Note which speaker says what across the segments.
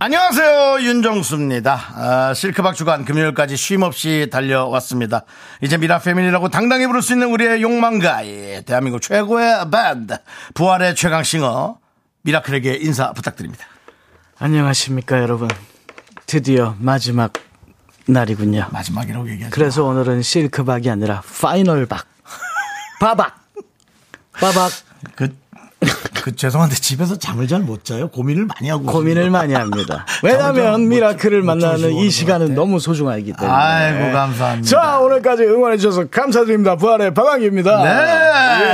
Speaker 1: 안녕하세요 윤정수입니다. 아, 실크박 주간 금요일까지 쉼없이 달려왔습니다. 이제 미라패밀리라고 당당히 부를 수 있는 우리의 욕망가이 대한민국 최고의 밴드 부활의 최강싱어 미라클에게 인사 부탁드립니다.
Speaker 2: 안녕하십니까 여러분. 드디어 마지막 날이군요.
Speaker 1: 마지막이라고 얘기하죠.
Speaker 2: 그래서 오늘은 실크박이 아니라 파이널박. 바박. 바박.
Speaker 1: 그, 그 죄송한데 집에서 잠을 잘 못 자요. 고민을 많이 하고
Speaker 2: 고민을
Speaker 1: 오십니다.
Speaker 2: 많이
Speaker 1: 잠을
Speaker 2: 합니다.
Speaker 1: 좀
Speaker 2: 왜냐하면
Speaker 1: 못
Speaker 2: 미라클을
Speaker 1: 주- 못
Speaker 2: 만나는
Speaker 1: 주무시고 뭐, 오는
Speaker 2: 이 시간은
Speaker 1: 것 같아.
Speaker 2: 너무 소중하기 때문에.
Speaker 1: 아이고 감사합니다.
Speaker 2: 네. 자 오늘까지 응원해 주셔서 감사드립니다. 부활의 방학입니다. 예.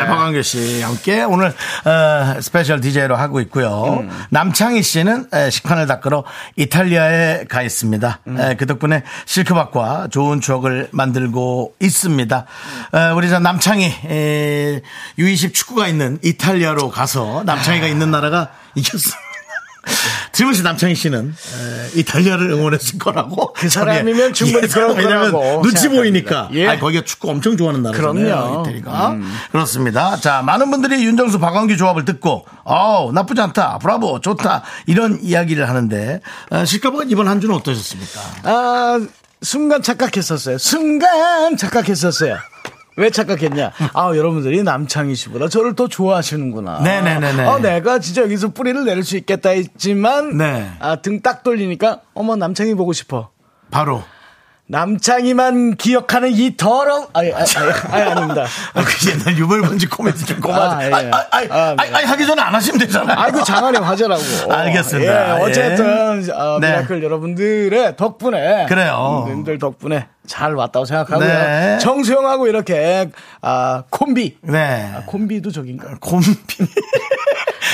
Speaker 1: 네. 박광규 씨 함께 오늘 어, 스페셜 DJ로 하고 있고요.
Speaker 2: 음.
Speaker 1: 남창희 씨는 에, 식판을 닦으러 이탈리아에 가 있습니다.
Speaker 2: 음.
Speaker 1: 에, 그 덕분에 실크박과 좋은 추억을 만들고 있습니다. 에, 우리 저 남창희 에, U20 축구가 있는 이탈리아로 가서 남창희가 있는 나라가 이겼습니다. 지문 씨, 남창희 씨는 에, 이탈리아를 응원했을 거라고.
Speaker 2: 그 사람이면 충분히 그럴
Speaker 1: 왜냐면
Speaker 2: 거라고
Speaker 1: 눈치
Speaker 2: 생각합니다.
Speaker 1: 보이니까.
Speaker 2: 예.
Speaker 1: 아니, 거기가 축구 엄청 좋아하는 나라잖아요.
Speaker 2: 그럼요. 음.
Speaker 1: 이태리가. 그렇습니다. 자, 많은 분들이 윤정수 박원규 조합을 듣고 어우, 나쁘지 않다. 브라보. 좋다. 이런 이야기를 하는데 어, 실가박은 이번 한 주는 어떠셨습니까?
Speaker 2: 아, 순간 착각했었어요. 순간 착각했었어요. 왜 착각했냐? 아, 여러분들이 남창희 씨보다 저를 더 좋아하시는구나.
Speaker 1: 네네네네.
Speaker 2: 어, 내가 진짜 여기서 뿌리를 내릴 수 있겠다 했지만,
Speaker 1: 네.
Speaker 2: 아, 등 딱 돌리니까, 어머, 남창희 보고 싶어.
Speaker 1: 바로
Speaker 2: 남창희만 기억하는 이 더러운, 아니, 아니, 아니, 아니 아닙니다.
Speaker 1: 아, 그 옛날 유물번지 코미디 고마워.
Speaker 2: 아, 예.
Speaker 1: 아, 아, 아, 아,
Speaker 2: 아,
Speaker 1: 아, 하기 전에 안 하시면 되잖아요.
Speaker 2: 아이고 장안의 화제라고.
Speaker 1: 알겠습니다.
Speaker 2: 예, 어쨌든
Speaker 1: 예.
Speaker 2: 어,
Speaker 1: 네.
Speaker 2: 미라클 여러분들의 덕분에
Speaker 1: 그래요.
Speaker 2: 님들 덕분에 잘 왔다고 생각하고요.
Speaker 1: 네.
Speaker 2: 정수영하고 이렇게 아, 콤비.
Speaker 1: 네.
Speaker 2: 아, 콤비도 저긴가?
Speaker 1: 곰비.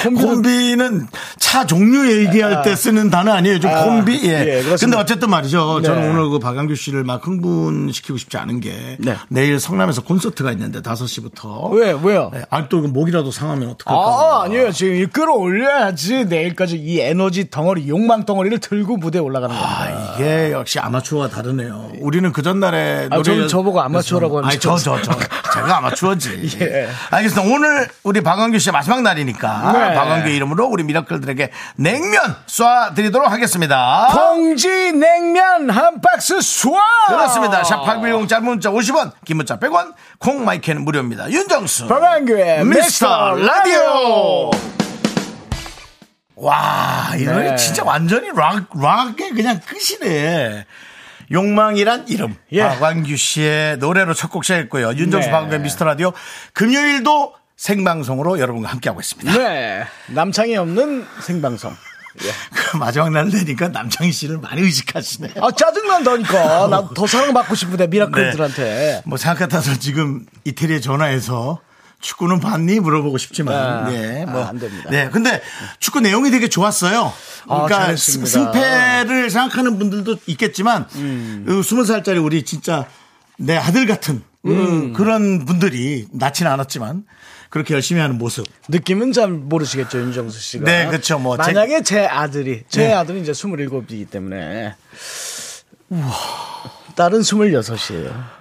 Speaker 2: 콤비는-
Speaker 1: 콤비는 차 종류 얘기할 때 쓰는 단어 아니에요. 좀
Speaker 2: 아,
Speaker 1: 콤비? 예.
Speaker 2: 예, 그렇습니다.
Speaker 1: 근데 어쨌든 말이죠.
Speaker 2: 네.
Speaker 1: 저는 오늘 그 박양규 씨를 막 흥분시키고 싶지 않은 게
Speaker 2: 네.
Speaker 1: 내일 성남에서 콘서트가 있는데 5시부터.
Speaker 2: 왜 왜요?
Speaker 1: 네. 아, 또그 목이라도 상하면
Speaker 2: 아
Speaker 1: 어떡할까.
Speaker 2: 아니에요 지금 이 끌어올려야지 내일까지 이 에너지 덩어리 욕망 덩어리를 들고 무대에 올라가는 겁니다.
Speaker 1: 아, 이게 역시 아마추어와 다르네요. 우리는 그 전날에
Speaker 2: 아, 저는 저보고 아마추어라고 하는
Speaker 1: 아니
Speaker 2: 줄
Speaker 1: 저저 저, 저. 제가 아마추어지. 알겠습니다. 오늘 우리 박원규 씨의 마지막 날이니까
Speaker 2: 네.
Speaker 1: 박원규 이름으로 우리 미라클들에게 냉면 쏴드리도록 하겠습니다.
Speaker 2: 봉지 냉면 한 박스 쏴!
Speaker 1: 그렇습니다. 샵8910 짧은 문자 50원, 긴 문자 100원, 콩 마이크는 무료입니다. 윤정수.
Speaker 2: 박완규의
Speaker 1: 미스터
Speaker 2: 미스터
Speaker 1: 라디오.
Speaker 2: 라디오.
Speaker 1: 와, 이 노래
Speaker 2: 네.
Speaker 1: 진짜 완전히 락, 락의 그냥 끝이네. 욕망이란 이름.
Speaker 2: 예.
Speaker 1: 박완규 씨의 노래로 첫 곡 시작했고요. 윤정수
Speaker 2: 네.
Speaker 1: 박완규의 미스터 라디오. 금요일도 생방송으로 여러분과 함께하고 있습니다.
Speaker 2: 네. 남창이 없는 생방송.
Speaker 1: 그 마지막 날 되니까 남창희 씨를 많이 의식하시네.
Speaker 2: 아, 짜증난다니까. 나 더 사랑받고 싶은데, 미라클들한테.
Speaker 1: 뭐 생각 같아서 지금 이태리에 전화해서 축구는 봤니 물어보고 싶지만
Speaker 2: 아,
Speaker 1: 네, 뭐
Speaker 2: 아, 안 됩니다.
Speaker 1: 네, 근데 축구 내용이 되게 좋았어요.
Speaker 2: 아,
Speaker 1: 그러니까 승-
Speaker 2: 잘했습니다.
Speaker 1: 승패를 생각하는 분들도 있겠지만
Speaker 2: 음.
Speaker 1: 그 20살짜리 우리 진짜 내 아들 같은 음, 그런 분들이 낳지는 않았지만 그렇게 열심히 하는 모습.
Speaker 2: 느낌은 잘 모르시겠죠, 윤정수 씨가.
Speaker 1: 네, 그쵸, 뭐 제-
Speaker 2: 만약에 제, 아들이, 제
Speaker 1: 네.
Speaker 2: 아들은 이제 27이기 때문에. 우와. 딸은 26이에요.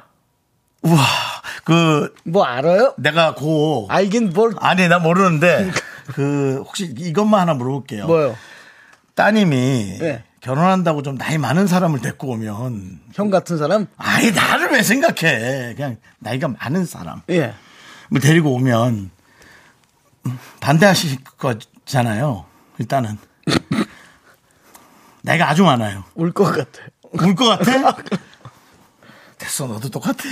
Speaker 1: 우와, 그
Speaker 2: 뭐 알아요?
Speaker 1: 내가 고
Speaker 2: 알긴 뭘.
Speaker 1: 아니 나 모르는데 그 혹시 이것만 하나 물어볼게요.
Speaker 2: 뭐요?
Speaker 1: 따님이
Speaker 2: 네.
Speaker 1: 결혼한다고 좀 나이 많은 사람을 데리고 오면
Speaker 2: 형 같은 사람?
Speaker 1: 아예 나를 왜 생각해 그냥 나이가 많은 사람을 뭐
Speaker 2: 예.
Speaker 1: 데리고 오면 음, 반대하실 거잖아요 일단은 나이가 아주 많아요
Speaker 2: 울 것 같아.
Speaker 1: 울 것 같아? 됐어 너도 똑같아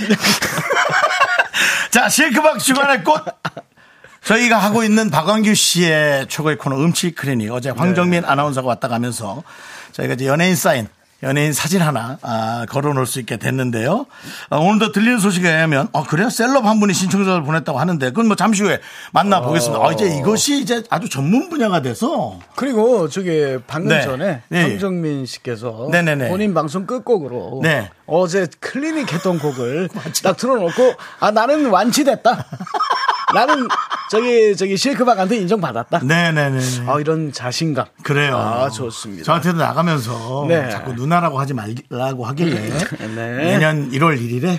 Speaker 1: 자 실크박 주간의 꽃 저희가 하고 있는 박광규 네. 씨의 최고의 코너 음치 클리닉 어제 황정민 아나운서가 왔다 가면서 저희가 이제 연예인 사인 연예인 사진 하나 아, 걸어놓을 수 있게 됐는데요. 아, 오늘도 들리는 소식에 의하면 아, 그래요? 셀럽 한 분이 신청서를 보냈다고 하는데 그건 뭐 잠시 후에 만나보겠습니다. 아, 이제 이것이 이제 아주 전문 분야가 돼서
Speaker 2: 그리고 저기 방금
Speaker 1: 네.
Speaker 2: 전에
Speaker 1: 네.
Speaker 2: 황정민 씨께서
Speaker 1: 네네네.
Speaker 2: 본인 방송 끝곡으로
Speaker 1: 네.
Speaker 2: 어제 클리닉 했던 곡을 딱 틀어놓고 아 나는 완치됐다. 나는 저기 저기 실크박한테 인정받았다.
Speaker 1: 네네네.
Speaker 2: 아 이런 자신감.
Speaker 1: 그래요.
Speaker 2: 아 좋습니다.
Speaker 1: 저한테도 나가면서
Speaker 2: 네.
Speaker 1: 자꾸 누나라고 하지 말라고 하길래
Speaker 2: 네.
Speaker 1: 내년 1월 1일에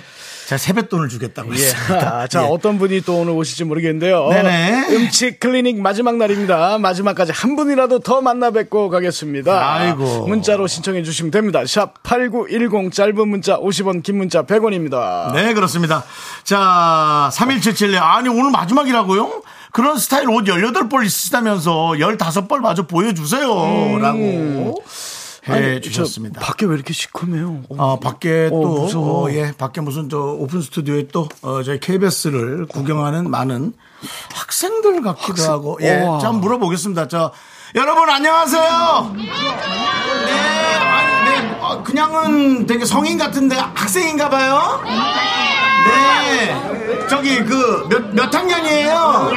Speaker 1: 제가 세뱃돈을 주겠다고 했습니다.
Speaker 2: 아, 자
Speaker 1: 예.
Speaker 2: 어떤 분이 또 오늘 오실지 모르겠는데요.
Speaker 1: 네네.
Speaker 2: 음식 클리닉 마지막 날입니다. 마지막까지 한 분이라도 더 만나 뵙고 가겠습니다.
Speaker 1: 아이고.
Speaker 2: 문자로 신청해 주시면 됩니다. 샵 #8910 짧은 문자 50원, 긴 문자 100원입니다.
Speaker 1: 네, 그렇습니다. 자, 3177님. 아니, 오늘 마지막이라고요? 그런 스타일 옷 18벌 있으시다면서 15벌 마저 보여주세요. 라고
Speaker 2: 네,
Speaker 1: 해 주셨습니다.
Speaker 2: 음. 밖에 왜 이렇게 시커매요? 어,
Speaker 1: 아, 밖에 또,
Speaker 2: 무서워.
Speaker 1: 어, 예, 밖에 무슨 저 오픈 스튜디오에 또, 어, 저희 KBS를 구경하는 많은 학생들 같기도 하고, 예,
Speaker 2: 우와.
Speaker 1: 참 물어보겠습니다. 저, 여러분 안녕하세요! 네, 아니, 네, 어, 그냥은 되게 성인 같은데 학생인가 봐요? 네. 저기 그, 몇, 몇 학년이에요?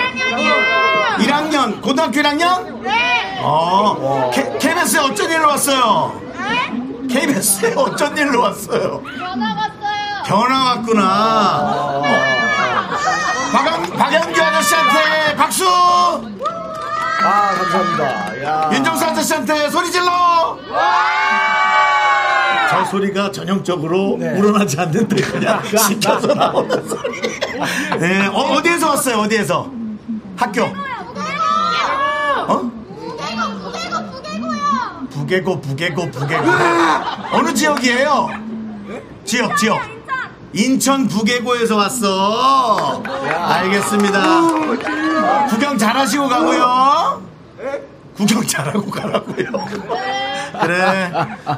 Speaker 1: 1학년, 고등학교 1학년? 네. 어, K- KBS에 어쩐 일로 왔어요? 네? KBS에 어쩐 일로 왔어요?
Speaker 3: 전화 왔어요.
Speaker 1: 전화 왔구나. 어. 박양, 박양규 아저씨한테 박수!
Speaker 2: 아 감사합니다. 야.
Speaker 1: 윤정수 아저씨한테 소리 질러! 저 소리가 전형적으로 우러나지 않는데 그냥 시켜서 나오는 소리. 네, 어, 어디에서 왔어요? 어디에서? 학교. 어? 부계고
Speaker 3: 부개고 부개고 부개고요.
Speaker 1: 부계고 부계고 어느 지역이에요? 네? 지역 지역 인천 부계고에서 왔어 알겠습니다 구경 잘하시고 가고요 네? 구경 잘하고 가라고요 그래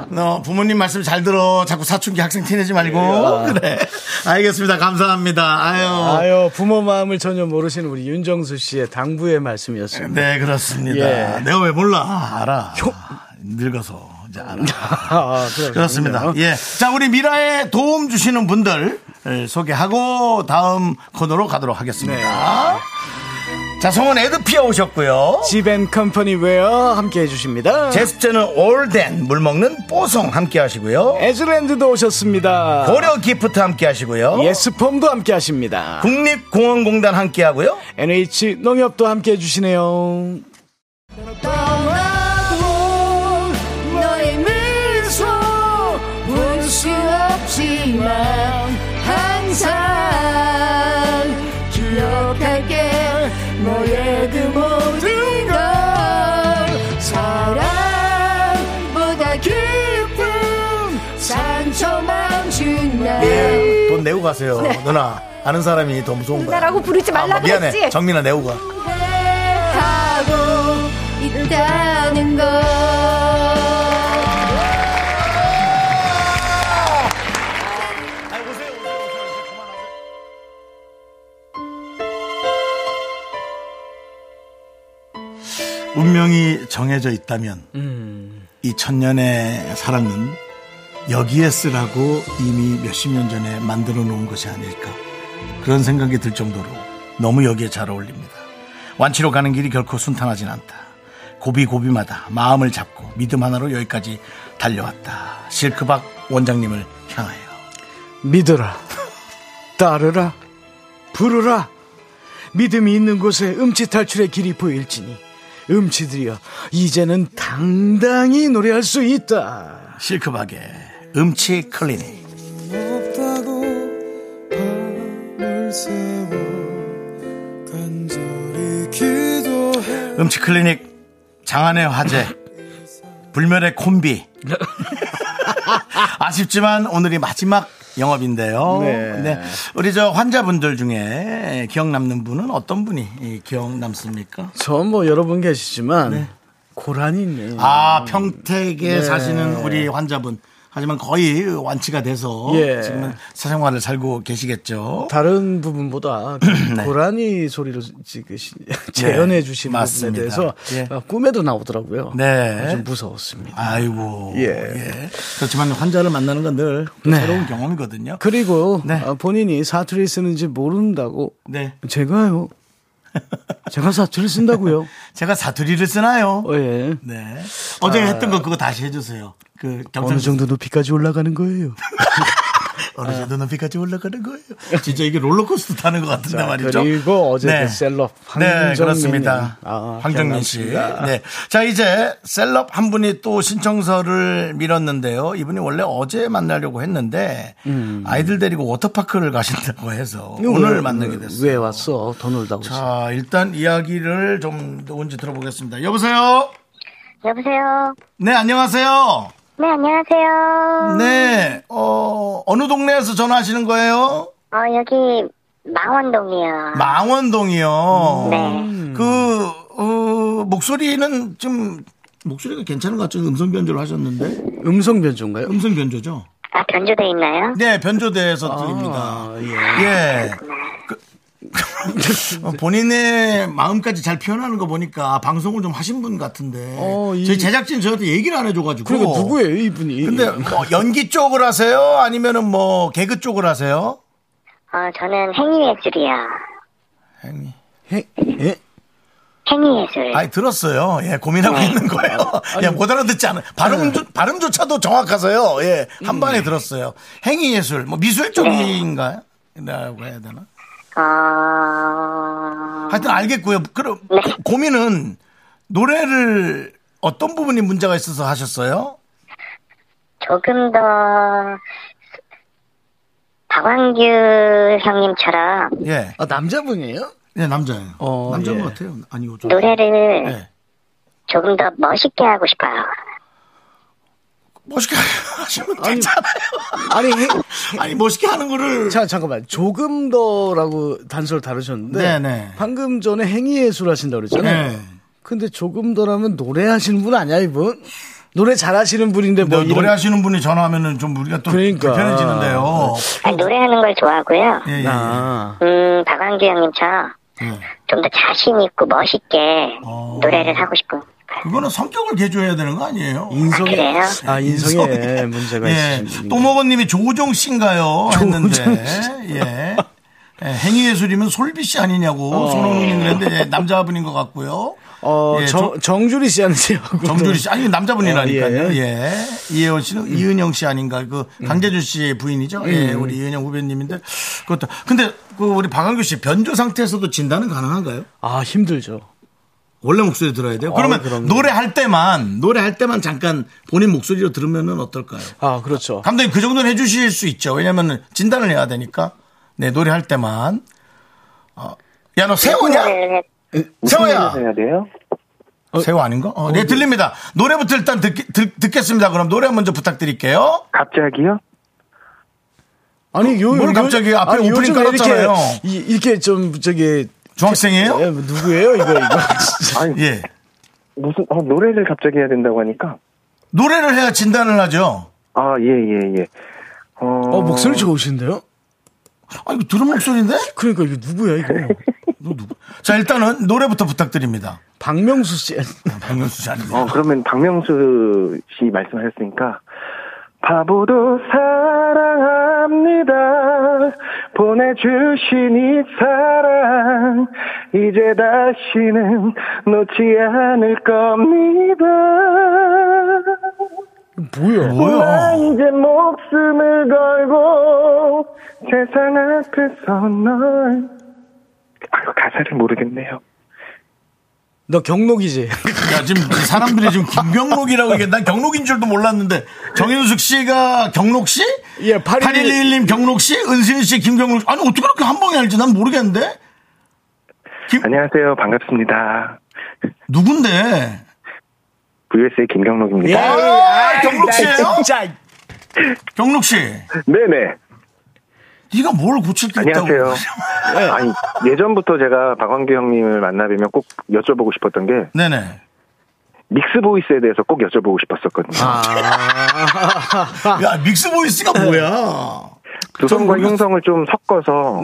Speaker 1: 너 부모님 말씀 잘 들어 자꾸 사춘기 학생 티내지 말고 그래 알겠습니다 감사합니다 예. 아유
Speaker 2: 아유 부모 마음을 전혀 모르시는 우리 윤정수 씨의 당부의 말씀이었습니다.
Speaker 1: 네 그렇습니다
Speaker 2: 예.
Speaker 1: 내가 왜 몰라 아, 알아 늙어서 이제 알아
Speaker 2: 아, 그래요.
Speaker 1: 그렇습니다. 예. 자, 우리 미라에 도움 주시는 분들 을 소개하고 다음 코너로 가도록 하겠습니다. 자, 성은 에드피아 오셨고요.
Speaker 2: 지벤컴퍼니 웨어 함께 해주십니다.
Speaker 1: 제습제는 올덴, 물 먹는 뽀송 함께 하시고요.
Speaker 2: 에즈랜드도 오셨습니다.
Speaker 1: 고려 기프트 함께 하시고요.
Speaker 2: 예스폼도 함께 하십니다.
Speaker 1: 국립공원공단 함께 하고요.
Speaker 2: NH 농협도 함께 해주시네요.
Speaker 1: 예. 돈 내고 가세요. 누나, 아는 사람이 더 무서운 거야.
Speaker 4: 라고 부르지 말라
Speaker 1: 아, 미안해.
Speaker 4: 그랬지.
Speaker 1: 정민아, 내고 가.
Speaker 4: 하고 있다는 걸.
Speaker 1: 운명이 정해져 있다면 이 천년의 사랑은 여기에 쓰라고 이미 몇십 년 전에 만들어 놓은 것이 아닐까 그런 생각이 들 정도로 너무 여기에 잘 어울립니다 완치로 가는 길이 결코 순탄하진 않다 고비고비마다 마음을 잡고 믿음 하나로 여기까지 달려왔다 실크박 원장님을 향하여
Speaker 2: 믿어라, 따르라, 부르라. 믿음이 있는 곳에 음치 탈출의 길이 보일지니 음치들이여 이제는 당당히 노래할 수 있다.
Speaker 1: 실크박의 음치 클리닉
Speaker 5: 없다고 밤을 세워 간절히 기도해
Speaker 1: 음치 클리닉 장안의 화제 불멸의 콤비 아쉽지만 오늘이 마지막 영업인데요.
Speaker 2: 네.
Speaker 1: 네. 우리 저 환자분들 중에 기억 남는 분은 어떤 분이 이 기억 남습니까?
Speaker 2: 저 뭐 여러분
Speaker 1: 네.
Speaker 2: 계시지만 고라니 있네요. 네.
Speaker 1: 아 평택에 사시는 우리 환자분 하지만 거의 완치가 돼서
Speaker 2: 예.
Speaker 1: 지금은 사생활을 살고 계시겠죠.
Speaker 2: 다른 부분보다 그
Speaker 1: 네.
Speaker 2: 고라니 소리를 지금 시- 재현해 주신 부분에
Speaker 1: 맞습니다.
Speaker 2: 대해서
Speaker 1: 예.
Speaker 2: 아, 꿈에도 나오더라고요. 아,
Speaker 1: 네.
Speaker 2: 좀 무서웠습니다.
Speaker 1: 아이고.
Speaker 2: 예.
Speaker 1: 예. 그렇지만 환자를 만나는 건 늘
Speaker 2: 네.
Speaker 1: 새로운 경험이거든요.
Speaker 2: 그리고
Speaker 1: 네.
Speaker 2: 아, 본인이 사투리 쓰는지 모른다고
Speaker 1: 네.
Speaker 2: 제가요. 제가 사투리 쓴다고요.
Speaker 1: 제가 사투리를 쓰나요?
Speaker 2: 어, 예.
Speaker 1: 네. 어제 했던 거 그거 다시 해주세요. 그 경찰
Speaker 2: 어느 정도 높이까지 올라가는 거예요.
Speaker 1: 어느
Speaker 2: 아.
Speaker 1: 정도 높이까지 올라가는 거예요. 진짜 이게 롤러코스터 타는 것 같은데
Speaker 2: 자,
Speaker 1: 말이죠.
Speaker 2: 그리고 어제 그 셀럽
Speaker 1: 네,
Speaker 2: 황정민님.
Speaker 1: 그렇습니다.
Speaker 2: 아,
Speaker 1: 황정민 씨.
Speaker 2: 기억납니다.
Speaker 1: 네. 자, 이제 셀럽 한 분이 또 신청서를 밀었는데요. 이분이 원래 어제 만나려고 했는데 아이들 데리고 워터파크를 가신다고 해서 오늘
Speaker 2: 음. 왜-
Speaker 1: 만나게 됐어요.
Speaker 2: 왜 왔어? 더 놀다고. 자,
Speaker 1: 자, 일단 이야기를 좀 누군지 들어보겠습니다. 여보세요?
Speaker 6: 여보세요.
Speaker 1: 네, 안녕하세요.
Speaker 6: 네, 안녕하세요.
Speaker 1: 네, 어, 어느 동네에서 전화하시는 거예요?
Speaker 6: 어, 여기 망원동이요.
Speaker 1: 망원동이요.
Speaker 6: 네.
Speaker 1: 그, 어, 목소리는 좀, 목소리가 괜찮은 것 같죠? 음성 변조를 하셨는데?
Speaker 2: 음성 변조인가요?
Speaker 1: 음성 변조죠?
Speaker 6: 아, 변조돼 있나요?
Speaker 1: 네, 변조돼서 들립니다.
Speaker 2: 아, 예.
Speaker 1: 예. 그- 어, 본인의 마음까지 잘 표현하는 거 보니까 방송을 좀 하신 분 같은데
Speaker 2: 어, 이-
Speaker 1: 저희 제작진 저한테 얘기를 안 해줘가지고
Speaker 2: 그리고 누구예요, 이분이?
Speaker 1: 어. 근데 뭐 연기 쪽을 하세요? 아니면은 뭐 개그 쪽을 하세요?
Speaker 6: 어, 저는 행위예술이요.
Speaker 1: 행위.
Speaker 2: 해- 예?
Speaker 6: 행위예술.
Speaker 1: 아니 들었어요. 예,
Speaker 2: 아,
Speaker 1: 고민하고 있는 거예요. 예, 못 알아듣지 않아.
Speaker 2: 네.
Speaker 1: 발음 발음조차도 정확하서요. 예,
Speaker 2: 음.
Speaker 1: 한 번에 들었어요. 행위 예술, 뭐 미술 쪽인가요? 라고 해야 되나?
Speaker 6: 어,
Speaker 1: 하여튼 알겠고요. 그럼 그 고민은 노래를 어떤 부분이 문제가 있어서 하셨어요?
Speaker 6: 조금 더 박완규 형님처럼
Speaker 1: 예,
Speaker 2: 아, 남자분이에요?
Speaker 1: 예 남자예요.
Speaker 2: 어,
Speaker 1: 남자인
Speaker 2: 예.
Speaker 1: 것 같아요. 아니요, 좀.
Speaker 6: 노래를
Speaker 1: 예.
Speaker 6: 조금 더 멋있게 하고 싶어요.
Speaker 1: 멋있게 하시면 되잖아요.
Speaker 2: 아니, 해-
Speaker 1: 아니 멋있게 하는 거를
Speaker 2: 자, 잠깐만. 조금 더라고 단서를 다루셨는데.
Speaker 1: 네네.
Speaker 2: 방금 전에 행위예술 하신다고 그랬잖아요.
Speaker 1: 네.
Speaker 2: 근데 조금 더라면 노래하시는 분 아니야, 이분? 노래 잘하시는 분인데 뭐
Speaker 1: 뭐
Speaker 2: 이런-
Speaker 1: 노래하시는 분이 전화하면은 좀 우리가 또
Speaker 2: 그러니까.
Speaker 1: 불편해지는데요.
Speaker 6: 아, 노래하는 걸 좋아하고요.
Speaker 1: 예, 예.
Speaker 2: 아,
Speaker 6: 음, 박완규 형님처럼
Speaker 1: 예.
Speaker 6: 좀 더 자신 있고 멋있게
Speaker 1: 어.
Speaker 6: 노래를 하고 싶은
Speaker 1: 그거는 성격을 개조해야 되는 거 아니에요?
Speaker 2: 인성에.
Speaker 6: 그래요?
Speaker 2: 아, 인성에 문제가
Speaker 1: 예.
Speaker 2: 있으신 분이.
Speaker 1: 또먹은님이 조우종 씨인가요? 했는데. 예. 예, 행위예술이면 솔비 씨 아니냐고 손흥민이 그랬는데 예, 남자분인 것 같고요.
Speaker 2: 어,
Speaker 1: 예,
Speaker 2: 정, 정주리 씨한테 하고.
Speaker 1: 정주리 씨 아니 남자분이라니까요.
Speaker 2: 어,
Speaker 1: 예.
Speaker 2: 예. 음.
Speaker 1: 이혜원 씨는 이은영 씨 아닌가 그 강재준 씨의 부인이죠. 예, 우리 이은영 후배님인데 그것도 근데 그 우리 박한규 씨 변조 상태에서도 진단은 가능한가요?
Speaker 2: 아, 힘들죠.
Speaker 1: 원래 목소리 들어야 돼요. 그러면
Speaker 2: 그럼요.
Speaker 1: 노래할 때만 노래할 때만 잠깐 본인 목소리로 들으면은 어떨까요?
Speaker 2: 아, 그렇죠.
Speaker 1: 감독님 그 정도는 해주실 수 있죠. 왜냐면 진단을 해야 되니까. 네 노래할 때만. 어, 야너 세호냐?
Speaker 6: 노래를 했-
Speaker 1: 세호야. 세호 아닌가? 어, 네 들립니다. 노래부터 일단 듣, 겠습니다 그럼 노래 먼저 부탁드릴게요.
Speaker 7: 갑자기요?
Speaker 2: 아니, 요,
Speaker 1: 뭘
Speaker 2: 요-
Speaker 1: 갑자기 앞에
Speaker 2: 아니,
Speaker 1: 오프닝
Speaker 2: 요즘에
Speaker 1: 깔았잖아요.
Speaker 2: 이렇게, 이- 이렇게 좀, 저기.
Speaker 1: 중학생이에요?
Speaker 2: 예, 뭐 누구예요, 이거, 이거.
Speaker 7: 아니
Speaker 1: 예.
Speaker 7: 무슨 어, 노래를 갑자기 해야 된다고 하니까
Speaker 1: 노래를 해야 진단을 하죠.
Speaker 7: 아 예 예 예. 어,
Speaker 2: 어, 목소리 좋으신데요?
Speaker 1: 아 이거 들은 목소리인데?
Speaker 2: 그러니까 이거 누구야, 이거.
Speaker 1: 자 일단은 노래부터 부탁드립니다.
Speaker 2: 박명수 씨.
Speaker 1: 박명수 씨 아니에요?
Speaker 7: 어 그러면 박명수 씨 말씀하셨으니까 바보도 사랑합니다. 보내주신 이 사랑 이제 다시는 놓지 않을 겁니다.
Speaker 2: 뭐야?
Speaker 8: 아,
Speaker 7: 나 이제 목숨을 걸고 세상 앞에서 널 아유 가사를 모르겠네요.
Speaker 2: 너 경록이지?
Speaker 1: 야, 지금 그 사람들이 지금 김경록이라고 얘기해. 난 경록인 줄도 몰랐는데. 정윤숙 씨가 경록 씨?
Speaker 2: 예, 8111
Speaker 1: 8111님 경록 씨? 은신 씨, 김경록 씨? 아니, 어떻게 그렇게 한 방에 알지? 난 모르겠는데? 김,
Speaker 7: 안녕하세요 반갑습니다.
Speaker 1: 누군데?
Speaker 7: VS의
Speaker 1: 아,
Speaker 7: 김경록입니다.
Speaker 1: 경록 씨예요
Speaker 2: 진짜.
Speaker 1: 경록 씨.
Speaker 7: 네네
Speaker 1: 네가 뭘 고칠 게 있다고.
Speaker 7: 안녕하세요. 아니 예전부터 제가 박광규 형님을 만나뵈면 꼭 여쭤보고 싶었던 게
Speaker 1: 네네.
Speaker 8: 믹스 보이스에 대해서 꼭 여쭤보고 싶었었거든요.
Speaker 1: 아,
Speaker 2: 아.
Speaker 1: 야, 믹스 보이스가
Speaker 2: 네.
Speaker 8: 아,
Speaker 1: 뭐야?
Speaker 8: 두성과
Speaker 2: 좀
Speaker 8: 흉성을 좀 섞어서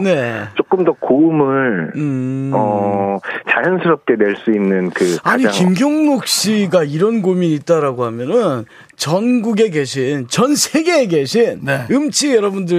Speaker 2: 네.
Speaker 8: 조금 더 고음을
Speaker 2: 음.
Speaker 8: 어, 자연스럽게 낼 수 있는 그
Speaker 2: 아니
Speaker 8: 가장
Speaker 2: 김경록 씨가 이런 고민이 있다라고 하면은 전국에 계신 전 세계에 계신
Speaker 1: 네. 예.
Speaker 2: 음치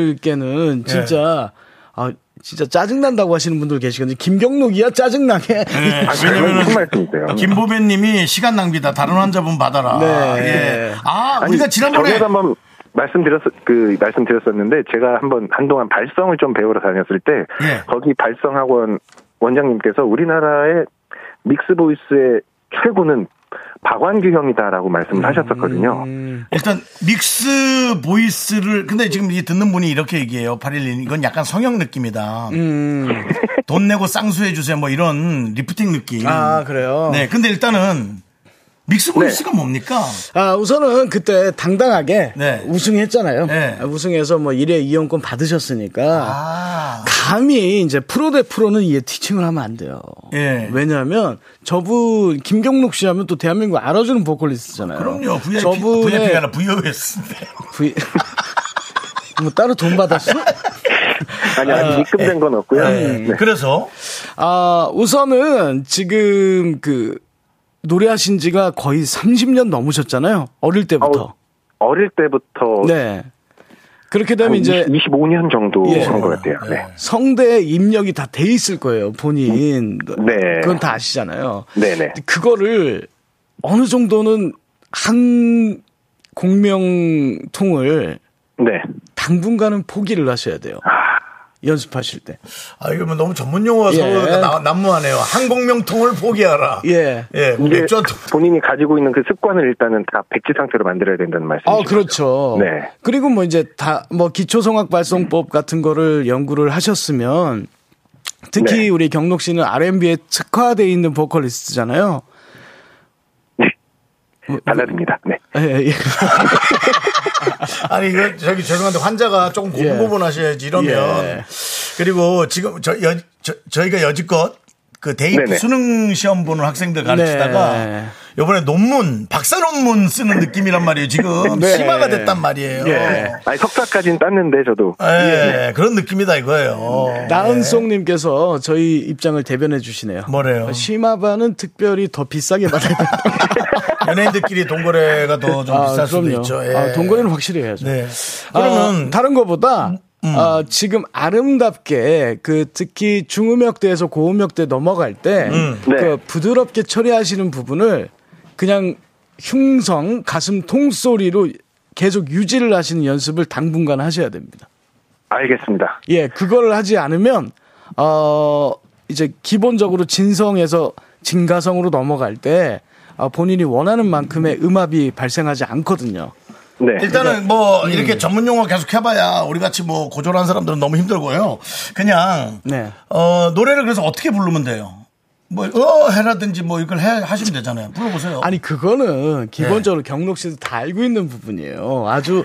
Speaker 2: 여러분들께는 진짜 아 진짜 짜증 난다고 하시는 분들 계시거든요. 김경록이야 짜증 나게.
Speaker 1: 네,
Speaker 8: 아, 그건
Speaker 1: 왜냐면은
Speaker 8: 무슨 말씀이세요?
Speaker 1: 김보배 님이 시간 낭비다. 다른 환자분 받아라.
Speaker 2: 네.
Speaker 1: 예. 아,
Speaker 8: 아니,
Speaker 1: 우리가 지난번에
Speaker 8: 저번에도 한번 말씀드렸 그 말씀드렸었는데 제가 한번 한동안 발성을 좀 배우러 다녔을 때
Speaker 1: 예.
Speaker 8: 거기 발성 학원 원장님께서 우리나라의 믹스 보이스의 최고는 박완규 형이다라고
Speaker 2: 음.
Speaker 8: 말씀을 하셨었거든요.
Speaker 1: 일단 믹스 보이스를 근데 지금 이 듣는 분이 이렇게 얘기해요. 811 이건 약간 성형 느낌이다. 음. 돈 내고 쌍수해 주세요. 뭐 이런 리프팅 느낌.
Speaker 2: 아 그래요.
Speaker 1: 네. 근데 일단은 믹스 보이스가 뭡니까?
Speaker 2: 아, 우선은 그때 당당하게
Speaker 1: 네.
Speaker 2: 우승했잖아요.
Speaker 1: 네.
Speaker 2: 아, 우승해서 뭐 1회 이용권 받으셨으니까.
Speaker 1: 아.
Speaker 2: 감히 이제 프로 대 프로는 얘 티칭을 하면 안 돼요.
Speaker 1: 예.
Speaker 2: 왜냐하면 저분 김경록 씨 하면 또 대한민국 알아주는 보컬리스트잖아요.
Speaker 1: 그럼요. VIP,
Speaker 2: 저분의
Speaker 1: VIP가 아니라 VOS인데.
Speaker 2: V- 뭐 따로 돈 받았어?
Speaker 8: 아니 아직
Speaker 2: 예.
Speaker 8: 입금된 건 없고요. 네.
Speaker 1: 음, 그래서
Speaker 2: 아, 우선은 지금 그 노래하신 지가 거의 30년 넘으셨잖아요. 어릴 때부터.
Speaker 8: 어, 릴 때부터
Speaker 2: 네. 그렇게 되면
Speaker 8: 한
Speaker 2: 이제
Speaker 8: 25년 정도
Speaker 2: 예.
Speaker 8: 한것 같아요. 네.
Speaker 2: 성대 입력이 다 돼 있을 거예요, 본인.
Speaker 8: 네.
Speaker 2: 그건 다 아시잖아요.
Speaker 8: 네네.
Speaker 2: 그거를 어느 정도는 한 공명통을
Speaker 8: 네. 아,
Speaker 2: 당분간은 포기를 하셔야 돼요. 연습하실 때.
Speaker 1: 아 이거 뭐 너무 전문 용어가
Speaker 2: 예.
Speaker 1: 서로 나- 난무하네요. 항공명통을 포기하라.
Speaker 2: 예.
Speaker 1: 예,
Speaker 8: 이게
Speaker 1: 맥주 한 통.
Speaker 8: 본인이 가지고 있는 그 습관을 일단은 다 백지 상태로 만들어야 된다는 말씀이죠.
Speaker 2: 아, 그렇죠.
Speaker 8: 네.
Speaker 2: 그리고 뭐 이제 다, 뭐 기초성악 발성법 같은 거를 연구를 하셨으면 특히
Speaker 8: 네.
Speaker 2: 우리 경록 씨는 R&B에 특화되어 있는 보컬리스트잖아요. 뭐,
Speaker 8: 달라집니다. 네.
Speaker 2: 예, 예.
Speaker 1: 아니 이거 저기 죄송한데 환자가 조금
Speaker 2: 예.
Speaker 1: 고분고분하셔야지 이러면
Speaker 2: 예.
Speaker 1: 그리고 지금 저, 여, 저희가 여지껏 그 대입
Speaker 8: 네네.
Speaker 1: 수능 시험 보는 학생들 가르치다가
Speaker 2: 네.
Speaker 1: 요번에 논문 박사 논문 쓰는 느낌이란 말이에요 지금
Speaker 2: 네.
Speaker 1: 심화가 됐단 말이에요.
Speaker 2: 예.
Speaker 8: 아니 석사까지는 땄는데 저도
Speaker 1: 예, 그런 느낌이다 이거예요.
Speaker 2: 나은송님께서 네. 저희 입장을 대변해 주시네요.
Speaker 1: 뭐래요?
Speaker 2: 심화반은 특별히 더 비싸게 받아야 된다.
Speaker 1: 연예인들끼리 동거래가 더 좀
Speaker 2: 아,
Speaker 1: 비쌀 수도
Speaker 2: 그럼요.
Speaker 1: 있죠. 예.
Speaker 2: 아, 동거리는 확실히 해야죠.
Speaker 1: 네.
Speaker 2: 아,
Speaker 1: 그러면 음,
Speaker 2: 다른 거보다 아, 지금 아름답게 그 특히 중음역대에서 고음역대 넘어갈 때
Speaker 8: 네.
Speaker 2: 그 부드럽게 처리하시는 부분을 그냥 흉성 가슴 통소리로 계속 유지를 하시는 연습을 당분간 하셔야 됩니다.
Speaker 8: 알겠습니다.
Speaker 2: 예, 그거를 하지 않으면 어 이제 기본적으로 진성에서 진가성으로 넘어갈 때 어, 본인이 원하는 만큼의 음압이 발생하지 않거든요.
Speaker 8: 네.
Speaker 1: 일단은
Speaker 2: 음.
Speaker 1: 뭐 이렇게 전문 용어 계속 해봐야 우리 같이 뭐 고졸한 사람들은 너무 힘들고요. 그냥
Speaker 2: 네.
Speaker 1: 어, 노래를 그래서 어떻게 부르면 돼요? 뭐어 해라든지 뭐 이걸 해 하시면 되잖아요. 불러보세요.
Speaker 2: 아니 그거는 기본적으로 경록 씨도 다 알고 있는 부분이에요. 아주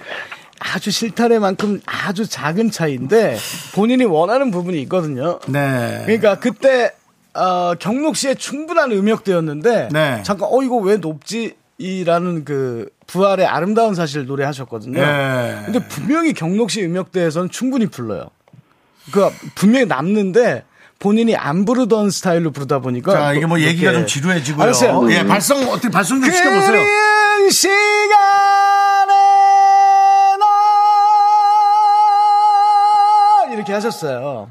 Speaker 2: 아주 실타래만큼 아주 작은 차이인데 본인이 원하는 부분이 있거든요.
Speaker 1: 네.
Speaker 2: 그러니까 그때 어, 경록 씨의 충분한 음역대였는데
Speaker 1: 네.
Speaker 2: 잠깐 어 이거 왜 높지? 이라는 그 부활의 아름다운 사실 노래하셨거든요.
Speaker 1: 네.
Speaker 2: 근데 분명히 경록 씨 음역대에서는 충분히 불러요. 그 분명히 남는데 본인이 안 부르던 스타일로 부르다 보니까
Speaker 1: 자 이게 뭐
Speaker 2: 이렇게-
Speaker 1: 얘기가 좀 지루해지고요.
Speaker 2: 알았어요. 음.
Speaker 1: 예 발성 어떻게 발성 좀 시켜보세요.
Speaker 2: 그리운 시간에 너 이렇게 하셨어요.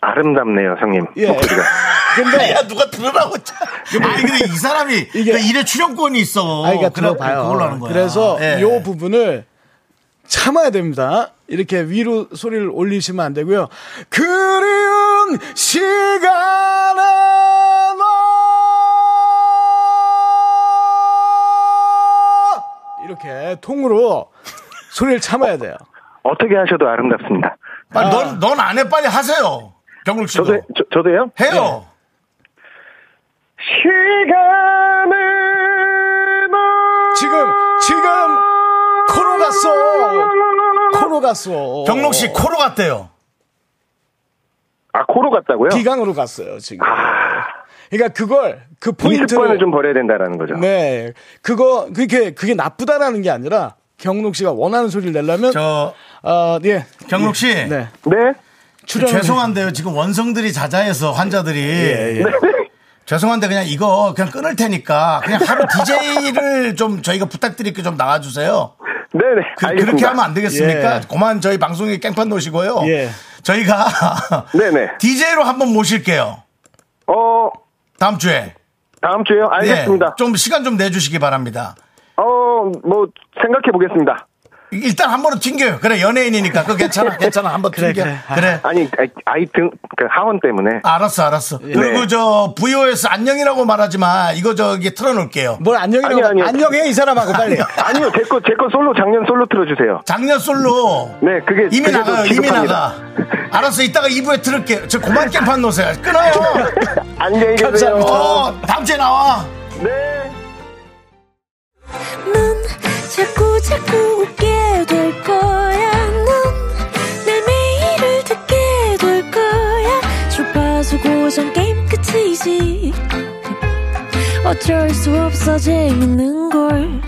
Speaker 8: 아름답네요, 형님.
Speaker 2: 예.
Speaker 8: 목소리가.
Speaker 2: 근데
Speaker 1: 뭐 야 누가 들으라고 참. 아니 근데 뭐 이 사람이
Speaker 2: 이게-
Speaker 1: 그 일에 출연권이 있어.
Speaker 2: 아이가
Speaker 1: 그래,
Speaker 2: 들어봐요.
Speaker 1: 그걸로 하는 거야.
Speaker 2: 그래서
Speaker 1: 예.
Speaker 2: 요 부분을 참아야 됩니다. 이렇게 위로 소리를 올리시면 안 되고요. 그리운 시간에 너 이렇게 통으로 소리를 참아야 돼요.
Speaker 8: 어떻게 하셔도 아름답습니다.
Speaker 1: 빨리 넌 넌 안 해 빨리 하세요. 경록 씨도
Speaker 8: 저도 네. 저, 도요
Speaker 1: 어. 해요.
Speaker 8: 시간을
Speaker 7: 뭐-
Speaker 2: 지금 지금 코로 갔어. 코로 갔어.
Speaker 1: 경록 씨 코로 갔대요.
Speaker 8: 아 코로 갔다고요?
Speaker 2: 비강으로 갔어요 지금. 그러니까 그걸 그
Speaker 7: 이
Speaker 2: 포인트를
Speaker 7: 습관을 좀 버려야 된다라는 거죠.
Speaker 2: 네. 그거 그게 그게 나쁘다라는 게 아니라 경록 씨가 원하는 소리를 내려면
Speaker 1: 저
Speaker 2: 아, 예.
Speaker 1: 경록 씨.
Speaker 2: 예. 네.
Speaker 7: 네?
Speaker 2: 출연을 예,
Speaker 1: 죄송한데요. 네. 지금 원성들이 자자해서 환자들이
Speaker 7: 예,
Speaker 1: 죄송한데 그냥 이거 그냥 끊을 테니까 그냥 하루 DJ를 좀 저희가 부탁드릴게 좀 나와주세요.
Speaker 7: 네네.
Speaker 1: 그,
Speaker 7: 알겠습니다.
Speaker 1: 그렇게 하면 안 되겠습니까?
Speaker 2: 예.
Speaker 1: 그만 저희 방송에 깽판 놓으시고요.
Speaker 2: 예.
Speaker 1: 저희가
Speaker 7: 네네.
Speaker 1: DJ로 한번 모실게요.
Speaker 7: 어,
Speaker 1: 다음 주에.
Speaker 7: 다음 주에요?
Speaker 1: 예.
Speaker 7: 알겠습니다.
Speaker 1: 좀 시간 좀 내주시기 바랍니다.
Speaker 7: 어, 뭐, 생각해 보겠습니다.
Speaker 1: 일단 한 번은 튕겨요. 그래 연예인이니까 그 괜찮아 괜찮아 한 번 튕겨. 그래.
Speaker 7: 아니, 아이, 아이 등, 그 하원 때문에.
Speaker 1: 알았어 알았어. 그리고
Speaker 7: 네.
Speaker 1: 저 VOS 안녕이라고 말하지 마. 이거 저기 틀어놓을게요.
Speaker 2: 뭘 안녕이라고
Speaker 7: 아니요, 아니요.
Speaker 2: 안녕해 이 사람하고 빨리.
Speaker 7: 아니요, 제 거, 제 거 솔로, 작년 솔로 틀어주세요.
Speaker 1: 작년 솔로
Speaker 7: 네, 그게.
Speaker 1: 이미
Speaker 7: 그게 더
Speaker 1: 나가요. 이미
Speaker 7: 시급합니다.
Speaker 1: 나가. 알았어. 이따가 2부에 들을게. 저 고만 깽판 놓으세요. 끊어요.
Speaker 7: 안녕히 계세요.
Speaker 1: 어, 다음 주에 나와.
Speaker 7: 네.
Speaker 4: 넌 자꾸 자꾸 웃게 될 거야. 넌내 매일을 듣게 될 거야. 주파수 고정 게임 끝이지. 어쩔 수 없어 재밌는 걸.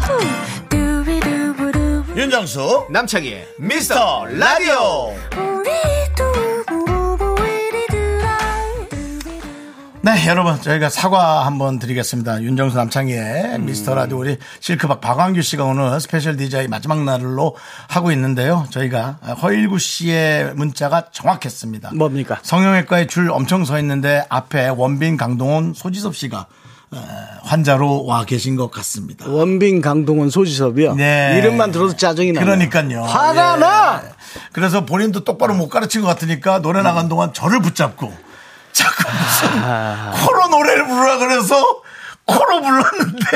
Speaker 4: 후. 두비두부두부.
Speaker 1: 윤정수 남창희 미스터 라디오.
Speaker 4: 우리 두부부부 우리 두라. 두비두부.
Speaker 1: 네, 여러분, 저희가 사과 한번 드리겠습니다. 윤정수 남창희의
Speaker 2: 음.
Speaker 1: 미스터 라디오 우리 실크박 박광규 씨가 오늘 스페셜 디자이 마지막 날로 하고 있는데요. 저희가 허일구 씨의 문자가 정확했습니다.
Speaker 2: 뭡니까?
Speaker 1: 성형외과에 줄 엄청 서 있는데 앞에 원빈 강동원 소지섭 씨가 어, 환자로 와 계신 것 같습니다.
Speaker 2: 원빈 강동원 소지섭이요.
Speaker 1: 네.
Speaker 2: 이름만 들어도 짜증이 나요.
Speaker 1: 그러니까요.
Speaker 2: 화가
Speaker 1: 예.
Speaker 2: 나.
Speaker 1: 그래서 본인도 똑바로 못 가르친 것 같으니까 노래
Speaker 2: 음.
Speaker 1: 나간 동안 저를 붙잡고 자꾸 무슨
Speaker 2: 아.
Speaker 1: 코로 노래를 부르라 그래서 코로 불렀는데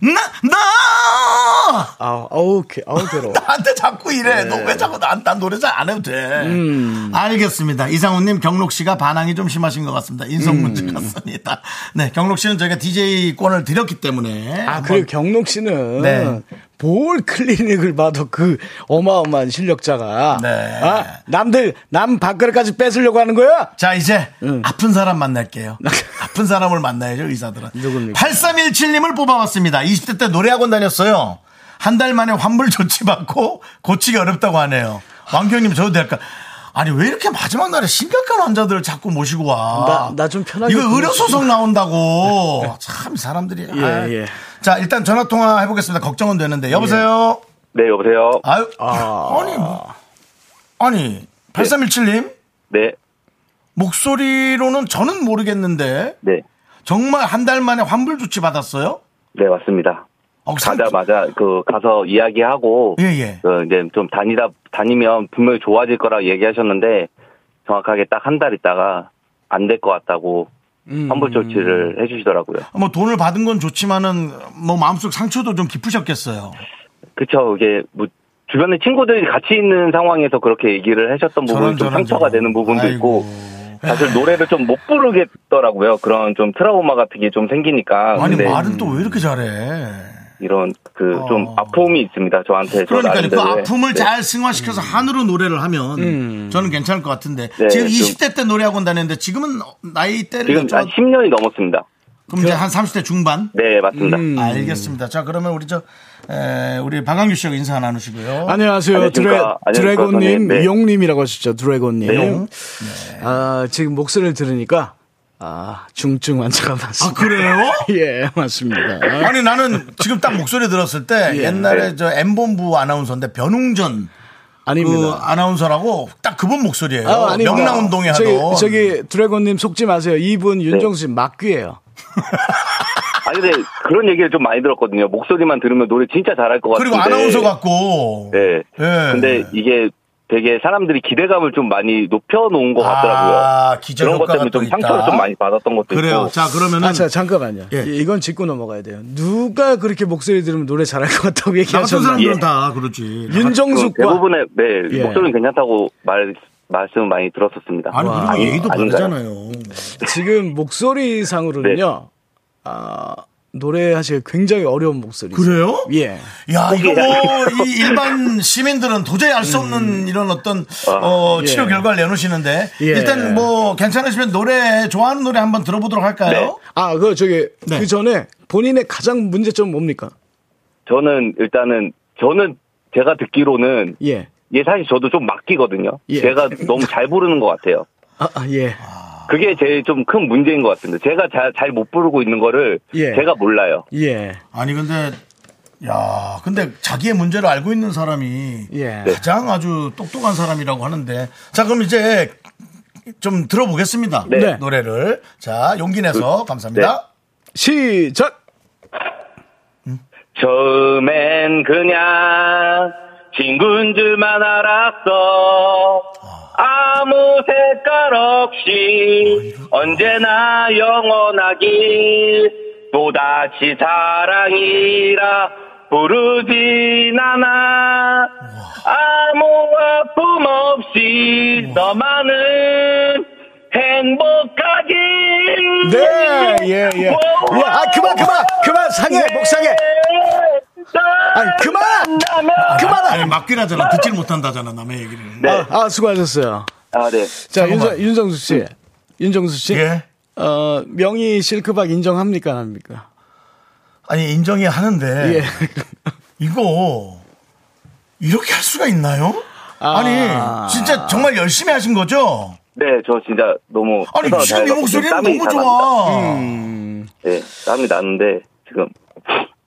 Speaker 1: 나, 나!
Speaker 2: 아, 어우, 괴- 어우 괴로워.
Speaker 1: 나한테 자꾸
Speaker 2: 네.
Speaker 1: 이래. 너 왜 자꾸 난, 난 노래 잘 안 해도 돼.
Speaker 2: 음.
Speaker 1: 알겠습니다. 이상훈님, 경록 씨가 반항이 좀 심하신 것 같습니다.
Speaker 2: 음.
Speaker 1: 인성 문제 같습니다. 네, 경록 씨는 저희가 DJ권을 드렸기 때문에.
Speaker 2: 아,
Speaker 1: 한번
Speaker 2: 그리고 경록 씨는
Speaker 1: 뭐. 네.
Speaker 2: 볼 클리닉을 봐도 그 어마어마한 실력자가
Speaker 1: 네.
Speaker 2: 아, 남들 남 밥그릇까지 뺏으려고 하는 거야?
Speaker 1: 자, 이제
Speaker 2: 응.
Speaker 1: 아픈 사람 만날게요. 아픈 사람을 만나야죠, 의사들은.
Speaker 2: 누굽니까?
Speaker 1: 8317님을 뽑아봤습니다. 20대 때 노래학원 다녔어요. 한 달 만에 환불 조치받고 고치기 어렵다고 하네요. 왕경님, 저도 될까? 아니, 왜 이렇게 마지막 날에 심각한 환자들을 자꾸 모시고 와?
Speaker 2: 나- 나좀 편하게
Speaker 1: 아. 이거
Speaker 2: 보내주시고.
Speaker 1: 의료소송 나온다고. 참, 사람들이.
Speaker 2: 예,
Speaker 1: 아유.
Speaker 2: 예.
Speaker 1: 자, 일단 전화통화 해보겠습니다. 걱정은 되는데. 여보세요?
Speaker 8: 네, 여보세요.
Speaker 2: 예.
Speaker 1: 아유. 아... 니 뭐. 아니, 8317님?
Speaker 8: 네,
Speaker 1: 목소리로는 저는 모르겠는데
Speaker 8: 네,
Speaker 1: 정말 한 달 만에 환불 조치 받았어요?
Speaker 8: 네 맞습니다.
Speaker 1: 어, 상-
Speaker 8: 가자마자 그 가서 이야기하고
Speaker 1: 예, 예.
Speaker 8: 그 이제 좀 다니다 다니면 분명히 좋아질 거라 얘기하셨는데 정확하게 딱 한 달 있다가 안 될 것 같다고
Speaker 1: 음.
Speaker 8: 환불 조치를 해주시더라고요.
Speaker 1: 뭐 돈을 받은 건 좋지만은 뭐 마음속 상처도 좀 깊으셨겠어요.
Speaker 8: 그쵸? 이게 뭐 주변에 친구들이 같이 있는 상황에서 그렇게 얘기를 하셨던 부분 좀
Speaker 1: 저런,
Speaker 8: 상처가
Speaker 1: 저런.
Speaker 8: 되는 부분도
Speaker 1: 아이고.
Speaker 8: 있고 사실 노래를 좀 못 부르겠더라고요. 그런 좀 트라우마 같은 게 좀 생기니까.
Speaker 1: 아니
Speaker 8: 근데
Speaker 1: 말은 또 왜 이렇게 잘해?
Speaker 8: 이런 그 좀
Speaker 1: 어.
Speaker 8: 아픔이 있습니다. 저한테 저
Speaker 1: 그러니까 그
Speaker 8: 나름대로의.
Speaker 1: 아픔을
Speaker 8: 네.
Speaker 1: 잘 승화시켜서 한으로 노래를 하면 저는 괜찮을 것 같은데
Speaker 8: 네,
Speaker 1: 지금
Speaker 8: 좀-
Speaker 1: 20대 때 노래학원 다녔는데 지금은 나이대를
Speaker 8: 지금
Speaker 1: 좀
Speaker 8: 한 10년이 넘었습니다.
Speaker 1: 그럼 이제 한 30대 중반?
Speaker 8: 네, 맞습니다.
Speaker 1: 음. 알겠습니다. 자 그러면 우리 저 에, 우리 박광규 씨하고 인사 나누시고요.
Speaker 2: 어? 안녕하세요. 드래,
Speaker 8: 안녕하십니까. 안녕하십니까,
Speaker 2: 드래곤님,
Speaker 8: 선생님. 네.
Speaker 2: 용님이라고 하셨죠. 드래곤님.
Speaker 8: 네.
Speaker 2: 아, 지금 목소리를 들으니까 아, 중증 환자가
Speaker 1: 아
Speaker 2: 맞습니다.
Speaker 1: 그래요?
Speaker 2: 예, 맞습니다.
Speaker 1: 아니 나는 지금 딱 목소리 들었을 때
Speaker 2: 예.
Speaker 1: 옛날에 저 엠본부 아나운서인데 변웅전 그
Speaker 2: 네. 아닙니다.
Speaker 1: 아나운서라고 딱 그분 목소리예요.
Speaker 2: 아, 아닙니다.
Speaker 1: 명랑운동에
Speaker 2: 저기,
Speaker 1: 하던.
Speaker 2: 저기 드래곤님 속지 마세요. 이분
Speaker 8: 네.
Speaker 2: 윤정수 씨 막귀예요.
Speaker 8: 아니 근데 그런 얘기를 좀 많이 들었거든요. 목소리만 들으면 노래 진짜 잘할 것 같은데.
Speaker 1: 그리고 아나운서 같고.
Speaker 8: 네.
Speaker 1: 예.
Speaker 8: 근데 이게 되게 사람들이 기대감을 좀 많이 높여 놓은 것 같더라고요.
Speaker 1: 아, 기절
Speaker 8: 그런 것
Speaker 1: 효과가
Speaker 8: 때문에 좀
Speaker 1: 또 있다.
Speaker 8: 상처를 좀 많이 받았던 것도
Speaker 1: 그래요.
Speaker 8: 있고.
Speaker 1: 자 그러면은
Speaker 2: 아, 자, 잠깐만요.
Speaker 1: 예.
Speaker 2: 이- 이건 짚고 넘어가야 돼요. 누가 그렇게 목소리 들으면 노래 잘할 것 같다고
Speaker 1: 나 같은
Speaker 2: 얘기하셨나요? 예.
Speaker 1: 사람들은 다 그러지.
Speaker 8: 그
Speaker 2: 윤정숙과
Speaker 8: 예. 대부분의 네
Speaker 2: 예.
Speaker 8: 목소리는 괜찮다고 말 말씀 많이 들었었습니다.
Speaker 1: 아니
Speaker 2: 와.
Speaker 1: 그리고 얘기도
Speaker 8: 아닌가요?
Speaker 1: 다르잖아요.
Speaker 8: 네.
Speaker 2: 지금 목소리상으로는요. 아, 노래하시기 굉장히 어려운 목소리.
Speaker 1: 그래요?
Speaker 2: 예.
Speaker 1: 야, 이거 뭐, 이 일반 시민들은 도저히 알 수 없는 이런 어떤, 어,
Speaker 2: 음. 예.
Speaker 1: 치료 결과를 내놓으시는데.
Speaker 2: 예.
Speaker 1: 일단 뭐, 괜찮으시면 노래, 좋아하는 노래 한번 들어보도록 할까요?
Speaker 2: 아, 그 저기
Speaker 1: 네.
Speaker 2: 그 전에 본인의 가장 문제점 뭡니까?
Speaker 8: 저는 일단은 저는 제가 듣기로는
Speaker 2: 예.
Speaker 8: 예 사실 저도 좀 맡기거든요.
Speaker 2: 예.
Speaker 8: 제가 너무 잘 부르는 것 같아요.
Speaker 2: 아, 아, 예.
Speaker 8: 그게 제일 좀 큰 문제인 것 같은데 제가 잘 못 부르고 있는 거를
Speaker 2: 예.
Speaker 8: 제가 몰라요.
Speaker 2: 예.
Speaker 1: 아니, 근데, 야, 근데 자기의 문제를 알고 있는 사람이
Speaker 2: 예.
Speaker 1: 가장 아주 똑똑한 사람이라고 하는데. 자, 그럼 이제 좀 들어보겠습니다.
Speaker 2: 네.
Speaker 1: 노래를. 자, 용기
Speaker 8: 그,
Speaker 1: 내서 감사합니다.
Speaker 2: 시작.
Speaker 8: 처음엔 그냥 친구인 줄만 알았어.
Speaker 2: 아.
Speaker 8: 아무 색깔 없이 언제나 영원하길 또다시 사랑이라 부르진 않아. 아무 아픔 없이 너만은 행복하길.
Speaker 2: 네. 예, 예.
Speaker 8: 와.
Speaker 2: 예. 아, 그만 그만. 그만
Speaker 1: 네.
Speaker 2: 상해. 목 상해. 아니, 그만!
Speaker 1: 아니, 네.
Speaker 2: 그만아.
Speaker 1: 맞기라잖아. 듣질 못한다잖아, 남의 얘기를.
Speaker 8: 네.
Speaker 2: 아, 아, 수고하셨어요.
Speaker 8: 아, 네.
Speaker 2: 자,
Speaker 1: 잠깐만. 음.
Speaker 2: 윤정, 윤정수 씨. 윤정수 씨.
Speaker 1: 예.
Speaker 2: 어, 명의 실크박 인정합니까, 안 합니까?
Speaker 1: 아니, 인정이 하는데.
Speaker 2: 예.
Speaker 1: 이거 이렇게 할 수가 있나요?
Speaker 2: 아.
Speaker 1: 아니 진짜 정말 열심히 하신 거죠?
Speaker 8: 네, 저 진짜 너무.
Speaker 1: 아니 지금
Speaker 8: 최선을
Speaker 1: 이
Speaker 8: 다해가지고
Speaker 1: 목소리는
Speaker 8: 네, 땀이
Speaker 1: 너무
Speaker 8: 잘 납니다.
Speaker 1: 좋아.
Speaker 8: 네, 땀이 나는데 지금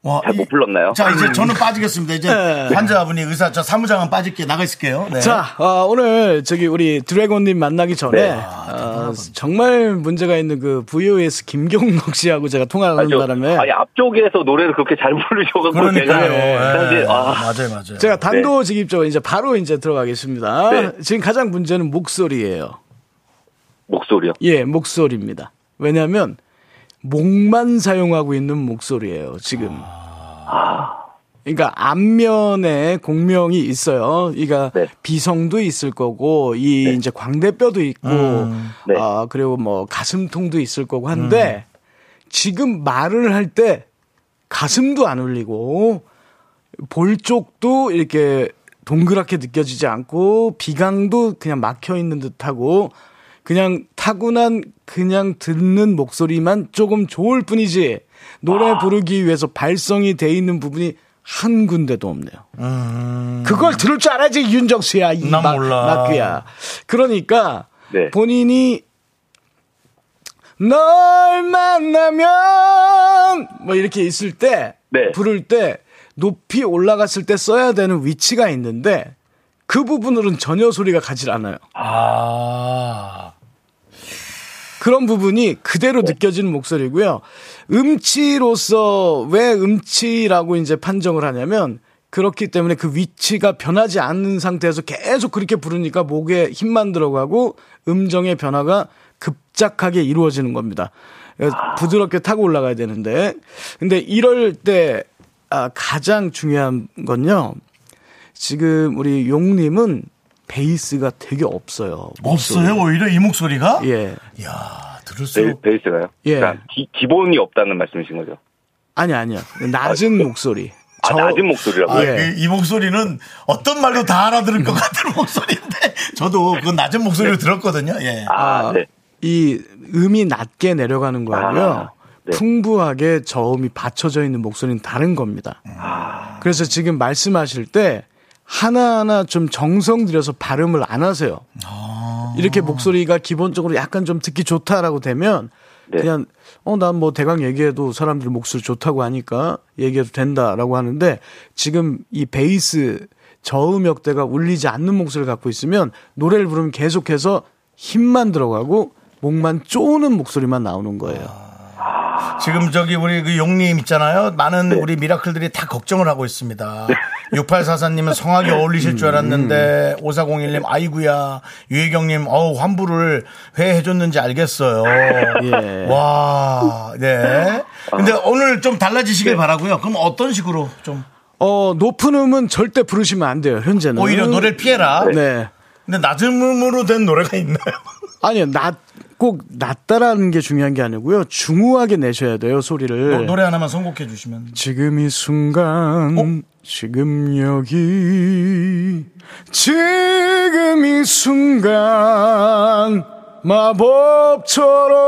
Speaker 1: 와,
Speaker 8: 음. 잘
Speaker 1: 이-
Speaker 8: 못 불렀나요?
Speaker 1: 자 음. 이제 저는 빠지겠습니다. 이제
Speaker 2: 네.
Speaker 1: 환자분이 의사 저 사무장은 빠질게 나가 있을게요. 네.
Speaker 2: 자, 어, 오늘 저기 우리 드래곤님 만나기 전에
Speaker 8: 네.
Speaker 1: 아,
Speaker 2: 어, 정말 문제가 있는 그 VOS 김경록 씨하고 제가 통화를 하는
Speaker 8: 아주-
Speaker 2: 바람에
Speaker 8: 아니, 앞쪽에서 노래를 그렇게 잘 부르셔가지고 제가
Speaker 1: 그러니까요. 예.
Speaker 8: 사실 아,
Speaker 1: 맞아요, 맞아요.
Speaker 2: 네. 제가 단도직입적으로 이제 바로 이제 들어가겠습니다.
Speaker 8: 네.
Speaker 2: 지금 가장 문제는 목소리예요.
Speaker 8: 목소리요.
Speaker 2: 예, 목소리입니다. 왜냐하면 목만 사용하고 있는 목소리예요. 지금. 그러니까 안면에 공명이 있어요. 그러니까
Speaker 8: 네.
Speaker 2: 비성도 있을 거고 이 이제 광대뼈도 있고
Speaker 8: 네. 음.
Speaker 2: 아, 그리고 뭐 가슴통도 있을 거고 한데 지금 말을 할 때 가슴도 안 울리고 볼 쪽도 이렇게 동그랗게 느껴지지 않고 비강도 그냥 막혀 있는 듯하고 그냥 타고난 그냥 듣는 목소리만 조금 좋을 뿐이지 노래
Speaker 1: 아.
Speaker 2: 부르기 위해서 발성이 돼 있는 부분이 한 군데도 없네요. 그걸 들을 줄 알아야지 윤정수야. 이
Speaker 1: 음. 난
Speaker 2: 마-
Speaker 1: 몰라.
Speaker 2: 마크야. 그러니까
Speaker 8: 네.
Speaker 2: 본인이 널 만나면 뭐 이렇게 있을 때
Speaker 8: 네.
Speaker 2: 부를 때 높이 올라갔을 때 써야 되는 위치가 있는데 그 부분으로는 전혀 소리가 가질 않아요.
Speaker 1: 아
Speaker 2: 그런 부분이 그대로 느껴지는 목소리고요. 음치로서 왜 음치라고 이제 판정을 하냐면 그렇기 때문에 그 위치가 변하지 않는 상태에서 계속 그렇게 부르니까 목에 힘만 들어가고 음정의 변화가 급작하게 이루어지는 겁니다. 그래서 부드럽게 타고 올라가야 되는데 근데 이럴 때 아, 가장 중요한 건요. 지금 우리 용님은 베이스가 되게 없어요.
Speaker 1: 뭐 없어요 오히려 이 목소리가.
Speaker 2: 예.
Speaker 1: 야 들을수록
Speaker 8: 베, 베이스가요?
Speaker 2: 예.
Speaker 8: 그러니까 기, 본이 없다는 말씀이신 거죠.
Speaker 2: 아니 아니요 낮은 목소리
Speaker 8: 아, 낮은 목소리라고.
Speaker 1: 아,
Speaker 8: 요
Speaker 1: 그-
Speaker 2: 예.
Speaker 1: 이 목소리는 어떤 말로 다 알아들을 것 같은 목소리인데 저도 그 낮은 목소리로 들었거든요. 예.
Speaker 8: 아, 네.
Speaker 2: 이 음이 낮게 내려가는 거고요
Speaker 8: 아, 네.
Speaker 2: 풍부하게 저음이 받쳐져 있는 목소리는 다른 겁니다
Speaker 8: 아.
Speaker 2: 그래서 지금 말씀하실 때 하나하나 좀 정성 들여서 발음을 안 하세요 이렇게 목소리가 기본적으로 약간 좀 듣기 좋다라고 되면
Speaker 8: 네.
Speaker 2: 그냥 어 난 뭐 대강 얘기해도 사람들이 목소리 좋다고 하니까 얘기해도 된다라고 하는데 지금 이 베이스 저음역대가 울리지 않는 목소리를 갖고 있으면 노래를 부르면 계속해서 힘만 들어가고 목만 쪼는 목소리만 나오는 거예요.
Speaker 1: 지금 저기 우리 그 용님 있잖아요. 많은 우리 미라클들이 다 걱정을 하고 있습니다. 6844님은 성악이 어울리실 줄 알았는데 5401님 아이구야 유혜경님 어우 환불을 회 해줬는지 알겠어요.
Speaker 2: 예.
Speaker 1: 와, 네. 근데 오늘 좀 달라지시길 바라고요. 그럼 어떤 식으로 좀
Speaker 2: 어 높은 음은 절대 부르시면 안 돼요. 현재는
Speaker 1: 음. 오히려 노래를 피해라.
Speaker 2: 네.
Speaker 1: 근데 낮은 음으로 된 노래가 있나요?
Speaker 2: 아니요, 낮, 꼭 낮다라는 게 중요한 게 아니고요. 중후하게 내셔야 돼요, 소리를.
Speaker 1: 어, 노- 노래 하나만 선곡해 주시면.
Speaker 2: 지금 이 순간
Speaker 1: 어?
Speaker 2: 지금 여기 지금 이 순간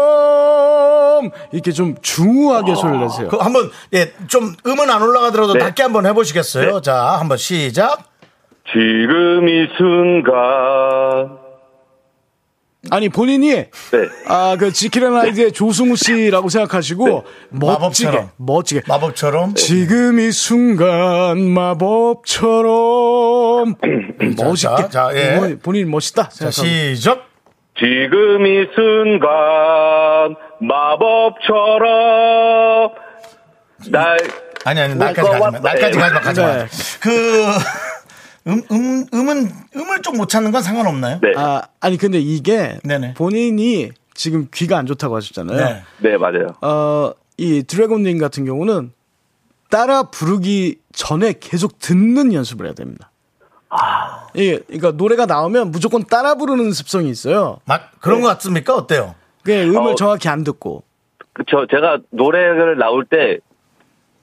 Speaker 2: 마법처럼 이렇게 좀 중후하게 소리를 내세요.
Speaker 1: 그 한번 예, 좀 음은 안 올라가더라도
Speaker 8: 네.
Speaker 1: 낮게 한번 해 보시겠어요? 자, 한번 시작.
Speaker 8: 지금 이 순간.
Speaker 2: 아니 본인이
Speaker 8: 네.
Speaker 2: 아 그 지킬앤 아이드의 조승우 씨라고 생각하시고 멋지게
Speaker 1: 네. 마법처럼.
Speaker 2: 멋지게
Speaker 1: 마법처럼.
Speaker 2: 지금 이 순간 마법처럼 멋있게
Speaker 1: 자, 자, 예.
Speaker 2: 뭐, 본인 멋있다
Speaker 1: 자,
Speaker 2: 생각하고.
Speaker 1: 시작.
Speaker 8: 지금 이 순간 마법처럼 날
Speaker 1: 아니 아니 날까지
Speaker 8: 와-
Speaker 1: 가지 마. 날까지
Speaker 8: 네.
Speaker 1: 가지 마. 가지 마.
Speaker 2: 네.
Speaker 1: 그 음, 음, 음은, 음을 좀 못 찾는 건 상관없나요?
Speaker 8: 네.
Speaker 2: 아, 아니 근데 이게
Speaker 1: 네네.
Speaker 2: 본인이 지금 귀가 안 좋다고 하셨잖아요.
Speaker 1: 네.
Speaker 8: 네, 맞아요.
Speaker 2: 어, 이 드래곤님 같은 경우는 따라 부르기 전에 계속 듣는 연습을 해야 됩니다.
Speaker 8: 아.
Speaker 2: 예, 그러니까 노래가 나오면 무조건 따라 부르는 습성이 있어요.
Speaker 1: 막, 그런 거 같습니까? 어때요?
Speaker 2: 그 음을
Speaker 8: 어.
Speaker 2: 정확히 안 듣고.
Speaker 8: 그 저 제가 노래를 나올 때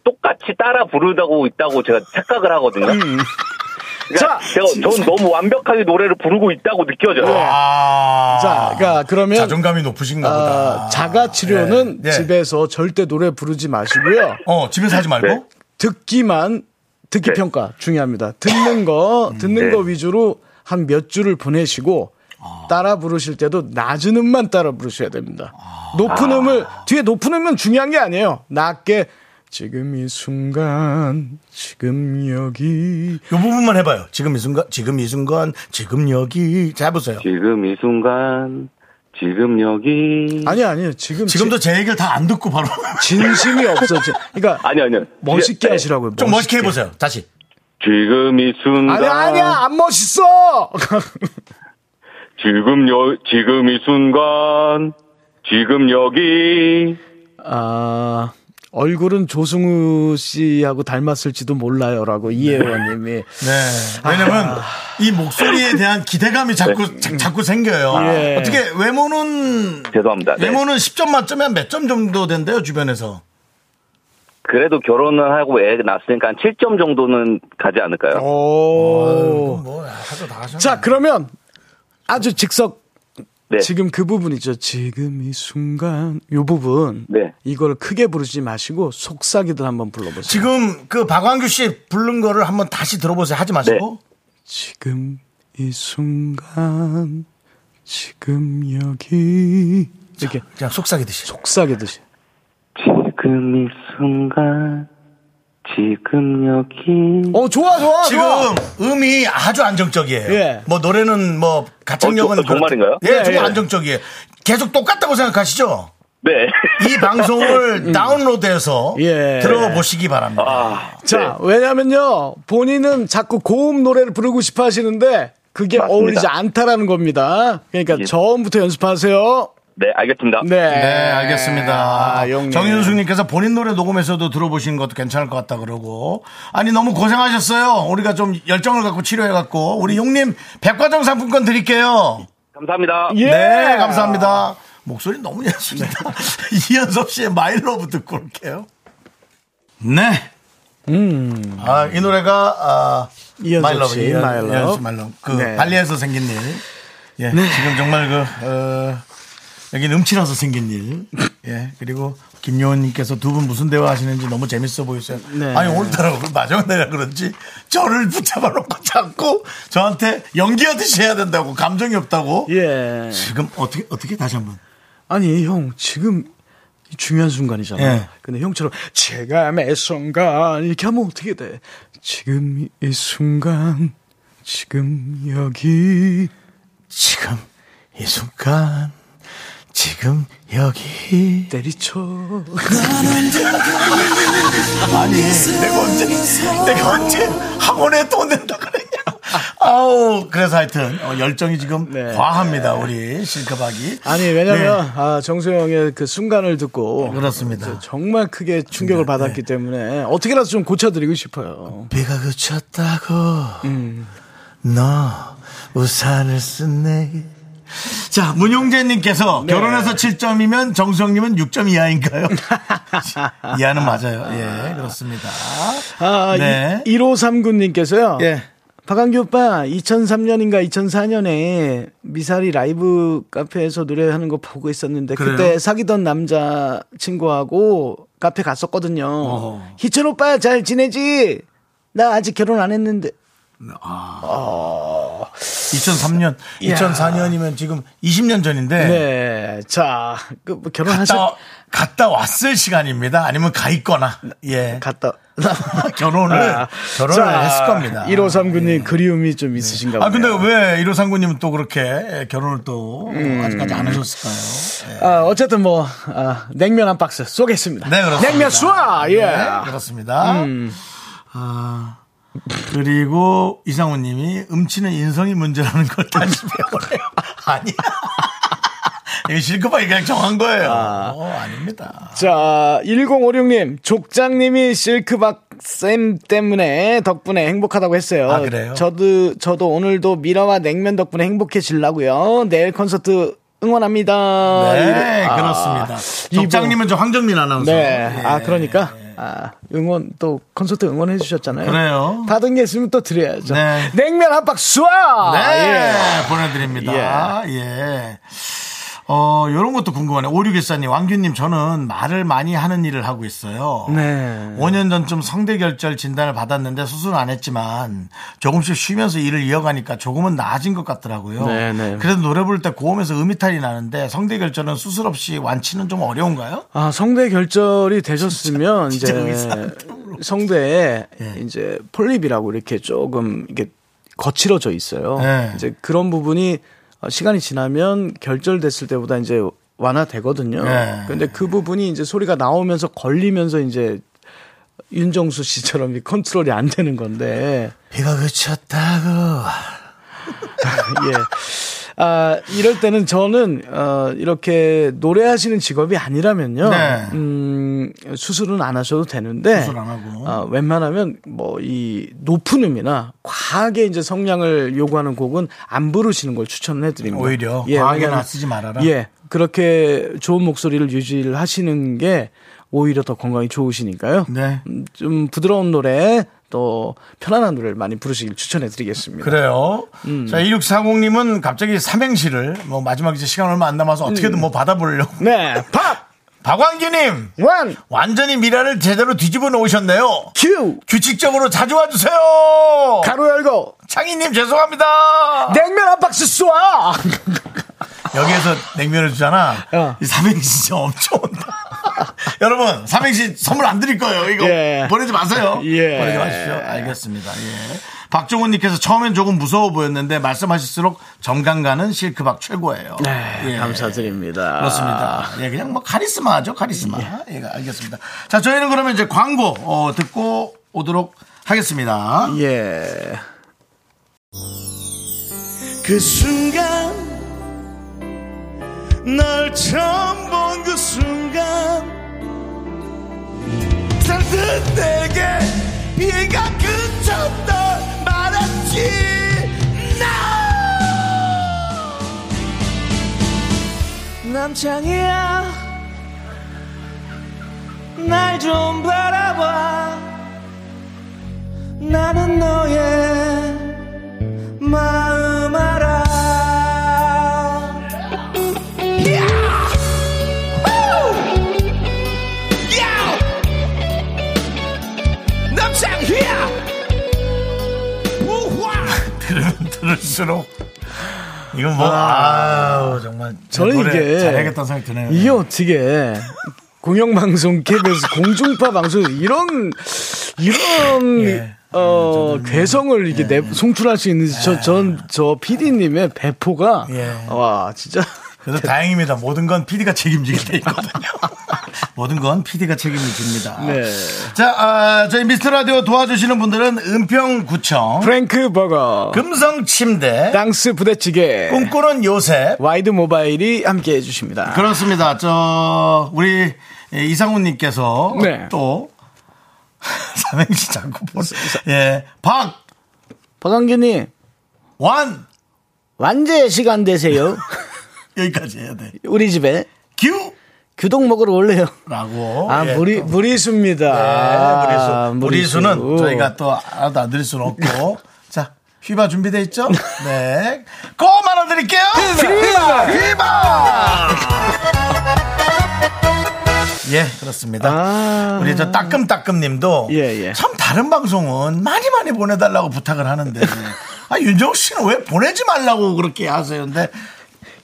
Speaker 8: 똑같이 따라 부르다고 있다고 제가 착각을 하거든요.
Speaker 2: 음. 자,
Speaker 8: 그러니까 제가 저는 너무 완벽하게 노래를 부르고 있다고 느껴져요.
Speaker 1: 아.
Speaker 2: 네. 자, 그러니까 그러면
Speaker 1: 자존감이 높으신가 보다.
Speaker 2: 아, 자가 치료는
Speaker 1: 예, 예.
Speaker 2: 집에서 절대 노래 부르지 마시고요.
Speaker 1: 어, 집에서 하지 말고.
Speaker 8: 네.
Speaker 2: 듣기만 듣기
Speaker 8: 네.
Speaker 2: 평가 중요합니다. 듣는 거 듣는
Speaker 8: 네.
Speaker 2: 거 위주로 한 몇 줄을 보내시고 따라 부르실 때도 낮은 음만 따라 부르셔야 됩니다. 높은 음을 뒤에 높은 음은 중요한 게 아니에요. 낮게 지금 이 순간 지금 여기
Speaker 1: 요 부분만 해봐요. 지금 이 순간, 지금 이 순간, 지금 여기. 자, 해보세요.
Speaker 8: 지금 이 순간 지금 여기
Speaker 2: 아니 아니요 지금
Speaker 1: 지금도 제 얘기를 다 안 듣고 바로.
Speaker 2: 지- 진심이 없어. 지- 그러니까
Speaker 8: 아니 아니요.
Speaker 2: 멋있게
Speaker 8: 네.
Speaker 2: 하시라고요.
Speaker 1: 좀 멋있게 해보세요. 다시.
Speaker 8: 지금 이 순간
Speaker 2: 아니 아니야 안 멋있어.
Speaker 8: 지금 여 지금 이 순간 지금 여기
Speaker 2: 아, 얼굴은 조승우 씨하고 닮았을지도 몰라요라고 이혜원님이.
Speaker 1: 네. 왜냐면 이 목소리에 대한 기대감이 자꾸
Speaker 8: 네.
Speaker 1: 자, 꾸 생겨요.
Speaker 2: 예.
Speaker 1: 어떻게 외모는
Speaker 8: 죄송합니다. 아. 네.
Speaker 1: 외모는 10점 만점에 한 몇 점 정도 된대요 주변에서.
Speaker 8: 그래도 결혼을 하고 애 낳았으니까 한 7점 정도는 가지
Speaker 2: 어.
Speaker 8: 않을까요?
Speaker 2: 오.
Speaker 1: 뭐 하도 다 하셔.
Speaker 2: 자, 그러면 아주 즉석
Speaker 8: 네.
Speaker 2: 지금 그 부분 있죠. 지금 이 순간 요 부분.
Speaker 8: 네.
Speaker 2: 이걸 크게 부르지 마시고 속삭이들 한번 불러보세요.
Speaker 1: 지금 그 박광규 씨 부른 거를 한번 다시 들어보세요. 하지 마시고.
Speaker 8: 네.
Speaker 2: 지금 이 순간 지금 여기 이렇게
Speaker 1: 그냥 속삭이듯이. 속.
Speaker 2: 속삭이듯이.
Speaker 8: 지금 이 순간 지금 여기
Speaker 2: 어, 좋아, 좋아,
Speaker 1: 지금
Speaker 2: 좋아.
Speaker 1: 음이 아주 안정적이에요.
Speaker 2: 예.
Speaker 1: 뭐 노래는 뭐 가창력은
Speaker 8: 어, 저- 정말인가요?
Speaker 1: 그렇- 예,
Speaker 2: 예,
Speaker 1: 정말
Speaker 2: 예.
Speaker 1: 안정적이에요. 계속 똑같다고 생각하시죠?
Speaker 8: 네.
Speaker 1: 이 방송을 다운로드해서
Speaker 2: 예.
Speaker 1: 들어보시기 바랍니다.
Speaker 8: 아,
Speaker 2: 자, 왜냐면요. 본인은 자꾸 고음 노래를 부르고 싶어 하시는데 그게
Speaker 8: 맞습니다.
Speaker 2: 어울리지 않다라는 겁니다. 그러니까
Speaker 8: 예.
Speaker 2: 처음부터 연습하세요.
Speaker 8: 네, 알겠습니다.
Speaker 2: 네.
Speaker 1: 네,
Speaker 8: 아,
Speaker 1: 알겠습니다.
Speaker 2: 아, 영님.
Speaker 1: 정윤숙님께서 본인 노래 녹음에서도 들어보시는 것도 괜찮을 것 같다 그러고. 아니, 너무 고생하셨어요. 우리가 좀 열정을 갖고 치료해갖고. 우리 용님, 백화점 상품권 드릴게요.
Speaker 8: 감사합니다.
Speaker 2: 예.
Speaker 1: 네, 감사합니다. 목소리 너무 예술이다. 이현섭 씨의 마일러브 듣고 올게요. 네. 아, 이 노래가, 아,
Speaker 2: 이현섭
Speaker 1: 마일러브.
Speaker 2: 씨의
Speaker 1: 이현-
Speaker 2: 마일러브.
Speaker 1: 이현섭 씨 마일러브. 그,
Speaker 2: 네.
Speaker 1: 발리에서 생긴 일. 예. 지금 정말 그, 어, 여긴 음치라서 생긴 일. 예. 그리고 김요원님께서 두 분 무슨 대화 하시는지 너무 재밌어 보였어요.
Speaker 2: 네.
Speaker 1: 아니, 오늘따라 오늘 마지막 날이라 그런지 저를 붙잡아 놓고 자꾸 저한테 연기하듯이 해야 된다고 감정이 없다고.
Speaker 8: 네.
Speaker 2: 예.
Speaker 1: 지금 어떻게 어떻게 다시 한번
Speaker 2: 아니, 형, 지금 이 중요한 순간이잖아요.
Speaker 1: 예.
Speaker 2: 근데 형처럼 지금의 순간 이렇게 하면 어떻게 돼? 지금 이 순간 지금 여기
Speaker 1: 지금 이 순간 지금 여기
Speaker 2: 때리쳐.
Speaker 1: 아니 내가 언제 내가 언제 학원에 돈 낸다 그랬냐 아우 그래서 하여튼 어, 열정이 지금
Speaker 2: 네.
Speaker 1: 과합니다 우리 실크박이
Speaker 2: 아니 왜냐면
Speaker 8: 네.
Speaker 2: 아, 정수영의 그 순간을 듣고
Speaker 1: 네. 그렇습니다.
Speaker 2: 정말 크게 충격을
Speaker 1: 네.
Speaker 2: 받았기 때문에 어떻게라도 좀 고쳐드리고 싶어요.
Speaker 1: 비가 음. 그쳤다고 너 우산을 쓴 내게 네. 자, 문용재님께서 결혼해서 7점이면 정수영님은 6점 이하인가요? 이하는 맞아요. 예, 그렇습니다.
Speaker 2: 아,
Speaker 1: 네.
Speaker 2: 1539님께서요.
Speaker 1: 예.
Speaker 2: 박한규 오빠 2003년인가 2004년에 미사리 라이브 카페에서 노래하는 거 보고 있었는데 그
Speaker 1: 그래요?
Speaker 2: 때 사귀던 남자 친구하고 카페 갔었거든요. 희천 오빠 잘 지내지? 나 아직 결혼 안 했는데
Speaker 1: 2003년, 2004년이면 지금 20년 전인데
Speaker 2: 네. 자, 그뭐 결혼하셨
Speaker 1: 갔다, 갔다 왔을 시간입니다. 아니면 가 있거나 예,
Speaker 2: 갔다
Speaker 1: 결혼을
Speaker 2: 아.
Speaker 1: 결혼을 했을 겁니다. 예.
Speaker 2: 1539님 그리움이 좀 있으신가 보네요.
Speaker 1: 아 근데 왜 1539님은 또 그렇게 결혼을 또 아직까지 안 하셨을까요? 예.
Speaker 2: 아, 어쨌든 뭐 아, 냉면 한 박스 쏘겠습니다.
Speaker 1: 네, 그렇습니다.
Speaker 2: 냉면 쏴. 예. 음.
Speaker 1: 네, 그렇습니다. 아, 그리고 이상우님이 음치는 인성이 문제라는 걸 다시 배워요. 아니야. 이거 실컷만 그냥 정한 거예요. 아. 아닙니다.
Speaker 2: 자, 1056님, 족장님이 실크박 쌤 때문에 덕분에 행복하다고 했어요.
Speaker 1: 아, 그래요?
Speaker 2: 저도, 저도 오늘도 미라와 냉면 덕분에 행복해지려고요. 내일 콘서트 응원합니다.
Speaker 1: 네,
Speaker 2: 이래- 아,
Speaker 1: 그렇습니다.
Speaker 2: 이분-
Speaker 1: 족장님은 저 황정민 아나운서.
Speaker 2: 네.
Speaker 1: 예.
Speaker 2: 아, 그러니까. 아, 응원, 또, 콘서트 응원해 주셨잖아요.
Speaker 1: 그래요.
Speaker 2: 받은 게 있으면 또 드려야죠.
Speaker 1: 네.
Speaker 2: 냉면 한 예. 박수!
Speaker 1: 네, 보내드립니다. 예. 어, 요런 것도 궁금하네. 요 5614님, 왕규님, 저는 말을 많이 하는 일을 하고 있어요.
Speaker 2: 네.
Speaker 1: 5년 전쯤 성대결절 진단을 받았는데 수술 안 했지만 조금씩 쉬면서 일을 이어가니까 조금은 나아진 것 같더라고요.
Speaker 2: 네, 네.
Speaker 1: 그래도 노래 부를 때 고음에서 음이탈이 나는데 성대결절은 수술 없이 완치는 좀 어려운가요?
Speaker 2: 아, 성대 결절이 되셨으면
Speaker 1: 진짜
Speaker 2: 이제
Speaker 1: 의사한테 물어보고.
Speaker 2: 성대에
Speaker 1: 예.
Speaker 2: 이제 폴립이라고 이렇게 조금 이게 거칠어져 있어요.
Speaker 1: 예.
Speaker 2: 이제 그런 부분이 어, 시간이 지나면 결절됐을 때보다 이제 완화되거든요.
Speaker 1: 예.
Speaker 2: 근데 그 부분이 이제 소리가 나오면서 걸리면서 이제 윤정수 씨처럼 이 컨트롤이 안 되는 건데
Speaker 1: 비가 그쳤다고.
Speaker 2: 예. 아, 이럴 때는 저는, 어, 이렇게 노래하시는 직업이 아니라면요.
Speaker 1: 네.
Speaker 2: 음, 수술은 안 하셔도 되는데.
Speaker 1: 수술 안 하고.
Speaker 2: 아, 웬만하면 뭐 이 높은 음이나 과하게 이제 성량을 요구하는 곡은 안 부르시는 걸 추천을 해드립니다. 예,
Speaker 1: 오히려 과하게는
Speaker 2: 왜냐면-
Speaker 1: 쓰지 말아라.
Speaker 2: 예. 그렇게 좋은 목소리를 유지를 하시는 게 오히려 더 건강이 좋으시니까요.
Speaker 1: 네.
Speaker 2: 음, 좀 부드러운 노래 또 편안한 노래를 많이 부르시길 추천해 드리겠습니다.
Speaker 1: 그래요.
Speaker 2: 음.
Speaker 1: 자, 2640님은 갑자기 삼행시를 뭐 마지막 이제 시간 얼마 안 남아서 어떻게든
Speaker 2: 음.
Speaker 1: 뭐 받아보려고.
Speaker 2: 네. 팝!
Speaker 1: 박광규님!
Speaker 2: 원!
Speaker 1: 완전히 미라를 제대로 뒤집어 놓으셨네요.
Speaker 2: 큐
Speaker 1: 규칙적으로 자주 와주세요!
Speaker 2: 가로 열고
Speaker 1: 창희님 죄송합니다!
Speaker 2: 냉면 한 박스 쏴
Speaker 1: 여기에서 냉면을 주잖아.
Speaker 2: 어.
Speaker 1: 이 삼행시 진짜 엄청 온다. 여러분, 삼행시 선물 안 드릴 거예요. 이거
Speaker 2: 예.
Speaker 1: 보내지 마세요.
Speaker 2: 예.
Speaker 1: 보내지 마십시오. 알겠습니다. 예. 박종훈님께서 처음엔 조금 무서워 보였는데 말씀하실수록 정강가는 실크박 최고예요.
Speaker 2: 네,
Speaker 1: 예.
Speaker 2: 감사드립니다
Speaker 1: 그렇습니다. 예, 그냥 뭐 카리스마죠, 카리스마. 예, 알겠습니다. 자, 저희는 그러면 이제 광고 어, 듣고 오도록 하겠습니다.
Speaker 2: 예그
Speaker 5: 그
Speaker 2: 순간
Speaker 5: 널 처음 본 그 순간 산뜻 내게 비가 그쳤다 말았지 나 남창이야 날 좀 바라봐 나는 너의 마음 알아
Speaker 1: 들으면 들을수록 이건 뭐 아우 정말
Speaker 2: 저는
Speaker 1: 노래
Speaker 2: 이게
Speaker 1: 잘하겠다는 생각이 드네요.
Speaker 2: 이게 어떻게 공영방송 KBS 공중파 방송 이런 이런
Speaker 1: 예.
Speaker 2: 어 괴성을 이게 내 송출할 수 있는지 저전저 PD님의 배포가
Speaker 1: 예.
Speaker 2: 와 진짜
Speaker 1: 그래서 다행입니다. 모든 건 PD가 책임지게 돼 있거든요. 모든 건 PD가 책임을 집니다.
Speaker 2: 네.
Speaker 1: 자, 아, 저희 미스터 라디오 도와주시는 분들은 은평구청,
Speaker 2: 프랭크 버거
Speaker 1: 그 금성침대,
Speaker 2: 땅스 부대찌개
Speaker 1: 꿈꾸는 요셉,
Speaker 2: 와이드 모바일이 함께 해주십니다.
Speaker 1: 그렇습니다. 저 우리 이상훈님께서
Speaker 2: 네.
Speaker 1: 또 삼행시 자꾸 보세 예, 박완
Speaker 2: 박광규님
Speaker 9: 완제 시간 되세요.
Speaker 1: 여기까지 해야 돼.
Speaker 9: 우리 집에
Speaker 1: 큐!
Speaker 9: 규동 먹으러 올래요.
Speaker 1: 라고.
Speaker 9: 아,
Speaker 1: 예,
Speaker 9: 무리,
Speaker 1: 또.
Speaker 9: 무리수입니다.
Speaker 1: 네,
Speaker 2: 예,
Speaker 9: 아,
Speaker 1: 무리수. 무리수는 저희가 또 알아도 안 드릴 수는 없고. 자, 휘바 준비돼 있죠? 네. 꼭 말아드릴게요! 휘바! 휘바! 예, 그렇습니다.
Speaker 9: 아.
Speaker 1: 우리 저 따끔따끔 님도
Speaker 9: 예, 예.
Speaker 1: 참 다른 방송은 많이 많이 보내달라고 부탁을 하는데. 아, 윤정 씨는 왜 보내지 말라고 그렇게 하세요? 근데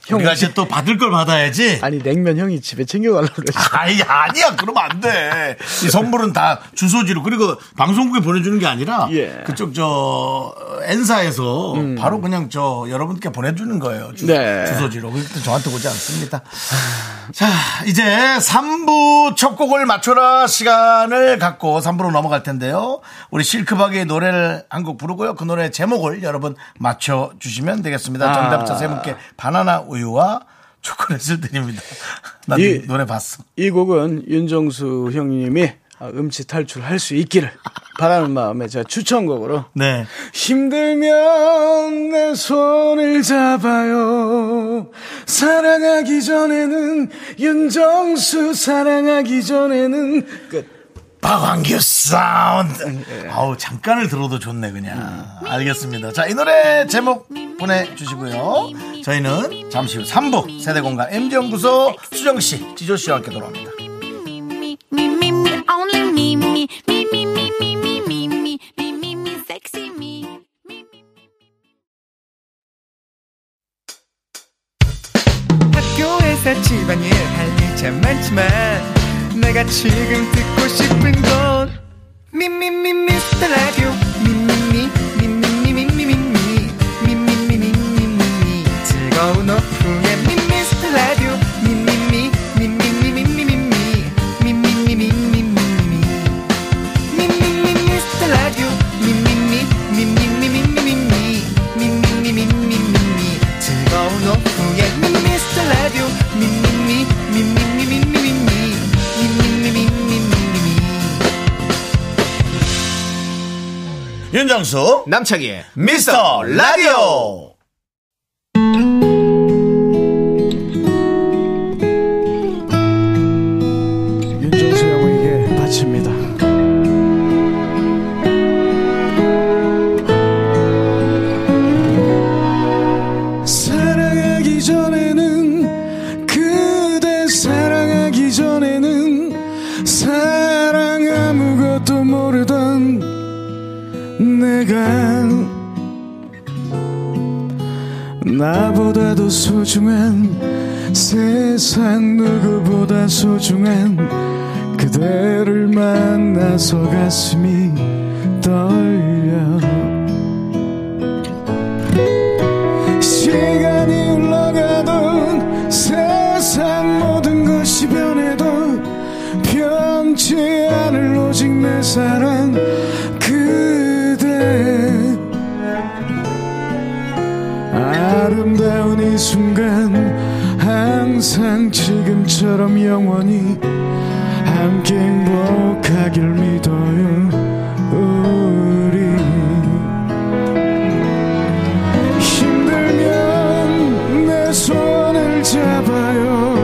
Speaker 9: 형,
Speaker 1: 우리가 이제 또 받을 걸 받아야지.
Speaker 9: 아니, 냉면 형이 집에 챙겨가려고 그러지.
Speaker 1: 아니, 아니야. 그러면 안 돼. 이 선물은 다 주소지로. 그리고 방송국에 보내주는 게 아니라
Speaker 9: 예. 음.
Speaker 1: 그쪽 저 N사에서 바로 그냥 저 여러분께 보내주는 거예요. 주,
Speaker 9: 네.
Speaker 1: 소지로 그때 저한테 오지 않습니다. 자, 이제 3부 첫 곡을 맞춰라 시간을 갖고 3부로 넘어갈 텐데요. 우리 실크박의 노래를 한 곡 부르고요. 그 노래 제목을 여러분 맞춰주시면 되겠습니다. 정답자 세 분께 바나나 우유와 초콜릿을 드립니다. 난
Speaker 9: 이-
Speaker 1: 노래 봤어.
Speaker 9: 이 곡은 윤정수 형님이 음치 탈출할 수 있기를 바라는 마음에 제가 추천곡으로
Speaker 1: 네.
Speaker 9: 힘들면 내 손을 잡아요. 사랑하기 전에는 윤정수 사랑하기 전에는 끝.
Speaker 1: 박완규 사운드. 예. 아우 잠깐을 들어도 좋네 그냥. 알겠습니다. 자 이 노래 제목 보내주시고요. 저희는 잠시 후 3부 세대공감 MG 연구소 수정 씨, 지조 씨와 함께 돌아옵니다.
Speaker 10: me, me, me, me, only me, me, me, me, me, me, me, me, me, me, me, me, sexy me.
Speaker 11: 학교에서 집안일 할 일 참 많지만 내가 지금 듣고 싶은 건 미미미 미스터 라디오 미미미 미미미 미미미 미미미 미미미 즐거운 오후에 미미스터 라디오 미미미 미미미 미미미 미미미 미미미
Speaker 1: 윤정수
Speaker 12: 남창희의
Speaker 1: 미스터 라디오.
Speaker 9: 윤정수 형에게 바칩니다. 사랑하기 전에는 그대 사랑하기 전에는 사랑 아무것도 모르던 내가 나보다도 소중한 세상 누구보다 소중한 그대를 만나서 가슴이 떨려 시간이 흘러가던 세상 모든 것이 변해도 변치 않을 오직 내 사랑 그대 아름다운 이 순간 항상 지금처럼 영원히 함께 행복하길 믿어요 우리 힘들면 내 손을 잡아요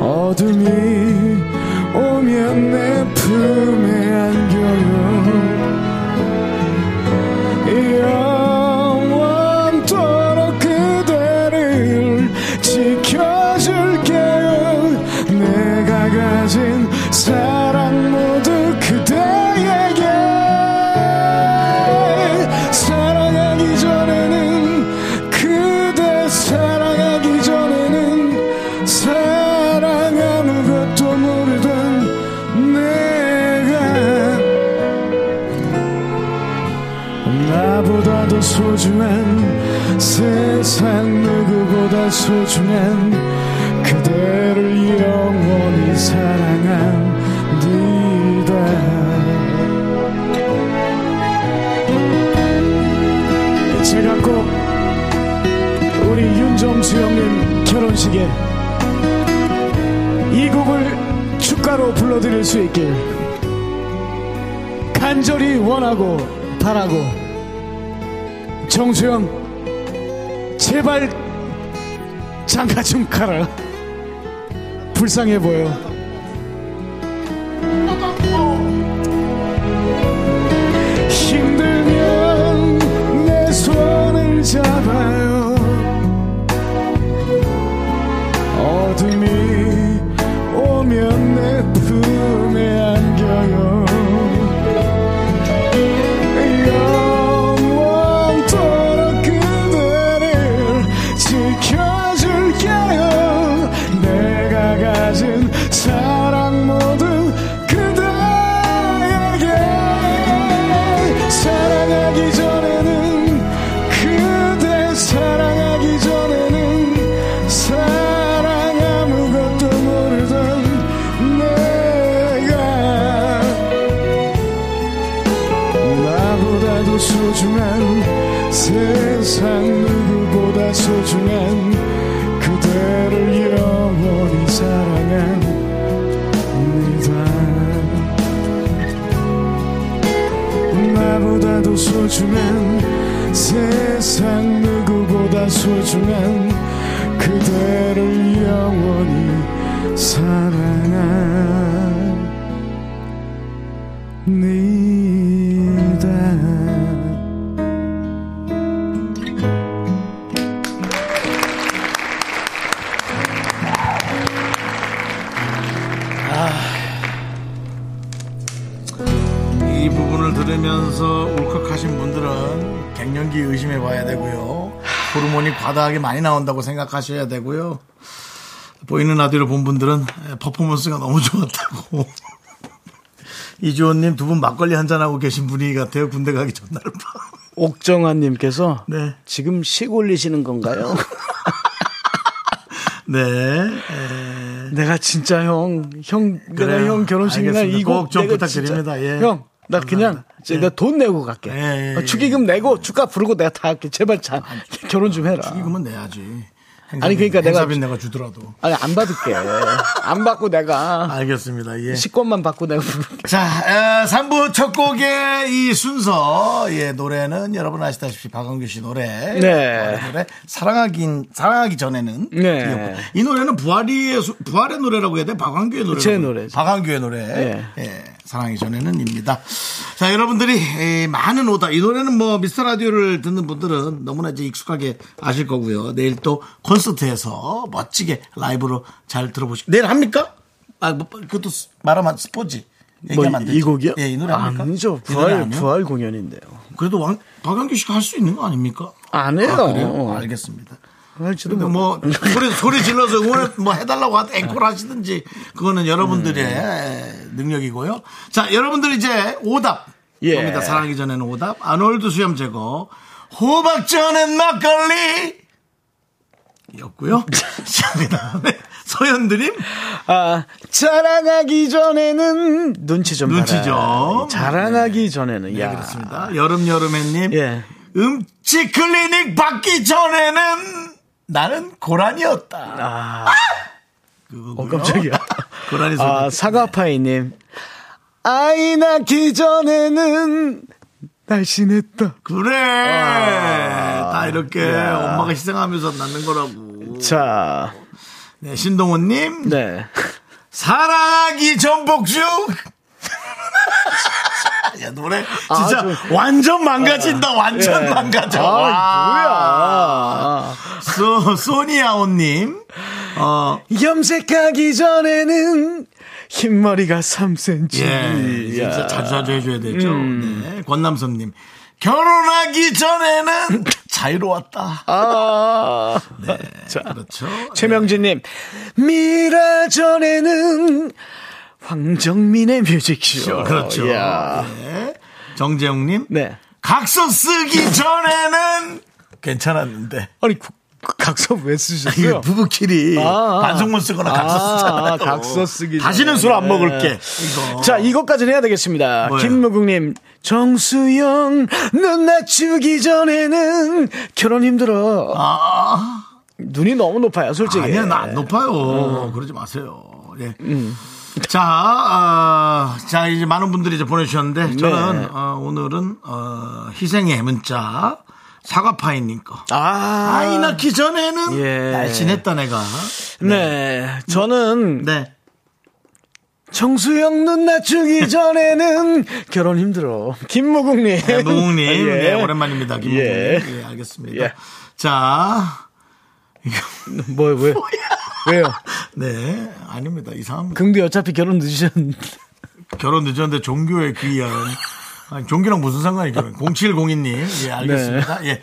Speaker 9: 어둠이 오면 내 품에 안겨요 영원토록 그대를 지켜줄게요 내가 가진 사랑 모두 그대에게 사랑하기 전에는 그대 사랑하기 전에는 사랑 아무것도 모르던 내가 나보다도 소중한 세상 누구보다 소중한 그대를 영원히 사랑합니다. 제가 꼭 우리 윤정수 형님 결혼식에 이 곡을 축가로 불러드릴 수 있길 간절히 원하고 바라고
Speaker 2: 정수영, 제발 장가 좀 가라. 불쌍해 보여. 힘들면 내 손을 잡아요. 어둠이 오면 내 품에 안겨요. 영원토록 그대를 지켜줄게요 내가 가진 사랑 모두 그대에게 사랑하기 전에는 그대 사랑하기 전에는 사랑 아무것도 모르던 내가 나보다도 소중한 세상 누구보다 소중한 그대를 영원히 사랑합니다 나보다도 소중한 세상 누구보다 소중한 그대를 영원히 사랑합니다 니다.
Speaker 1: 이 부분을 들으면서 울컥하신 분들은 갱년기 의심해 봐야 되고요. 호르몬이 과다하게 많이 나온다고 생각하셔야 되고요. 보이는 라디오를 본 분들은 퍼포먼스가 너무 좋았다고. 이주원님 두 분 막걸리 한잔하고 계신 분위기 같아요. 군대 가기 전날 밤.
Speaker 2: 옥정환님께서
Speaker 1: 네.
Speaker 2: 지금 시골리시는 건가요?
Speaker 1: 네. 에,
Speaker 2: 내가 진짜 형, 형, 내가
Speaker 1: 그래요.
Speaker 2: 형 결혼식 날
Speaker 1: 알겠습니다.
Speaker 2: 이거
Speaker 1: 꼭좀
Speaker 2: 내가
Speaker 1: 부탁드립니다.
Speaker 2: 진짜-
Speaker 1: 예.
Speaker 2: 형, 나 그냥
Speaker 1: 감사합니다.
Speaker 2: 진짜 내가 돈 내고 갈게.
Speaker 1: 예, 아, 예,
Speaker 2: 어,
Speaker 1: 예.
Speaker 2: 축의금 내고 주가 부르고 내가 다 할게. 제발 자 결혼 좀 해라.
Speaker 1: 이금은 내야지.
Speaker 2: 아. 아니, 그러니까 내가-
Speaker 1: 행사비 내가 주더라도.
Speaker 2: 아니 안 받을게. 안 받고 내가
Speaker 1: 알겠습니다. 예.
Speaker 2: 식권만 받고 내가 부를게.
Speaker 1: 자, 에, 3부 첫 곡의 이 순서, 예, 노래는 여러분 아시다시피 박원규 씨 노래.
Speaker 2: 네.
Speaker 1: 그 노래, 사랑하긴, 사랑하기 전에는.
Speaker 2: 네.
Speaker 1: 뒤였고. 이 노래는 부활의, 수- 부활의 노래라고 해야 돼? 박완규의 노래.
Speaker 2: 제 노래죠. 네.
Speaker 1: 박완규의 노래. 예, 사랑하기 전에는입니다. 자, 여러분들이 에, 많은 오다. 이 노래는 뭐 미스터 라디오를 듣는 분들은 너무나 이제 익숙하게 아실 거고요. 내일 또 콘서트에서 멋지게 라이브로 잘 들어보시고. 내일 합니까? 아, 뭐, 그것도 스- 말하면 스포지.
Speaker 2: 뭐
Speaker 1: 얘기하면 안 되지.
Speaker 2: 이 곡이요?
Speaker 1: 예, 이 노래 아닙니까?
Speaker 2: 아니죠.
Speaker 1: 이 노래
Speaker 2: 부활
Speaker 1: 아니에요?
Speaker 2: 부활 공연인데요.
Speaker 1: 그래도 왕, 박영규 씨가 할 수 있는 거 아닙니까?
Speaker 2: 안 해요.
Speaker 1: 아, 그래요? 알겠습니다. 근데 뭐 소리 소리 질러서 응원 뭐 해달라고 하든 앵콜 하시든지 그거는 여러분들의 음. 능력이고요. 자, 여러분들 이제 오답.
Speaker 2: 예.
Speaker 1: 겁니다. 사랑하기 전에는 오답. 아놀드 수염 제거. 호박 전엔 막걸리. 였고요. 자, 그다음에 서현드님
Speaker 2: 아, 자랑하기 전에는 눈치 좀
Speaker 1: 눈치
Speaker 2: 봐라.
Speaker 1: 좀. 예, 네,
Speaker 2: 자랑하기 전에는 야.
Speaker 1: 그렇습니다. 여름 여름해님.
Speaker 2: 예.
Speaker 1: 음치 클리닉 받기 전에는 나는 고란이었다. 아. 그거고요.
Speaker 2: 어, 깜짝이야.
Speaker 1: 고라니 소리.
Speaker 2: 아, 사과파이님. 아이 낳기 전에는 날씬했다.
Speaker 1: 그래.
Speaker 2: 아.
Speaker 1: 다 이렇게 엄마가 희생하면서 낳는 거라고.
Speaker 2: 자,
Speaker 1: 네, 신동훈님.
Speaker 2: 네.
Speaker 1: 사랑하기 전복죽. 야, 노래
Speaker 2: 아,
Speaker 1: 진짜
Speaker 2: 저-
Speaker 1: 완전 망가진다. 완전
Speaker 2: 예.
Speaker 1: 망가져.
Speaker 2: 아,
Speaker 1: 소, 소니아오님. 어,
Speaker 2: 뭐야. 염색하기 전에는 흰머리가 3cm.
Speaker 1: 예, 진짜 자주 자주 해줘야 되죠.
Speaker 2: 음.
Speaker 1: 네, 권남섭님. 결혼하기 전에는 자유로웠다.
Speaker 2: 아.
Speaker 1: 그렇죠.
Speaker 2: 최명진님, 미라 전에는 황정민의 뮤직쇼.
Speaker 1: 그렇죠.
Speaker 2: 어, 야.
Speaker 1: 네. 정재웅님.
Speaker 2: 네.
Speaker 1: 각서 쓰기 전에는 괜찮았는데.
Speaker 2: 아니, 그- 그 각서 왜
Speaker 1: 이게
Speaker 2: 쓰셨어요?
Speaker 1: 부부끼리
Speaker 2: 아, 아.
Speaker 1: 반성문 쓰거나
Speaker 2: 아,
Speaker 1: 각서 쓰잖아요.
Speaker 2: 아, 각서 쓰기
Speaker 1: 다시는
Speaker 2: 전에.
Speaker 1: 술 안
Speaker 2: 네.
Speaker 1: 먹을게. 이거.
Speaker 2: 자, 이것까지는 해야 되겠습니다.
Speaker 1: 아, 뭐예요?
Speaker 2: 김무국님, 정수영, 눈 낮추기 전에는 결혼 힘들어.
Speaker 1: 아.
Speaker 2: 눈이 너무 높아요, 솔직히.
Speaker 1: 아니야 나 안 높아요.
Speaker 2: 어.
Speaker 1: 그러지 마세요. 예.
Speaker 2: 음.
Speaker 1: 자, 아, 자 이제
Speaker 2: 네.
Speaker 1: 많은 분들이 이제 보내주셨는데 저는 어, 오늘은 어, 희생의 문자 사과파이님 거.
Speaker 2: 아,
Speaker 1: 아이 낳기 전에는
Speaker 2: 예.
Speaker 1: 날씬했다 내가.
Speaker 2: 네. 저는
Speaker 1: 네.
Speaker 2: 정수영 누나 주기 전에는 결혼 힘들어. 김무국님.
Speaker 1: 네, 무궁님.
Speaker 2: 예.
Speaker 1: 네, 오랜만입니다. 김무궁님.
Speaker 2: 예.
Speaker 1: 예. 알겠습니다.
Speaker 2: 예.
Speaker 1: 자,
Speaker 2: 뭐, 왜? 왜요?
Speaker 1: 네, 아닙니다. 이상합니다.
Speaker 2: 근데 어차피 결혼 늦으셨는데. 네,
Speaker 1: 결혼 늦었는데 종교에 귀의하는. 아니, 종교랑 무슨 상관이 결혼?
Speaker 2: 네.
Speaker 1: 0702님. 예, 알겠습니다. 예.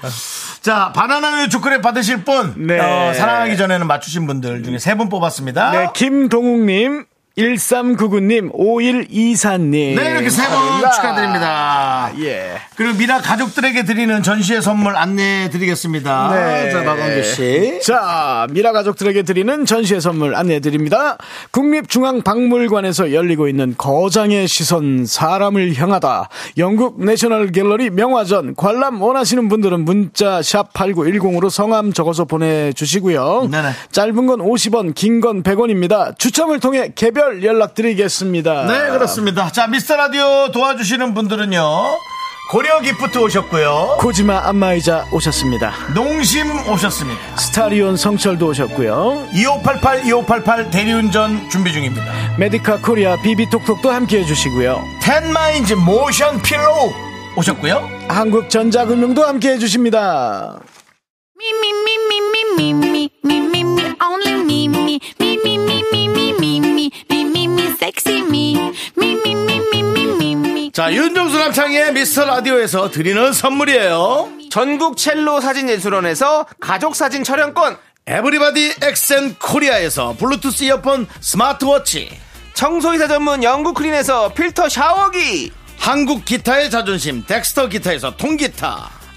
Speaker 1: 자, 바나나의 초콜릿 받으실 분.
Speaker 2: 네.
Speaker 1: 어, 사랑하기 전에는 맞추신 분들 중에 세 분 뽑았습니다.
Speaker 2: 네,
Speaker 1: 네.
Speaker 2: 김동욱님, 1399님, 5124님.
Speaker 1: 네, 이렇게 세 분 축하드립니다.
Speaker 2: 예.
Speaker 1: 그리고 미라 가족들에게 드리는 전시회 선물 안내해 드리겠습니다.
Speaker 2: 네.
Speaker 1: 아, 자, 박원규 씨.
Speaker 2: 자, 미라 가족들에게 드리는 전시회 선물 안내해 드립니다. 국립중앙박물관에서 열리고 있는 거장의 시선 사람을 향하다. 영국 내셔널 갤러리 명화전 관람 원하시는 분들은 문자 샵 8910으로 성함 적어서 보내주시고요.
Speaker 1: 네네.
Speaker 2: 짧은 건 50원, 긴 건 100원입니다. 추첨을 통해 개별 연락드리겠습니다.
Speaker 1: 네, 그렇습니다. 자, 미스터 라디오 도와주시는 분들은요. 고려 기프트 오셨고요.
Speaker 2: 코지마 안마의자 오셨습니다.
Speaker 1: 농심 오셨습니다.
Speaker 2: 스타리온 성철도 오셨고요.
Speaker 1: 2588, 2588 대리운전 준비 중입니다.
Speaker 2: 메디카 코리아 비비톡톡도 함께 해주시고요.
Speaker 1: 텐마인즈 모션 필로우 오셨고요.
Speaker 2: 한국전자금융도 함께 해주십니다.
Speaker 4: Me, me, me, me, me, me, me, me, me, me, only me, me, me, me, me, me, me, me, me, me, me, me, sexy me, me, me, me, me, me, me, me.
Speaker 1: 자, 윤정수 남창의 미스터 라디오에서 드리는 선물이에요.
Speaker 13: 전국 첼로 사진 예술원에서 가족 사진 촬영권.
Speaker 1: 에브리바디 엑센 코리아에서 블루투스 이어폰 스마트워치.
Speaker 13: 청소이사 전문 영국 크린에서 필터 샤워기.
Speaker 1: 한국 기타의 자존심 덱스터 기타에서 통기타.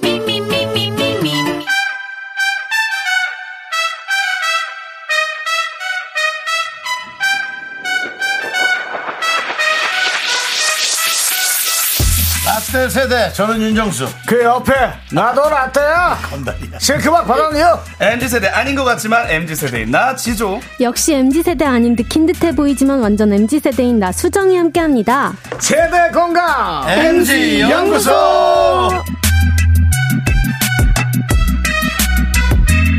Speaker 4: me, me, me, me, me, me.
Speaker 1: 라떼
Speaker 5: 네,
Speaker 1: 세대 저는 윤정수
Speaker 2: 그 옆에 나도 라떼야. 실크박 바람이요.
Speaker 5: MZ세대 아닌 것 같지만 MZ세대인 나 지조
Speaker 9: 역시 MZ세대 아닌 듯긴 듯해 보이지만 완전 MZ세대인 나 수정이 함께합니다.
Speaker 2: 세대 건강.
Speaker 1: MG 연구소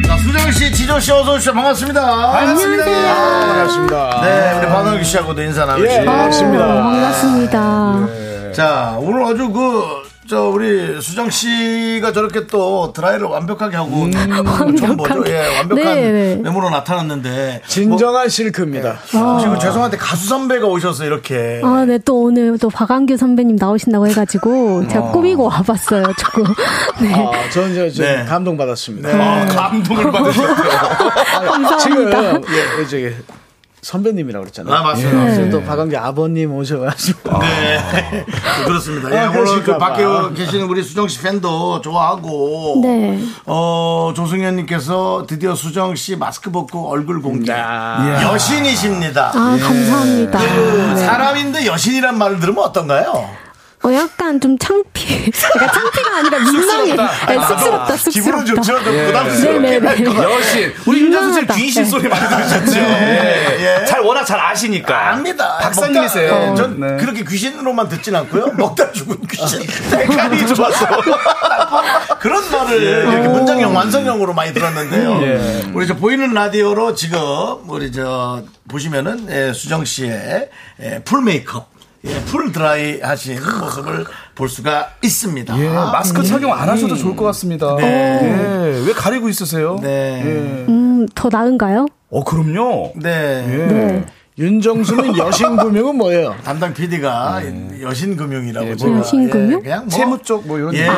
Speaker 1: 자, 수정씨 지조씨 어서오십시오 반갑습니다
Speaker 2: 반갑습니다.
Speaker 1: 네 우리 박원규 씨하고도 인사 나누시고
Speaker 2: 아. 예,
Speaker 9: 아.
Speaker 2: 반갑습니다.
Speaker 9: 반갑습니다.
Speaker 1: 자, 오늘 아주 그, 저, 우리 수정 씨가 저렇게 또 드라이를 완벽하게 하고, 음, 좀 뭐죠?
Speaker 9: 완벽하게.
Speaker 1: 예, 완벽한
Speaker 9: 네, 네.
Speaker 1: 외모로 나타났는데.
Speaker 2: 진정한 실크입니다.
Speaker 1: 뭐, 지금 죄송한데 가수 선배가 오셔서 이렇게.
Speaker 9: 아, 네, 또 오늘 또 박완규 선배님 나오신다고 해가지고 제가 꾸미고 와봤어요, 조금. 네.
Speaker 2: 아, 저는 저, 저
Speaker 1: 네.
Speaker 2: 감동받았습니다.
Speaker 1: 아, 감동을 받으셨죠.
Speaker 9: 감사합니다.
Speaker 2: 지금 예, 예, 저기 선배님이라고 그랬잖아요.
Speaker 1: 아, 맞습니다.
Speaker 2: 예, 지금 또 박광기 아버님 오셔가지고
Speaker 1: 네. 그렇습니다. 예,
Speaker 2: 아,
Speaker 1: 오늘 그
Speaker 2: 그러실까
Speaker 1: 밖에
Speaker 2: 봐.
Speaker 1: 계시는 우리 수정 씨 팬도 좋아하고.
Speaker 9: 네.
Speaker 1: 어, 조승현님께서 드디어 수정 씨 마스크 벗고 얼굴 공개.
Speaker 2: 야.
Speaker 1: 여신이십니다.
Speaker 9: 아, 감사합니다.
Speaker 1: 그
Speaker 9: 네.
Speaker 1: 사람인데 여신이란 말을 들으면 어떤가요?
Speaker 9: 어, 약간 좀 창피. 그러니까 창피가 아니라 민망해. 네, 쑥스럽다, 쑥스럽다.
Speaker 1: 기분은 좋죠. 좀 부담스럽게.
Speaker 9: 네네네.
Speaker 5: 여신 우리 윤정수 씨
Speaker 9: 민망하다.
Speaker 5: 귀신
Speaker 9: 네.
Speaker 5: 소리 많이 들으셨죠?
Speaker 1: 예.
Speaker 5: 잘 워낙 잘 아시니까
Speaker 1: 압니다.
Speaker 5: 박사님이세요.
Speaker 1: 먹다- 예, 전
Speaker 5: 네.
Speaker 1: 그렇게 귀신으로만 듣진 않고요. 먹다 죽은
Speaker 9: 어.
Speaker 1: 귀신. 색깔이 좋아서. 그런 말을
Speaker 5: 예.
Speaker 1: 이렇게
Speaker 9: 어.
Speaker 1: 문장형, 완성형으로 많이
Speaker 9: 음.
Speaker 1: 들었는데요.
Speaker 9: 예.
Speaker 1: 우리 저 보이는 라디오로 지금 우리 저 보시면은 예, 수정 씨의 예, 풀 메이크업. 예, 풀 드라이 하신 모습을 볼 수가 있습니다.
Speaker 5: 예, 마스크 착용 안 하셔도 좋을 것 같습니다.
Speaker 2: 네.
Speaker 5: 예, 왜 가리고 있으세요?
Speaker 1: 네.
Speaker 9: 음, 더 나은가요?
Speaker 5: 어, 그럼요.
Speaker 1: 네.
Speaker 5: 예.
Speaker 2: 윤정수는 여신금융은 뭐예요?
Speaker 1: 담당 PD가
Speaker 14: 네.
Speaker 1: 여신금융이라고
Speaker 14: 뭐
Speaker 2: 예,
Speaker 1: 제가,
Speaker 2: 여신금융?
Speaker 1: 예, 그냥 뭐
Speaker 2: 세무 쪽 뭐 이런
Speaker 1: 예,
Speaker 2: 데죠.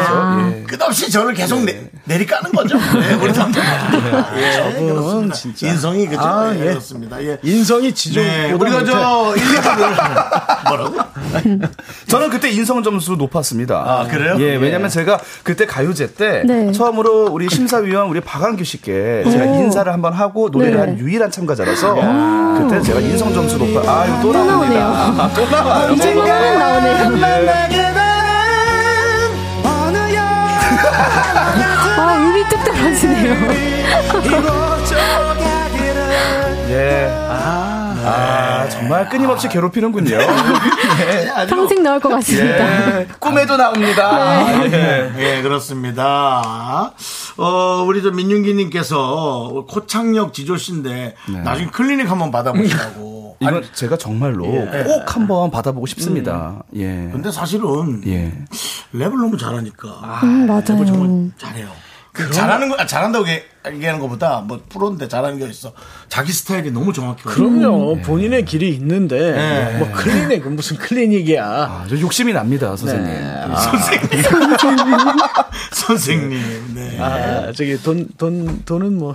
Speaker 2: 예.
Speaker 1: 끝없이 저를 계속
Speaker 14: 네.
Speaker 1: 내, 내리까는 거죠. 예, 우리 담당 PD. 예,
Speaker 2: 저분
Speaker 1: 그렇습니다.
Speaker 2: 진짜
Speaker 1: 인성이 그죠?
Speaker 2: 아,
Speaker 1: 예,
Speaker 2: 예.
Speaker 1: 그렇습니다. 예.
Speaker 2: 인성이 지존.
Speaker 1: 네, 우리가 저 1, 2부를 뭐라고?
Speaker 14: 저는 그때 인성 점수 높았습니다.
Speaker 1: 아, 그래요?
Speaker 14: 예,
Speaker 1: 예.
Speaker 14: 왜냐면 제가 그때 가요제 때
Speaker 1: 네.
Speaker 14: 처음으로 우리 심사위원 우리 박한규 씨께 제가
Speaker 1: 오.
Speaker 14: 인사를 한번 하고 노래를
Speaker 1: 네.
Speaker 14: 한 유일한 참가자라서
Speaker 1: 야.
Speaker 14: 그때 제가 인성 점수 높아. 아, 이거 아. 또 나옵니다. 아, 또 나와요.
Speaker 5: 이제 그만
Speaker 14: 나오네요.
Speaker 9: 아, 음이 뚝뚝 터지네요.
Speaker 14: 예. 아, 정말 끊임없이 괴롭히는군요.
Speaker 1: 네,
Speaker 9: 평생 나올 것 같습니다.
Speaker 14: 예. 꿈에도 나옵니다.
Speaker 1: 예, 예, 그렇습니다. 어, 우리 저 민윤기님께서 코창역 지조씨인데
Speaker 14: 네.
Speaker 1: 나중에 클리닉 한번 받아보시라고.
Speaker 14: 이건 제가 정말로
Speaker 1: 예.
Speaker 14: 꼭 한번 받아보고 싶습니다. 예.
Speaker 1: 근데 사실은
Speaker 14: 예.
Speaker 1: 랩을 너무 잘하니까.
Speaker 9: 음, 맞아요.
Speaker 1: 잘해요. 아. 그 잘하는 거, 아, 잘한다고 얘- 얘기하는 것보다 뭐 프로인데 잘하는 게 있어. 자기 스타일이 너무 정확해요.
Speaker 14: 음. 예.
Speaker 2: 그럼요. 본인의 길이 있는데
Speaker 1: 네.
Speaker 2: 뭐 클리닉 무슨 클리닉이야.
Speaker 14: 아,
Speaker 2: 네. 아,
Speaker 14: 저 욕심이 납니다, 선생님.
Speaker 1: 선생님. 네.
Speaker 2: 아, 저기 돈, 돈, 돈은 뭐.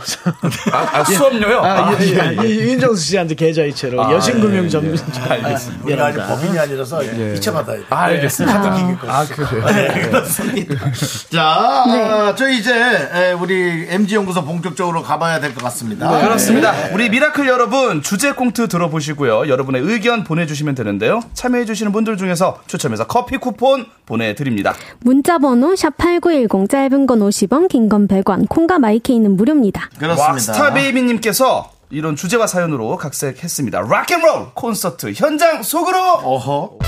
Speaker 14: 아, 수업료요?
Speaker 2: 아,
Speaker 14: 아,
Speaker 2: 예, 예,
Speaker 14: 예, 예.
Speaker 2: 이- 윤정수 씨한테 계좌 이체로
Speaker 14: 아, 예,
Speaker 2: 여신금융
Speaker 14: 예.
Speaker 2: 전문.
Speaker 14: 아, 알겠습니다.
Speaker 1: 우리가 아직 법인이 아니라서
Speaker 14: 예.
Speaker 1: 이체 받아야 돼.
Speaker 14: 아, 알겠습니다.
Speaker 1: 카드 기기 거.
Speaker 14: 아, 그래요?
Speaker 1: 네, 그렇습니다. 자, 아, 저희 이제 에, 우리 MG 연구소 본격적으로 가봐야 될 것 같습니다.
Speaker 14: 아, 그렇습니다.
Speaker 1: 네.
Speaker 14: 우리 미라클 여러분 주제 꽁트 들어보시고요. 여러분의 의견 보내주시면 되는데요. 참여해주시는 분들 중에서 추첨해서 커피 쿠폰 보내드립니다.
Speaker 9: 문자번호 샵8910, 짧은 건 50원, 긴 건 100원, 콩과 마이케이는 무료입니다.
Speaker 1: 그렇습니다.
Speaker 14: 왁스타베이비님께서 이런 주제와 사연으로 각색했습니다. 락앤롤 콘서트 현장 속으로.
Speaker 1: 어허.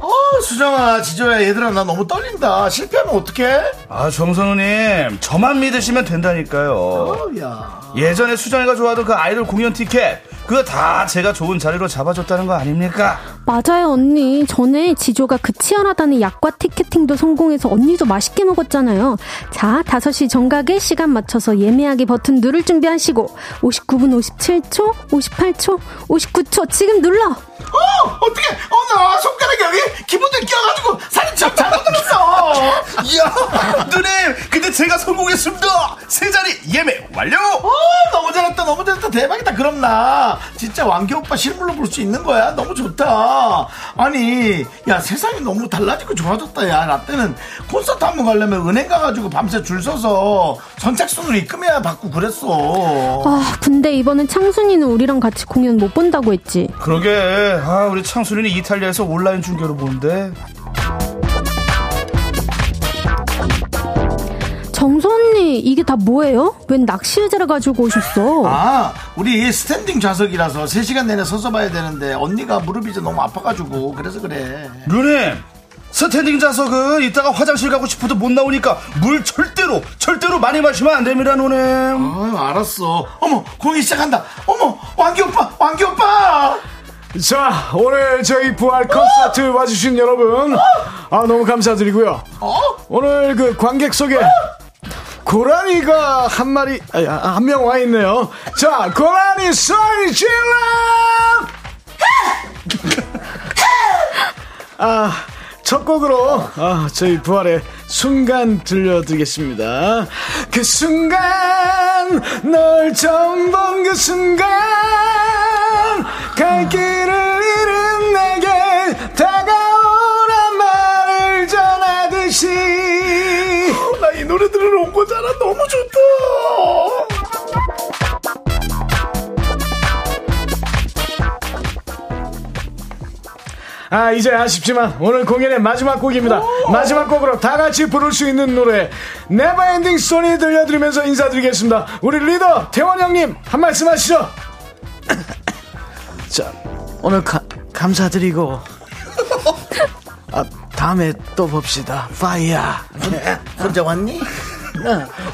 Speaker 1: 어, 수정아, 지조야, 얘들아, 나 너무 떨린다. 실패하면 어떡해?
Speaker 14: 아 정선우님 저만 믿으시면 된다니까요.
Speaker 1: 야.
Speaker 14: 예전에 수정이가 좋아하던 그 아이돌 공연 티켓 그거 다 제가 좋은 자리로 잡아줬다는 거 아닙니까?
Speaker 9: 맞아요, 언니. 전에 지조가 그 치열하다는 약과 티켓팅도 성공해서 언니도 맛있게 먹었잖아요. 자, 5시 정각에 시간 맞춰서 예매하기 버튼 누를 준비하시고, 59분 57초, 58초, 59초, 지금 눌러!
Speaker 1: 어, 어떡해? 어, 나 손가락 여기 기분들 껴가지고 살이 참 잘못 들었어.
Speaker 14: 이야 누님 근데 제가 성공했습니다 세 자리 예매 완료
Speaker 1: 어, 너무 잘했다, 너무 잘했다, 대박이다. 그럼 나 진짜 왕기 오빠 실물로 볼 수 있는 거야. 너무 좋다. 아니, 야 세상이 너무 달라지고 좋아졌다. 야, 나 때는 콘서트 한 번 가려면 은행 가가지고 밤새 줄 서서 선착순으로 입금해야 받고 그랬어.
Speaker 9: 아, 근데 이번엔 창순이는 우리랑 같이 공연 못 본다고 했지.
Speaker 14: 그러게 아 우리 창순이는 이탈리아에서 온라인 중계로 보는데
Speaker 9: 정소 언니, 이게 다 뭐예요? 웬 낚시 의자를 가지고 오셨어?
Speaker 1: 아, 우리 스탠딩 좌석이라서 3시간 내내 서서 봐야 되는데 언니가 무릎이 이제 너무 아파가지고 그래서 그래.
Speaker 14: 누님 스탠딩 좌석은 이따가 화장실 가고 싶어도 못 나오니까 물 절대로 절대로 많이 마시면 안 됩니다 누님
Speaker 2: 어?
Speaker 1: 아유, 알았어. 어머, 공연 시작한다. 어머, 왕기 오빠, 왕기 오빠!
Speaker 2: 자, 오늘 저희 부활 콘서트 와주신 여러분, 아, 너무 감사드리고요. 오늘 그 관객 속에 고라니가 한 마리, 한 명 와 있네요. 자, 고라니 소리 질러! 아, 첫 곡으로 아, 저희 부활의 순간 들려드리겠습니다. 그 순간 널 처음 본 그 순간 갈 길을 잃은 내게 다가오란 말을 전하듯이 나 이 노래 들으러 온 거잖아 너무 좋다 아 이제 아쉽지만 오늘 공연의 마지막 곡입니다 마지막 곡으로 다 같이 부를 수 있는 노래 네버엔딩 스토리 들려드리면서 인사드리겠습니다 우리 리더 태원 형님 한 말씀 하시죠 자 오늘 가- 감사드리고 아, 다음에 또 봅시다 파이어
Speaker 1: 혼자 왔니?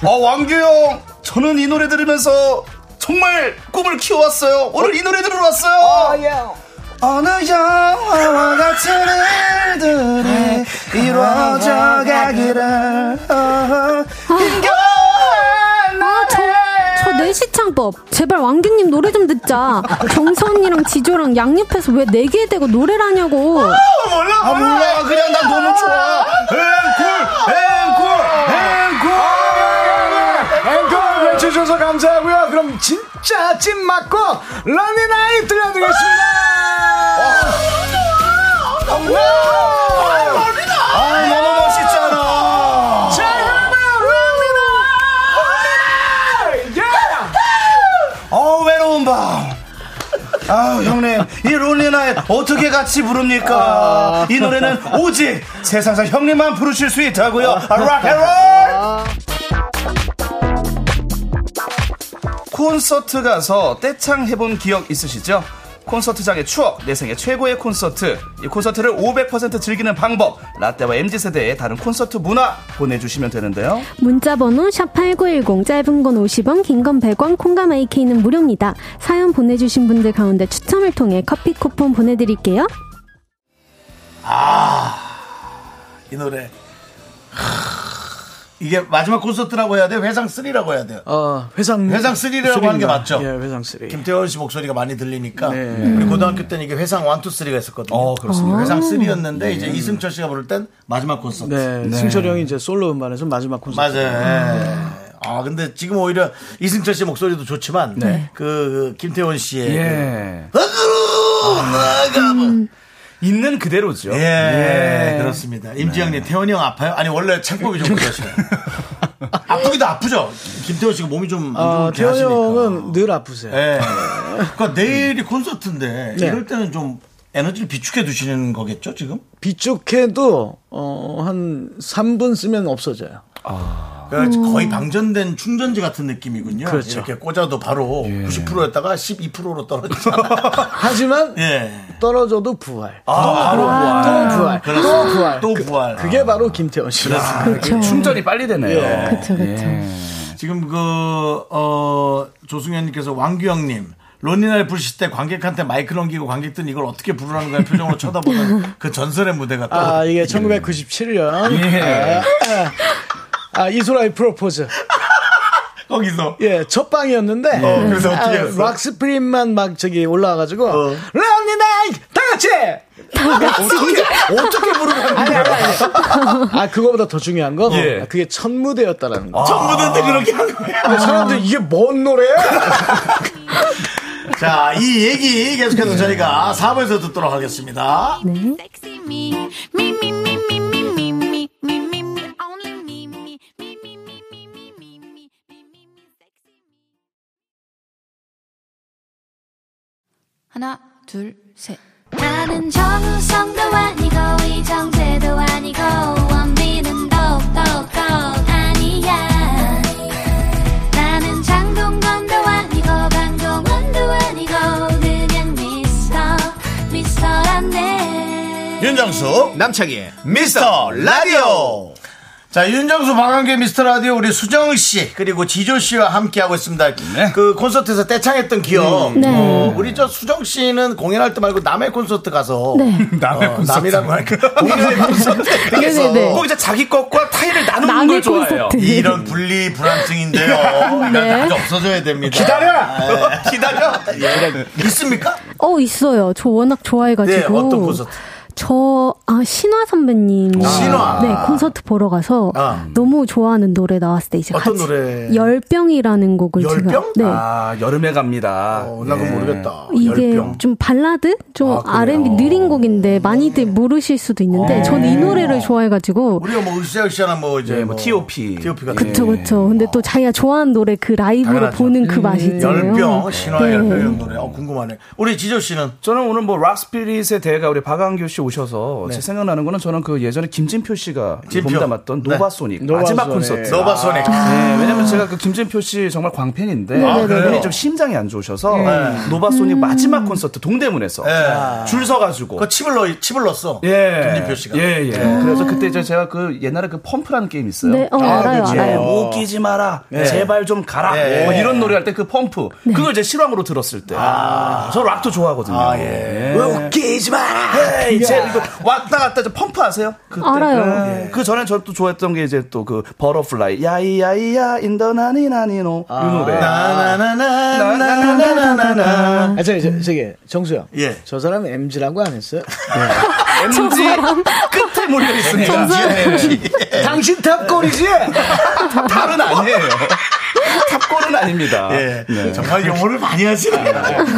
Speaker 14: 아 왕규형 저는 이 노래 들으면서 정말 꿈을 키워왔어요 오늘 이 노래 들으러 왔어요 어느 영화와 같은 일들이 이루어져 가기를
Speaker 9: 아, 저, 제발 왕규님 노래 좀 듣자. 경서 언니랑 지조랑 양옆에서 왜 네 개 대고 노래를 하냐고.
Speaker 8: 몰라, 아, 몰라. 그냥 난 너무 좋아. 아,
Speaker 2: 앵콜! 앵콜! 앵콜! 외쳐주셔서 감사하고요. 그럼 진짜 찐 맞고 런닝나잇 들려드리겠습니다.
Speaker 8: 와! 아, 너무 멋있잖아. 어 외로운 밤. 아 형님 이 롤리나에 어떻게 같이 부릅니까? 이 노래는 오직 세상상 형님만 부르실 수 있다고요. 아, 락앤롤. 콘서트 가서 떼창 해본 기억 있으시죠? 콘서트장의 추억, 내 생애 최고의 콘서트. 이 콘서트를 500% 즐기는 방법. 라떼와 MZ 세대의 다른 콘서트 문화 보내주시면 되는데요.
Speaker 9: 문자 번호 샵8910 짧은 건 50원 긴 건 100원 콩감 IK는 무료입니다. 사연 보내주신 분들 가운데 추첨을 통해 커피 쿠폰 보내드릴게요.
Speaker 1: 이 노래. 하, 이게 마지막 콘서트라고 해야 돼? 회상 3라고 해야 돼요.
Speaker 2: 어, 회상
Speaker 1: 회상 3라고 하는 게 맞죠?
Speaker 2: 예, 회상 3.
Speaker 1: 김태원 씨 목소리가 많이 들리니까
Speaker 2: 네.
Speaker 1: 우리 고등학교 때는 이게 회상 1, 2, 3가 있었거든요.
Speaker 14: 어,
Speaker 2: 그렇습니다.
Speaker 1: 회상 3였는데
Speaker 14: 음.
Speaker 2: 네.
Speaker 1: 이제 이승철 씨가 부를 땐 마지막 콘서트.
Speaker 2: 네, 승철이 형이 이제 솔로 음반에서 마지막 콘서트.
Speaker 8: 예.
Speaker 1: 맞아요. 아 근데 지금 오히려 이승철 씨 목소리도 좋지만
Speaker 2: 네.
Speaker 1: 그 김태원 씨의
Speaker 8: 예.
Speaker 1: 그 나가 뭐.
Speaker 2: 음.
Speaker 8: 있는 그대로죠. 네.
Speaker 1: 예, 그렇습니다. 임지영님 태원이 형 아파요? 아니 원래 창법이 좀 그러시네요. 아프기도 아프죠. 김태원 씨가 몸이 좀
Speaker 2: 어,
Speaker 1: 안 좋게
Speaker 2: 태현
Speaker 1: 하시니까.
Speaker 2: 형은 늘 아프세요.
Speaker 1: 예. 그러니까 내일이 콘서트인데
Speaker 2: 네.
Speaker 1: 이럴 때는 좀 에너지를 비축해 두시는 거겠죠 지금?
Speaker 2: 비축해도 어, 한 3분 쓰면 없어져요.
Speaker 1: 그러니까 거의 방전된 충전지 같은 느낌이군요.
Speaker 2: 그렇죠. 예.
Speaker 1: 이렇게 꽂아도 바로 90%였다가 12%로 떨어지죠.
Speaker 2: 하지만
Speaker 1: 예.
Speaker 2: 떨어져도 부활.
Speaker 1: 아, 바로 부활.
Speaker 2: 또 부활.
Speaker 1: 그렇습니다.
Speaker 2: 또 부활.
Speaker 1: 또 부활.
Speaker 2: 그게 바로 김태원 씨니다
Speaker 8: 아, 충전이 빨리 되네요. 예.
Speaker 9: 그쵸, 그쵸.
Speaker 1: 지금 그, 어, 조승현님께서 왕규영님. 론니날 부르실 때 관객한테 마이크 넘기고 관객들은 이걸 어떻게 부르라는 거야 표정으로 쳐다보는 그 전설의 무대가 또.
Speaker 2: 아, 이게 1997년.
Speaker 1: 예.
Speaker 2: 아, 이소라의 프로포즈.
Speaker 1: 거기서.
Speaker 2: 예, 첫 방이었는데. 아,
Speaker 1: 어, 그래서 어떻게 했어? 어.
Speaker 2: 락스프림만 막 저기 올라와가지고. 런니나이! 다 같이!
Speaker 1: 어떻게, 어떻게 부르라는
Speaker 2: 아니,
Speaker 1: 거야?
Speaker 2: 아니, 아니. 아, 그거보다 더 중요한 건.
Speaker 1: 예. 아,
Speaker 2: 그게 첫 무대였다라는 거.
Speaker 1: 전부 다들 그렇게 한 거야.
Speaker 2: 근데 사람들 이게 뭔 노래야?
Speaker 1: 자, 이 얘기 계속해서 저희가 4부에서 듣도록 하겠습니다.
Speaker 2: 네.
Speaker 15: 음? 하나, 둘, 셋.
Speaker 3: 나는 정우성도 아니고 이정재도 아니고 원빈은 더욱더 아니야 나는 장동건도 아니고 강동원도 아니고 그냥 미스터 미스터란데
Speaker 1: 윤정수 남창희의 미스터 라디오 자 윤정수 방한계 미스터 라디오 우리 수정 씨 그리고 지조 씨와 함께 하고 있습니다.
Speaker 2: 네.
Speaker 1: 그 콘서트에서 떼창했던
Speaker 2: 음.
Speaker 1: 기억.
Speaker 9: 네.
Speaker 1: 어, 우리 저 수정 씨는 공연할 때 말고 남의 콘서트 가서
Speaker 9: 네.
Speaker 1: 남의 콘서트 어, 남이라고 할까 공연의 콘서트 가서
Speaker 9: 네네네.
Speaker 8: 거기서 자기 것과 타이를 나누는
Speaker 9: 남의
Speaker 8: 걸 좋아해요.
Speaker 9: 콘서트.
Speaker 1: 이런 분리 불안증인데요. 이건
Speaker 9: 네.
Speaker 1: 다 없어져야 됩니다. 아,
Speaker 8: 기다려! 기다려!
Speaker 1: 예. 있습니까?
Speaker 9: 어 있어요. 저 워낙 좋아해가지고.
Speaker 1: 네, 어떤 콘서트?
Speaker 9: 저, 아, 신화 선배님.
Speaker 1: 아. 신화.
Speaker 9: 네, 콘서트 보러 가서
Speaker 1: 아.
Speaker 9: 너무 좋아하는 노래 나왔을 때 이제
Speaker 1: 어떤
Speaker 9: 같이.
Speaker 1: 노래?
Speaker 9: 열병이라는 곡을 제가.
Speaker 1: 열병?
Speaker 9: 네.
Speaker 8: 아, 여름에 갑니다.
Speaker 1: 어, 나그 모르겠다.
Speaker 9: 이게
Speaker 1: 열병. 아,
Speaker 9: 좀 발라드? 좀 R&B 느린 곡인데 많이들 모르실 수도
Speaker 1: 어.
Speaker 9: 있는데 저는 이 노래를 좋아해가지고.
Speaker 1: 우리가 뭐 으쌰으쌰나 뭐 이제
Speaker 8: 예, 뭐 T.O.P.
Speaker 1: T.O.P. 같은 예.
Speaker 9: 그쵸, 그쵸. 근데 또 자기가 좋아하는 노래 그 라이브로
Speaker 1: 네. 당연하죠.
Speaker 9: 보는 그 맛이 있잖아요.
Speaker 1: 열병 신화
Speaker 9: 네.
Speaker 1: 열병 노래. 어 궁금하네. 우리 지조 씨는
Speaker 8: 저는 오늘 뭐 락스피릿의 대가 우리 박한규 씨 오셔서
Speaker 1: 네.
Speaker 8: 제 생각나는 거는 저는 그 예전에 김진표 씨가
Speaker 1: 진표. 네.
Speaker 8: 몸담았던 노바소닉 마지막
Speaker 2: 노바소닉.
Speaker 8: 콘서트.
Speaker 1: 노바소닉.
Speaker 8: 네, 왜냐면 제가 그 김진표 씨 정말 광팬인데
Speaker 1: 아, 그래요?
Speaker 8: 그분이 좀 심장이 안 좋으셔서
Speaker 1: 네.
Speaker 8: 노바소닉 마지막 콘서트 동대문에서
Speaker 1: 예.
Speaker 8: 줄 서가지고
Speaker 1: 음. 그 침을 넣 침을 넣었어.
Speaker 8: 예.
Speaker 1: 김진표 씨가. 네.
Speaker 8: 예, 예. 그래서 그때 이제 제가 그 옛날에 그 펌프라는 게임 있어요.
Speaker 9: 네, 어, 알아요,
Speaker 8: 그치.
Speaker 9: 알아요.
Speaker 8: 뭐 웃기지 마라. 제발 좀 가라.
Speaker 1: 예.
Speaker 8: 뭐 이런 노래 할 때 그 펌프.
Speaker 9: 네.
Speaker 8: 그걸 이제 실황으로 들었을 때. 저 락도 좋아하거든요.
Speaker 1: 아, 예.
Speaker 8: 웃기지 마라. 헤이, 제 이거 왔다 갔다 좀 펌프 아세요? 그때.
Speaker 9: 알아요.
Speaker 8: 예. 그 전에 저도 좋아했던 게 이제 또 그 버터플라이 야이야이야 인더 나니 나니노
Speaker 2: 아.
Speaker 1: 아,
Speaker 8: 이 노래.
Speaker 2: 나나나나나나나나. 아, 저기, 저- 저기, 정수야.
Speaker 8: 예.
Speaker 2: 저 사람 MG라고 안 했어요?
Speaker 8: MG 끝에 몰려 있습니다.
Speaker 1: 네. 예.
Speaker 2: 당신 탑골이지? 네.
Speaker 8: 다른 아니에요. 탑골은 아닙니다. 네.
Speaker 1: 예.
Speaker 16: 네.
Speaker 1: 정말 용어를 많이
Speaker 16: 아,
Speaker 1: 하시네요.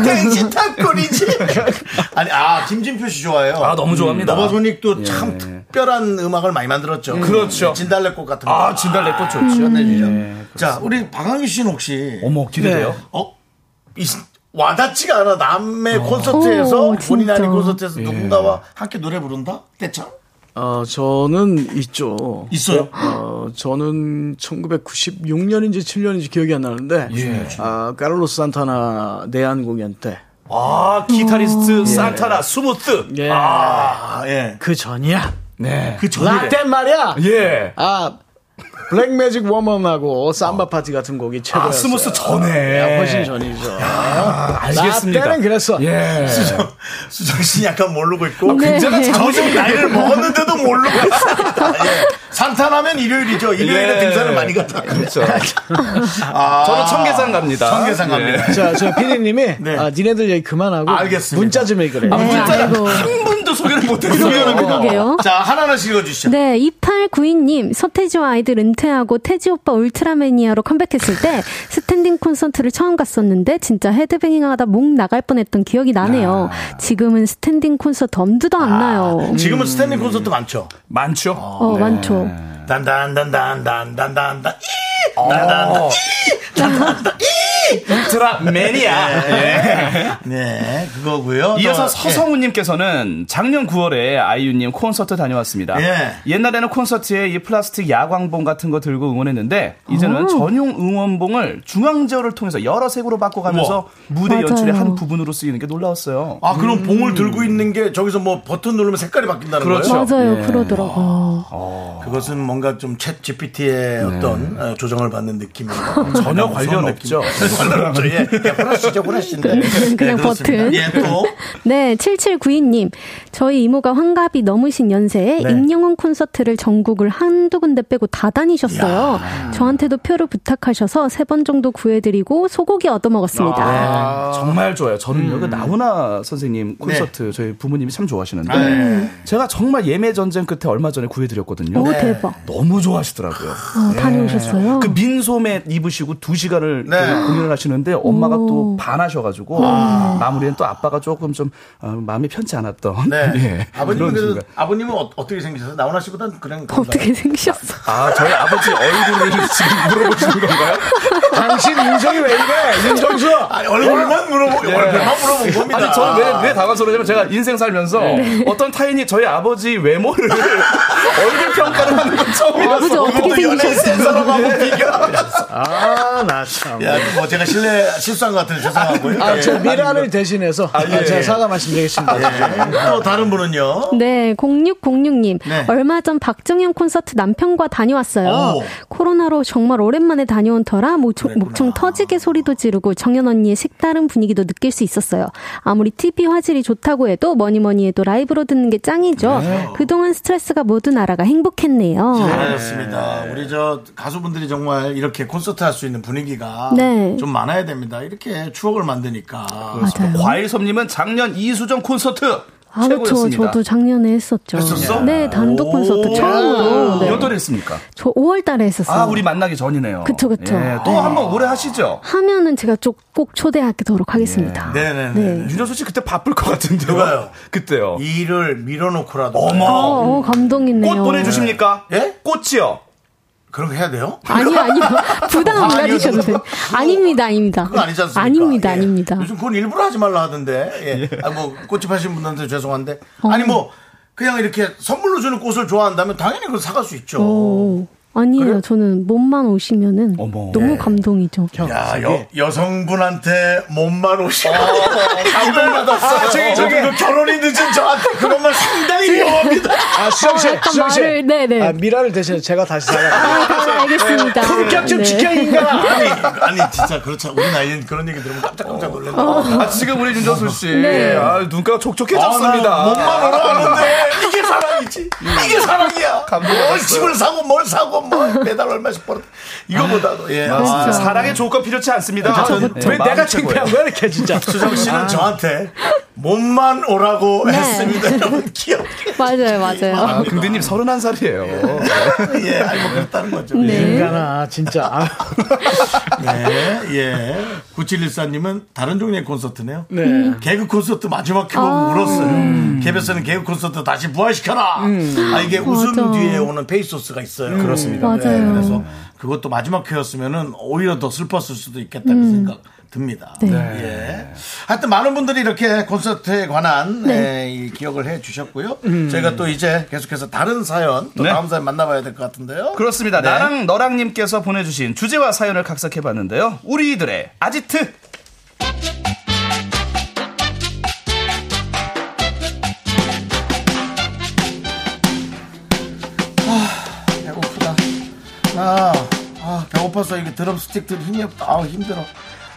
Speaker 8: 당신 탑골이지.
Speaker 1: 아니, 아, 김진표 씨 좋아해요. 음.
Speaker 16: 아, 너무 좋아합니다. 예.
Speaker 1: 노바소닉도 참 특별한 음악을 많이 만들었죠.
Speaker 16: 그렇죠.
Speaker 1: 진달래꽃 같은 거.
Speaker 16: 아, 진달래꽃 좋죠. 예,
Speaker 1: 시원해지죠. 자, 우리 방학유 씨는 혹시. 어머,
Speaker 16: 기대돼요.
Speaker 1: 어? 이 시- 와닿지가 않아. 남의 콘서트에서,
Speaker 2: 오,
Speaker 1: 본인 아닌
Speaker 2: 진짜.
Speaker 1: 콘서트에서
Speaker 2: 예.
Speaker 1: 누군가와 함께 노래 부른다? 대창?
Speaker 2: 어, 저는 있죠.
Speaker 1: 있어요?
Speaker 2: 어, 저는 1996년인지 7년인지 기억이 안 나는데,
Speaker 1: 예.
Speaker 2: 아, 까를로스 산타나 내한 공연 때.
Speaker 16: 아,
Speaker 1: 음.
Speaker 16: 기타리스트 산타나 스무트.
Speaker 2: 예.
Speaker 16: 아,
Speaker 1: 예.
Speaker 2: 그 전이야.
Speaker 16: 네.
Speaker 2: 그 전이래. 라떼 말이야.
Speaker 16: 예.
Speaker 2: 아, 블랙 매직 워먼하고 삼바 파티 같은 곡이 최고였어요.
Speaker 16: 아, 스무스
Speaker 8: 네.
Speaker 16: 전에.
Speaker 2: 야, 훨씬 전이죠.
Speaker 8: 아,
Speaker 16: 야, 알겠습니다.
Speaker 2: 라떼는 그랬어.
Speaker 16: 예.
Speaker 1: 수정, 수정 씨 약간 모르고 있고.
Speaker 2: 아, 굉장한 네.
Speaker 1: 저도
Speaker 2: 자부심이
Speaker 1: 나이를
Speaker 2: 있네요.
Speaker 1: 먹었는데도 모르고 있습니다. 예. 산타나면 일요일이죠. 일요일에
Speaker 16: 예.
Speaker 1: 등산을 많이 가다. 그렇죠.
Speaker 16: 저는 청계산 갑니다.
Speaker 1: 청계산 갑니다. 그
Speaker 16: 예.
Speaker 2: 자, 저 PD님이 아, 니네들 얘기 그만하고 문자 좀 읽으래.
Speaker 16: 아, 문자를 한
Speaker 1: 분도 소개를 못
Speaker 16: 했어요.
Speaker 9: 네, 그러게요.
Speaker 1: 자, 하나씩 읽어주시죠.
Speaker 9: 네, 2892님, 서태지와 아이들 은퇴하고 태지 오빠 울트라매니아로 컴백했을 때 스탠딩 콘서트를 처음 갔었는데 진짜 헤드뱅잉 하다 목 나갈 뻔했던 기억이 나네요. 지금은 스탠딩 콘서트 엄두도 안 나요.
Speaker 1: 음. 지금은 스탠딩 콘서트 많죠.
Speaker 16: 많죠.
Speaker 9: 어, 많죠.
Speaker 16: 네.
Speaker 1: 단단단단단단단단. 이! 단단단. 이! 단단단. 이!
Speaker 16: 어. 울트라 매니아.
Speaker 1: 네. 네, 그거고요.
Speaker 16: 또,
Speaker 8: 이어서
Speaker 16: 예.
Speaker 8: 서성우님께서는 작년 9월에 아이유님 콘서트 다녀왔습니다.
Speaker 1: 예.
Speaker 8: 옛날에는 콘서트에 이 플라스틱 야광봉 같은 거 들고 응원했는데 이제는
Speaker 2: 아.
Speaker 16: 오.
Speaker 8: 전용 응원봉을 중앙제어를 통해서 여러 색으로 바꿔가면서
Speaker 1: 우와.
Speaker 8: 무대
Speaker 1: 맞아요.
Speaker 8: 연출의 한 부분으로 쓰이는 게 놀라웠어요.
Speaker 1: 아, 그럼 봉을 들고 있는 게 저기서 뭐 버튼 누르면 색깔이 바뀐다는 거예요?
Speaker 9: 맞아요, 그러더라고.
Speaker 1: 그것은 뭔가 좀 챗 GPT의 어떤 어, 조정을 받는 느낌이
Speaker 16: 전혀 관련 없죠.
Speaker 1: 관련 없죠. 예, 그냥 호라 씨죠, 호라 씨인데.
Speaker 9: 네, 그냥
Speaker 1: 예, 그렇습니다.
Speaker 9: 버튼.
Speaker 1: 예, 또
Speaker 9: 네, 7792님. 저희 이모가 환갑이 넘으신 연세에
Speaker 1: 네.
Speaker 9: 임영웅 콘서트를 전국을 한두 군데 빼고 다 다니셨어요. 저한테도 표를 부탁하셔서 세 번 정도 구해드리고 소고기 얻어먹었습니다.
Speaker 8: 네, 정말 좋아요.
Speaker 2: 음.
Speaker 8: 저는요, 그 나훈아
Speaker 2: 네.
Speaker 8: 선생님 콘서트 저희 부모님이 참 좋아하시는데
Speaker 9: 네.
Speaker 8: 제가 정말 예매 전쟁 끝에 얼마 전에 구해드렸거든요.
Speaker 9: 오, 대박.
Speaker 8: 너무 좋아하시더라고요.
Speaker 9: 아, 다녀오셨어요?
Speaker 8: 그 민소매 입으시고 두 시간을
Speaker 1: 네.
Speaker 8: 그
Speaker 2: 아.
Speaker 8: 공연을 하시는데 엄마가 또 반하셔가지고
Speaker 2: 음.
Speaker 1: 와.
Speaker 8: 마무리엔 또 아빠가 조금 좀 어, 마음이 편치 않았던.
Speaker 1: 네.
Speaker 8: 예,
Speaker 1: 아버님은
Speaker 8: 그런
Speaker 1: 그래도
Speaker 8: 순간.
Speaker 1: 아버님은 어, 떻게 생기셨어요? 나훈아 씨보다는 그냥
Speaker 9: 어떻게 생기셨어?
Speaker 8: 아 저희 아버지 얼굴을 지금 물어보시는 건가요?
Speaker 2: 당신 인성이 왜 이래? 윤정수!
Speaker 1: 아니, 얼굴만 물어보
Speaker 8: 예.
Speaker 1: 얼굴만 물어본 겁니다.
Speaker 8: 아니 저는 왜, 왜 당황스러냐면 제가 인생 살면서 어떤 타인이 저희 아버지 외모를 얼굴 평가를 하는 건
Speaker 9: 아버지
Speaker 8: 처음이라서
Speaker 9: 어떻게
Speaker 8: 이것도 연예인
Speaker 9: 생기셨어요?
Speaker 8: 센 사람하고 비교.
Speaker 2: 아, 나 참.
Speaker 1: 야, 뭐 제가 실례 실수한 것 같아서 죄송하고요.
Speaker 2: 아,
Speaker 1: 예.
Speaker 2: 저 미라를 대신해서
Speaker 8: 아,
Speaker 2: 아,
Speaker 1: 예.
Speaker 2: 제가 사과 말씀드리겠습니다.
Speaker 1: 예. 또 다른 분은요.
Speaker 8: 어?
Speaker 9: 네, 0606님.
Speaker 1: 네.
Speaker 9: 얼마 전 박정현 콘서트 남편과 다녀왔어요.
Speaker 1: 오.
Speaker 9: 코로나로 정말 오랜만에 다녀온 터라 목청, 목청 터지게 소리도 지르고 정연 언니의 색다른 분위기도 느낄 수 있었어요. 아무리 TV 화질이 좋다고 해도 뭐니 뭐니 해도 라이브로 듣는 게 짱이죠.
Speaker 8: 네.
Speaker 9: 그동안 스트레스가 모든 나라가 행복했네요. 네.
Speaker 1: 잘하셨습니다. 우리 저 가수분들이 정말 이렇게 콘서트 할 수 있는 분위기가
Speaker 9: 네.
Speaker 1: 좀 많아야 됩니다. 이렇게 추억을 만드니까.
Speaker 9: 맞아요.
Speaker 8: 과일섭님은 작년 이수정 콘서트
Speaker 9: 아, 그렇죠.
Speaker 8: 최고였습니다.
Speaker 9: 저도 작년에 했었죠.
Speaker 8: 했었어?
Speaker 9: 네, 단독 콘서트 처음으로. 네.
Speaker 8: 몇 월에 했습니까?
Speaker 9: 저 5월 달에 했었어요.
Speaker 8: 아, 우리 만나기 전이네요.
Speaker 9: 그쵸, 그쵸.
Speaker 8: 예, 또
Speaker 9: 네.
Speaker 8: 한번 오래 하시죠.
Speaker 9: 하면은 제가 좀- 꼭 초대하도록 하겠습니다.
Speaker 8: 예.
Speaker 1: 네네네.
Speaker 8: 윤정수 씨 그때 바쁠 것 같은데요. 그때요.
Speaker 1: 일을 밀어놓고라도.
Speaker 9: 어, 어, 감동이네요.
Speaker 8: 꽃 보내주십니까?
Speaker 1: 예?
Speaker 8: 꽃이요.
Speaker 1: 그런 거 해야 돼요?
Speaker 9: 아니요, 아니요. 부담 안 가지셔도 돼요. 아닙니다, 아닙니다.
Speaker 1: 그거 아니지 않습니까?
Speaker 9: 아닙니다,
Speaker 1: 예.
Speaker 9: 아닙니다.
Speaker 1: 요즘 그건 일부러 하지 말라 하던데. 예. 아, 뭐, 꽃집 하신 분한테 죄송한데.
Speaker 9: 어.
Speaker 1: 아니, 뭐, 그냥 이렇게 선물로 주는 꽃을 좋아한다면 당연히 그걸 사갈 수 있죠.
Speaker 9: 오. 어. 아니에요. 저는 몸만 오시면은 너무 감동이죠.
Speaker 1: 야, 아, 여, 여성분한테 몸만 오시고 감동받았어.
Speaker 9: 어, 아, 저기, 저기.
Speaker 1: 결혼이 늦은 저한테 그런 말 상당히 미워합니다.
Speaker 2: 아, 수정 씨,
Speaker 9: 어, 약간
Speaker 2: 수정 씨.
Speaker 9: 말을- 네, 네.
Speaker 2: 아, 미라를 대신해 제가 다시
Speaker 9: 아,
Speaker 2: 사랑합니다.
Speaker 9: 아, 알겠습니다.
Speaker 2: 품격 좀
Speaker 9: 네.
Speaker 2: 지켜, 인간아.
Speaker 1: 아니, 아니 진짜 그렇죠. 우리 나이엔 그런 얘기 들으면 깜짝깜짝 놀래요.
Speaker 16: 아, 지금 우리 윤정수 씨.
Speaker 1: 네.
Speaker 16: 아, 눈가가 촉촉해졌습니다. 아.
Speaker 1: 아, 나 몸만 올라왔는데 이게 사랑이지. 이게 사랑이야.
Speaker 16: 음. 감동받았어요.
Speaker 1: 뭘 집을 사고 뭘 사고 뭐 매달 얼마씩 벌어. 이거보다도 예.
Speaker 16: 맞습니다.
Speaker 1: 아,
Speaker 16: 사랑의 조건 필요치 않습니다.
Speaker 1: 그쵸,
Speaker 16: 저는
Speaker 1: 그쵸.
Speaker 16: 왜 내가
Speaker 1: 마음
Speaker 16: 창피한
Speaker 1: 최고예요.
Speaker 16: 거야, 이렇게 진짜.
Speaker 1: 수정 씨는 아, 저한테 몸만 오라고
Speaker 9: 네.
Speaker 1: 했습니다. 여러분 귀엽게.
Speaker 9: 맞아요, 맞아요.
Speaker 16: 아, 근데님 31살이에요.
Speaker 1: 예, 아니 뭐 그렇다는 거죠.
Speaker 2: 인간아, 진짜. 아,
Speaker 1: 네, 예. 9714님은 다른 종류의 콘서트네요.
Speaker 2: 네.
Speaker 1: 개그 콘서트 마지막 해보고
Speaker 16: 아.
Speaker 1: 울었어요. KBS는 개그 콘서트 다시 부활시켜라. 아, 이게 웃음
Speaker 16: 음. 맞아.
Speaker 1: 뒤에 오는 페이소스가 있어요.
Speaker 16: 음, 그렇습니다.
Speaker 1: 네,
Speaker 16: 맞아요.
Speaker 1: 그래서 그것도 마지막 회였으면은 오히려 더 슬펐을 수도 있겠다는
Speaker 16: 음.
Speaker 1: 생각 듭니다.
Speaker 16: 네.
Speaker 1: 예. 하여튼 많은 분들이 이렇게 콘서트에 관한
Speaker 16: 네.
Speaker 1: 에, 이 기억을 해 주셨고요.
Speaker 16: 음.
Speaker 1: 저희가 또 이제 계속해서 다른 사연, 또
Speaker 16: 네.
Speaker 1: 다음 사연 만나봐야 될 것 같은데요.
Speaker 16: 그렇습니다.
Speaker 1: 네.
Speaker 16: 나랑 너랑님께서 보내주신 주제와 사연을 각색해봤는데요. 우리들의 아지트!
Speaker 1: 아, 배고프다. 아, 아 배고파서 이게 드럼 스틱들 힘이 없다. 아 힘들어.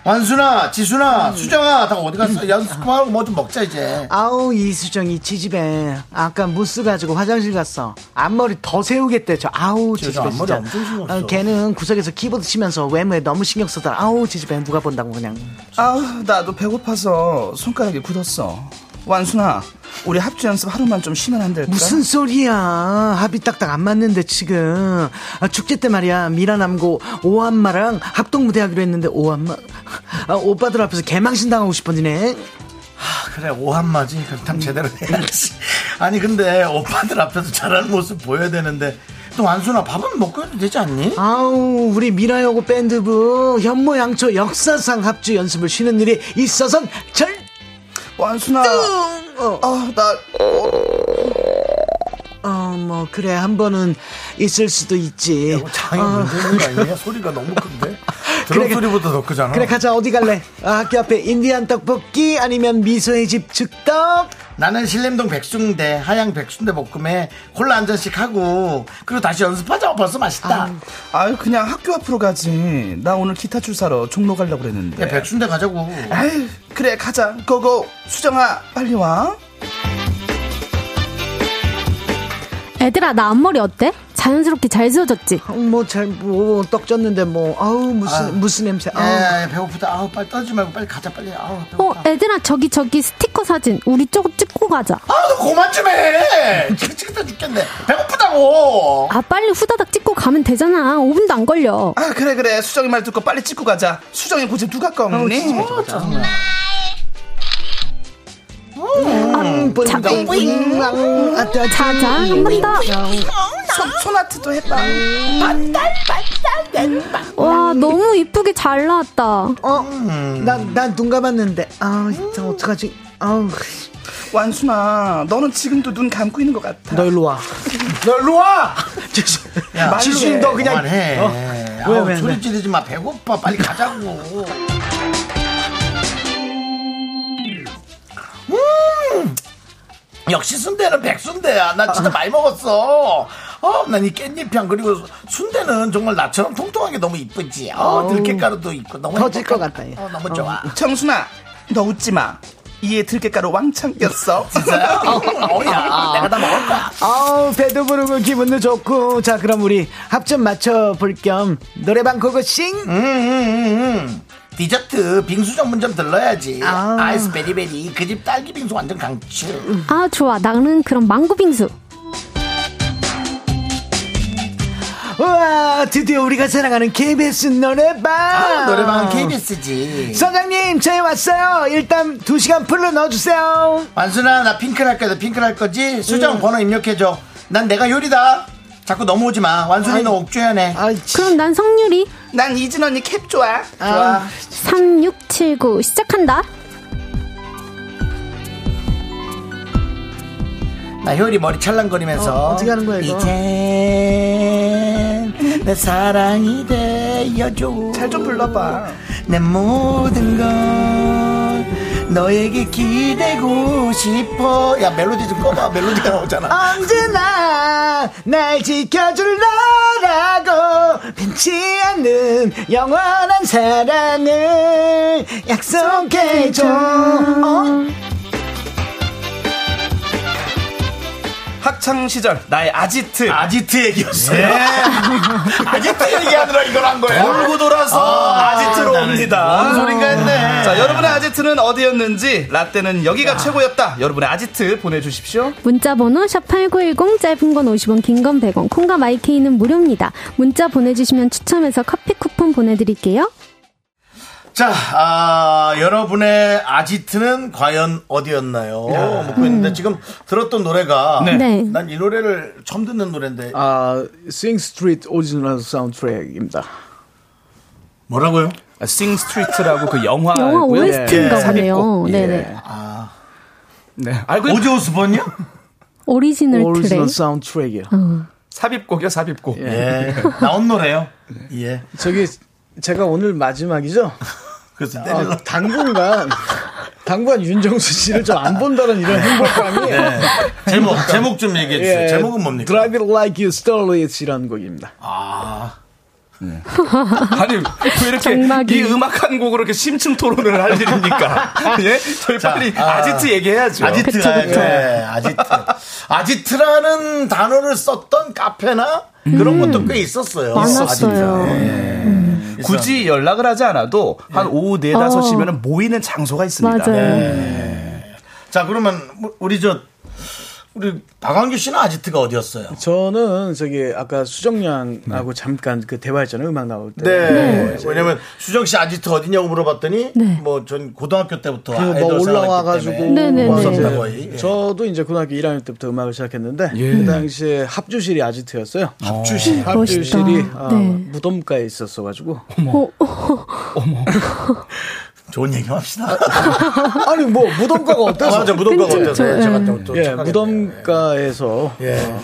Speaker 1: 완순아, 지순아, 수정아, 다 어디 갔어? 연습하고 뭐 좀 먹자 이제.
Speaker 2: 아우 이수정이 지집에 아까 무스 가지고 화장실 갔어 앞머리 더 세우겠대 저 아우
Speaker 1: 쟤도
Speaker 2: 지집에
Speaker 1: 앞머리
Speaker 2: 진짜
Speaker 1: 엄청 신경
Speaker 2: 아,
Speaker 1: 써.
Speaker 2: 걔는 구석에서 키보드 치면서 외모에 너무 신경 쓰더라 아우 지집에 누가 본다고 그냥
Speaker 16: 아, 나도 배고파서 손가락이 굳었어. 완순아, 우리 합주 연습 하루만 좀 쉬면 안 될까?
Speaker 2: 무슨 소리야 합이 딱딱 안 맞는데 지금 아, 축제 때 말이야 미라 남고 오한마랑 합동 무대 하기로 했는데 오한마 아, 오빠들 앞에서 개망신 당하고 싶어지네
Speaker 1: 그래 오한마지. 그럼 참 제대로 해야지. 아니 근데 오빠들 앞에서 잘하는 모습 보여야 되는데 또 완순아 밥은 먹고 해도 되지 않니?
Speaker 2: 아우 우리 미라여고 밴드부 현모양초 역사상 합주 연습을 쉬는 일이 있어선 절 어.
Speaker 16: 완순아 아나
Speaker 2: 어뭐 그래 한 번은 있을 수도 있지
Speaker 16: 뭐 아.
Speaker 2: 어.
Speaker 1: 장이 문제는 거 아니야? 소리가 너무 큰데. 드럼
Speaker 2: 그래,
Speaker 1: 소리보다 더 크잖아.
Speaker 2: 그래 가자 어디 갈래 아, 학교 앞에 인디안 떡볶이 아니면 미소의 집 즉떡
Speaker 1: 나는 신림동 백순대 하양 백순대 볶음에 콜라 한 잔씩 하고 그리고 다시 연습하자. 벌써 맛있다.
Speaker 16: 아유 그냥 학교 앞으로 가지. 나 오늘 기타 줄 사러 종로 가려고 그랬는데.
Speaker 1: 야, 백순대 가자고.
Speaker 16: 아유 그래 가자. 고고 수정아 빨리 와.
Speaker 9: 애들아, 나 앞머리 어때? 자연스럽게 잘 세워졌지?
Speaker 2: 뭐 잘 뭐 떡 쪘는데 뭐 아우 무슨
Speaker 1: 아.
Speaker 2: 무슨 냄새
Speaker 1: 야, 야,
Speaker 2: 아우
Speaker 1: 야, 예, 배고프다. 아우, 빨리 떨지 말고 빨리 가자, 빨리. 아우, 배고프다.
Speaker 9: 어, 애들아, 저기, 저기 스티커 사진. 우리 저거 찍고 가자.
Speaker 1: 아우, 너 그만 좀 해! 찍다 죽겠네. 배고프다고!
Speaker 9: 아, 빨리 후다닥 찍고 가면 되잖아. 5분도 안 걸려.
Speaker 16: 아 그래 그래 수정이 말 듣고 빨리 찍고 가자. 수정이 고집 누가 꺾니? 음,
Speaker 9: 자, 어, 자자, 한 번 더.
Speaker 16: 아, 손- 손아트도 해봐. 반달 반달 반
Speaker 9: 와, 너무 이쁘게 잘 나왔다.
Speaker 16: 어,
Speaker 2: 어난난눈 감았는데 아 진짜 어떡하지 아우
Speaker 16: 완순아 너는 지금도 눈 감고 있는 것 같아.
Speaker 2: 너 일로 와
Speaker 16: 너 일로 와.
Speaker 1: 야,
Speaker 2: 지수인 너 그냥-
Speaker 1: 그만해.
Speaker 2: 어.
Speaker 1: 아우,
Speaker 2: 왜, 왜, 왜?
Speaker 1: 소리 지르지 마. 배고파. 빨리 가자고. 음! 역시 순대는 백순대야. 나 진짜 많이 먹었어. 어, 난 이 깻잎향 그리고 순대는 정말 나처럼 통통하게 너무 이쁘지. 어,
Speaker 16: 어우.
Speaker 1: 들깨가루도 있고 너무
Speaker 16: 터질
Speaker 1: 행복해.
Speaker 16: 것 같다, 얘.
Speaker 1: 어, 너무 좋아.
Speaker 16: 청순아 너 웃지 마. 이에 들깨가루 왕창 꼈어.
Speaker 1: 진짜요? 어야, 내가 다 먹을 거야.
Speaker 2: 아우 배도 부르고 기분도 좋고 자 그럼 우리 합점 맞춰볼 겸 노래방 고고싱
Speaker 1: 음, 디저트 빙수 전문점 들러야지.
Speaker 2: 아.
Speaker 1: 아. 이스 베리베리 그 집 딸기 빙수 완전
Speaker 17: 음.
Speaker 1: 강추.
Speaker 9: 아, 좋아. 나는 그럼 망고빙수.
Speaker 2: 우와 드디어 우리가 사랑하는 KBS 노래방
Speaker 1: 아, 노래방은 KBS지.
Speaker 2: 사장님 저희 왔어요 일단 2시간 풀로 넣어주세요
Speaker 1: 완순아 나 핑클 할 거야. 핑클 할 거지.
Speaker 17: 음.
Speaker 1: 수정 번호 입력해 줘. 난 내가 요리다. 자꾸 넘어오지 마. 완순이 너 옥주현해.
Speaker 17: 아.
Speaker 9: 그럼 난 성유리.
Speaker 16: 난 이진 언니 캡 좋아.
Speaker 1: 좋아.
Speaker 9: 3679 시작한다.
Speaker 1: 나 효리 머리 찰랑거리면서
Speaker 2: 어, 어떻게 하는 거야, 이거?
Speaker 1: 이젠
Speaker 17: 내 사랑이 되어줘 잘 좀 불러봐 내
Speaker 1: 뭐,
Speaker 17: 모든 걸 너에게 기대고 싶어 야 멜로디 좀 꺼봐 멜로디가 나오잖아
Speaker 18: 언제나 날 지켜줄 너라고 변치 않는 영원한 사랑을 약속해줘 어?
Speaker 16: 학창 시절 나의 아지트
Speaker 1: 아지트 얘기였어요.
Speaker 16: 아지트
Speaker 1: 얘기하느라 이걸 한 거예요?
Speaker 16: 돌고 돌아서
Speaker 1: 아,
Speaker 16: 아, 지트로
Speaker 1: 나는
Speaker 16: 옵니다.
Speaker 1: 뭔 소린가 했네.
Speaker 16: 자, 여러분의 아지트는 어디였는지 라떼는 여기가 최고였다. 여러분의 아지트 보내주십시오.
Speaker 9: 문자번호 샵8910 짧은 건 50원 긴 건 100원 콩과 마이케이는 무료입니다. 문자 보내주시면 추첨해서 커피 쿠폰 보내드릴게요.
Speaker 1: 자, 아, 여러분의 아지트는 과연 어디였나요? 묻고 있는데 지금 들었던 노래가
Speaker 2: 네. 네.
Speaker 1: 난 이 노래를 처음 듣는 노래인데
Speaker 2: 아, Sing Street 오리지널 사운드트랙입니다.
Speaker 1: 뭐라고요?
Speaker 16: 아, Sing Street라고 그 영화
Speaker 2: 영화 OST 인가
Speaker 9: 보네요. 네네.
Speaker 1: 아.
Speaker 16: 네. 알고
Speaker 1: 오지 오스번이요?
Speaker 18: 네,
Speaker 9: 오리지널, 트랙.
Speaker 2: 사운드트랙이요.
Speaker 9: 어.
Speaker 16: 삽입곡이요, 삽입곡.
Speaker 1: 예. 나온 노래요? 예.
Speaker 2: 저기 제가 오늘 마지막이죠?
Speaker 1: 그래서
Speaker 2: 아, 당분간 당분간 윤정수 씨를 좀 안 본다는 이런 행복감이
Speaker 1: 네. 제목, 제목 좀 얘기해 주세요. 예.
Speaker 2: 예.
Speaker 1: 제목은 뭡니까?
Speaker 2: Drive It Like You Stole It이라는 곡입니다.
Speaker 1: 아.
Speaker 16: 아니 왜 이렇게 이 음악 한 곡으로 이렇게 심층 토론을 할 일입니까? 예? 저희 빨리
Speaker 1: 아,
Speaker 16: 아지트 얘기해야죠.
Speaker 1: 아지트 가야죠. 네, 아지트. 아지트라는 단어를 썼던 카페나 그런
Speaker 16: 음.
Speaker 1: 것도 꽤 있었어요.
Speaker 16: 많았어요.
Speaker 1: 아지트. 예.
Speaker 16: 음. 굳이 연락을 하지 않아도 한 오후 4,
Speaker 1: 어.
Speaker 16: 5시면 모이는 장소가 있습니다.
Speaker 1: 맞아요. 네. 자, 그러면 뭐 우리 저 우리 박완규 씨는 아지트가 어디였어요?
Speaker 2: 저는 저기 아까 수정양하고 잠깐 그 대화했잖아요. 음악 나올 때.
Speaker 1: 네. 왜냐면 수정 씨 아지트 어디냐고 물어봤더니 뭐 전 고등학교 때부터
Speaker 2: 그
Speaker 1: 아이돌
Speaker 2: 뭐 올라와가지고
Speaker 1: 생활했기 때문에 없었다 거의. 예.
Speaker 2: 이제 저도 이제 고등학교 1학년 때부터 음악을 시작했는데 그 당시에 합주실이 아지트였어요.
Speaker 1: 합주실.
Speaker 2: 합주실이
Speaker 1: 멋있다.
Speaker 2: 아,
Speaker 1: 네.
Speaker 2: 무덤가에 있었어가지고
Speaker 1: 좋은 얘기 합시다.
Speaker 2: 아니 뭐 무덤가가 어때서?
Speaker 1: 맞아, 무덤가가 근처, 어때서? 저, 제가 또- 또
Speaker 2: 예,
Speaker 1: 착하겠네요.
Speaker 2: 무덤가에서
Speaker 1: 예.
Speaker 2: 어,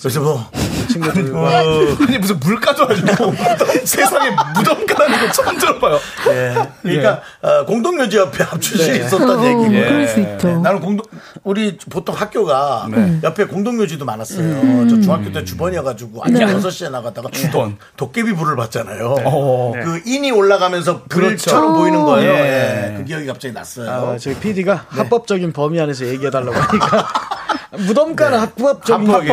Speaker 1: 그래서 뭐
Speaker 2: 친구들과
Speaker 16: 아니 무슨 물가도 아니고 세상에 무덤가라는 거 처음 들어봐요.
Speaker 1: 예. 그러니까 어, 공동묘지 옆에 합주실이
Speaker 16: 네.
Speaker 1: 있었던
Speaker 16: 어,
Speaker 1: 얘기고.
Speaker 16: 그럴 수 있죠.
Speaker 1: 네. 나는 공동 우리 보통 학교가
Speaker 16: 네.
Speaker 1: 옆에 공동묘지도 많았어요.
Speaker 16: 음.
Speaker 1: 저 중학교 때 주번이어가지고 아침
Speaker 16: 네.
Speaker 1: 6시에 나갔다가
Speaker 16: 주번.
Speaker 1: 도깨비 불을 봤잖아요.
Speaker 16: 어.
Speaker 1: 그 인이 올라가면서 불처럼
Speaker 2: 그렇죠.
Speaker 1: 보이는 거예요.
Speaker 2: 예.
Speaker 1: 예. 그 기억이 갑자기 났어요.
Speaker 2: 아, 저희 PD가
Speaker 1: 네.
Speaker 2: 합법적인 범위 안에서 얘기해달라고 하니까 무덤가는 합법적인
Speaker 1: 네. 합법이에요.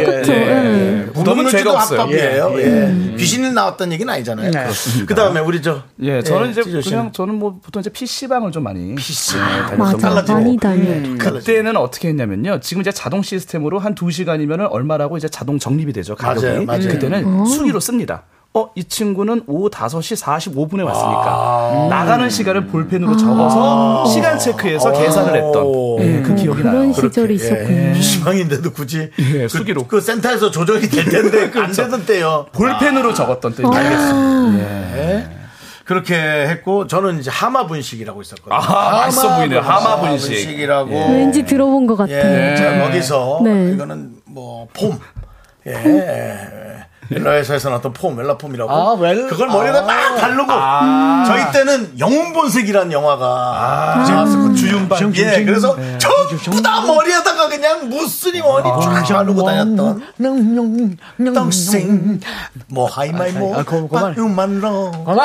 Speaker 1: 예, 예,
Speaker 2: 그쵸,
Speaker 1: 예.
Speaker 2: 예.
Speaker 1: 무덤은 죄가
Speaker 2: 없어요.
Speaker 1: 합법이에요.
Speaker 2: 예,
Speaker 1: 예.
Speaker 2: 예. 음.
Speaker 1: 귀신이 나왔던 얘기는 아니잖아요.
Speaker 16: 네. 그렇습니다.
Speaker 1: 그 다음에 우리 저
Speaker 16: 예, 저는 이제
Speaker 1: 찌조 씨는.
Speaker 16: 그냥 저는 뭐 보통 이제 PC방을 좀 많이 PC
Speaker 1: 맞아, 많이 다녀요.
Speaker 16: 그때는 어떻게 했냐면요. 지금 이제 자동 시스템으로 한 2시간이면 얼마라고 이제 자동 적립이 되죠. 가격이.
Speaker 1: 맞아요, 맞아요.
Speaker 16: 그때는
Speaker 1: 음.
Speaker 16: 수기로 씁니다. 어, 이 친구는 오후 5시 45분에 왔으니까 나가는 시간을 볼펜으로 적어서
Speaker 1: 아.
Speaker 16: 시간 체크해서 계산을 했던 예, 그 기억이 나요.
Speaker 1: PC방인데도 네. 굳이
Speaker 16: 예, 수기로
Speaker 1: 그 센터에서 조정이 될 텐데 안
Speaker 16: 그렇죠.
Speaker 1: 되던 때요.
Speaker 16: 볼펜으로 적었던 때가
Speaker 1: 알겠습니다. 그렇게 했고 저는 이제 하마 분식이라고 있었거든요.
Speaker 16: 아, 맛있어 보이네요. 하마 분식.
Speaker 1: 이라고
Speaker 9: 왠지 들어본 것 같아요.
Speaker 2: 네.
Speaker 1: 예, 제가 거기서
Speaker 9: 네.
Speaker 1: 이거는 뭐 폼. 예. 웰라에서 나왔던 폼, 웰라폼이라고.
Speaker 2: 아, 웰-
Speaker 1: 그걸 머리에다
Speaker 2: 아.
Speaker 1: 딱 바르고
Speaker 2: 아.
Speaker 1: 저희 때는 영혼본색이라는 영화가 이제
Speaker 9: 아.
Speaker 1: 나왔었거든요.
Speaker 2: 주윤반.
Speaker 1: 예, 그래서
Speaker 2: 네.
Speaker 1: 전부 다 머리에다가 그냥 무스니
Speaker 2: 아.
Speaker 1: 원이 쫙 바르고 다녔던
Speaker 9: 아.
Speaker 1: 덩싱 뭐 하이마이
Speaker 2: 아,
Speaker 1: 뭐 빠유만러
Speaker 2: 어,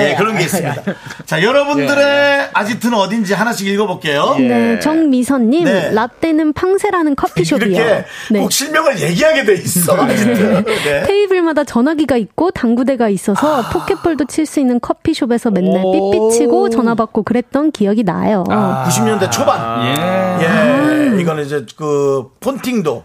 Speaker 1: 예, 그런 게
Speaker 2: 아,
Speaker 1: 있습니다. 자,
Speaker 2: 예,
Speaker 1: 여러분들의 아지트는 어딘지 하나씩 읽어볼게요.
Speaker 9: 네, 정미선님
Speaker 1: 네.
Speaker 9: 라떼는 팡세라는 커피숍이요.
Speaker 1: 이렇게
Speaker 9: 네.
Speaker 1: 꼭 실명을 얘기하게 돼 있어. 아지트. 네. 아.
Speaker 9: 테이블마다 전화기가 있고 당구대가 있어서 포켓볼도 칠 수 있는 커피숍에서 맨날 삐삐치고 전화 받고 그랬던 기억이 나요.
Speaker 1: 아. 90년대 초반. 예. 이거는 이제 그 폰팅도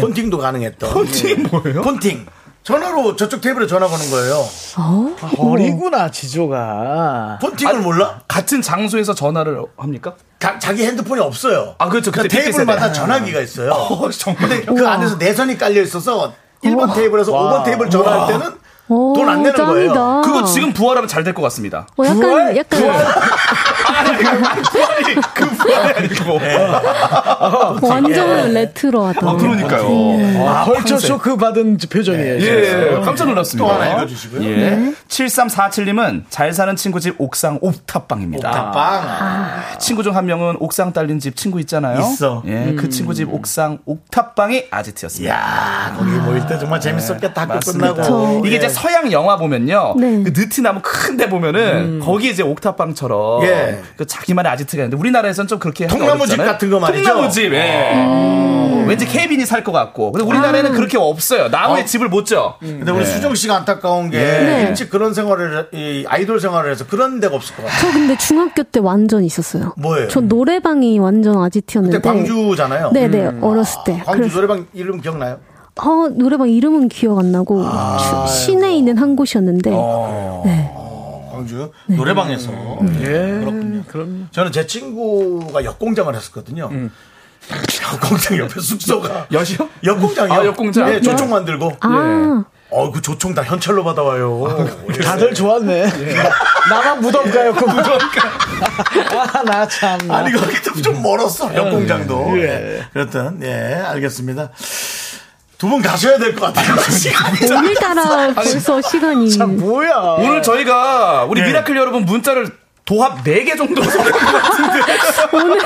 Speaker 1: 폰팅도 가능했던. 예. 폰팅 뭐예요? 폰팅. 전화로 저쪽 테이블에 전화 거는 거예요.
Speaker 9: 어?
Speaker 1: 아,
Speaker 9: 뭐.
Speaker 2: 버리구나 지조가.
Speaker 1: 폰팅을 몰라?
Speaker 16: 같은 장소에서 전화를 합니까?
Speaker 1: 아, 자기 핸드폰이 없어요.
Speaker 16: 아, 그렇죠. 그때
Speaker 1: 그러니까 테이블마다
Speaker 16: 삐삐 세대.
Speaker 1: 전화기가 있어요.
Speaker 16: 어, 정말.
Speaker 1: 근데 그 안에서 내선이 깔려 있어서 1번 테이블에서 5번 테이블 전화할
Speaker 16: 우와.
Speaker 1: 때는
Speaker 9: 어,
Speaker 1: 돈 안 내는 거예요.
Speaker 16: 그거 지금 부활하면 잘 될 것 같습니다.
Speaker 9: 어, 약간 약간
Speaker 16: 아니, 그 부활이, 그 부활이 아니고. 쓰고.
Speaker 9: 어,
Speaker 1: 예.
Speaker 9: 완전 레트로하다.
Speaker 16: 아, 그러니까요.
Speaker 2: 아,
Speaker 16: 아,
Speaker 2: 컬처
Speaker 16: 컨셉.
Speaker 2: 쇼크 받은 표정이에요.
Speaker 16: 예, 깜짝 놀랐습니다.
Speaker 2: 또 하나 읽어주시고요.
Speaker 16: 예.
Speaker 2: 네.
Speaker 16: 7347님은 잘 사는 친구 집 옥상 옥탑방입니다.
Speaker 1: 아.
Speaker 2: 옥탑방.
Speaker 16: 아, 친구 중 한 명은 옥상 딸린 집 친구 있잖아요.
Speaker 1: 있어.
Speaker 16: 예, 그
Speaker 1: 음.
Speaker 16: 친구 집 옥상 옥탑방이 아지트였습니다.
Speaker 1: 야 거기 모일 때 정말 재밌었겠다. 학교
Speaker 16: 맞습니다.
Speaker 1: 끝나고.
Speaker 16: 이게
Speaker 1: 예.
Speaker 16: 이제 서양 영화 보면요. 그 느티나무 큰데 보면은 거기 이제 옥탑방처럼
Speaker 1: 음. 예.
Speaker 16: 그 자기만의 아지트가 있는데 우리나라에서는 좀 그렇게 하기
Speaker 1: 통나무집
Speaker 16: 어렵잖아요.
Speaker 1: 같은 거 말이죠.
Speaker 16: 통나무집. 예.
Speaker 1: 음.
Speaker 16: 왠지 케빈이 살 것 같고. 근데 우리나라에는
Speaker 1: 아.
Speaker 16: 그렇게 없어요. 나무에
Speaker 1: 어.
Speaker 16: 집을 못 져.
Speaker 1: 근데 우리 수정 씨가 안타까운 게
Speaker 16: 네.
Speaker 1: 일찍 그런 생활을 이 아이돌 생활을 해서 그런 데가 없을 것 같아요.
Speaker 9: 저 근데 중학교 때 완전 있었어요.
Speaker 1: 뭐예요?
Speaker 9: 저 노래방이 완전 아지트였는데.
Speaker 1: 그때 광주잖아요.
Speaker 9: 네. 네네,
Speaker 1: 음.
Speaker 9: 어렸을 때.
Speaker 1: 광주
Speaker 9: 그래서,
Speaker 1: 노래방 이름 기억나요?
Speaker 9: 어, 노래방 이름은 기억 안 나고,
Speaker 1: 아.
Speaker 9: 주- 시내에 있는 한 곳이었는데.
Speaker 1: 어.
Speaker 9: 네.
Speaker 1: 광주 노래방에서 음. 네. 예, 그렇군요. 그럼 저는 제 친구가 역공장을 했었거든요. 역공장 옆에 숙소가
Speaker 16: 여시요?
Speaker 1: 역공장이요.
Speaker 16: 아, 역공장.
Speaker 1: 예, 조총 만들고.
Speaker 9: 네. 아.
Speaker 1: 어, 그 조총 다 현찰로 받아와요. 그 예.
Speaker 2: 다들 좋았네. 나만 무덤가요, 그 무덤가. 아, 나 참.
Speaker 1: 아니 거기도 좀 멀었어 역공장도. 뭐. 음. 예. 그렇든 예 알겠습니다. 두 분 가셔야 될 것 같아요. 시간이 다
Speaker 9: 오늘따라
Speaker 1: 됐어.
Speaker 9: 벌써 시간이. 예. 참,
Speaker 2: 뭐야.
Speaker 16: 오늘 저희가 우리 미라클 여러분 문자를 도합 4개 정도
Speaker 9: 오늘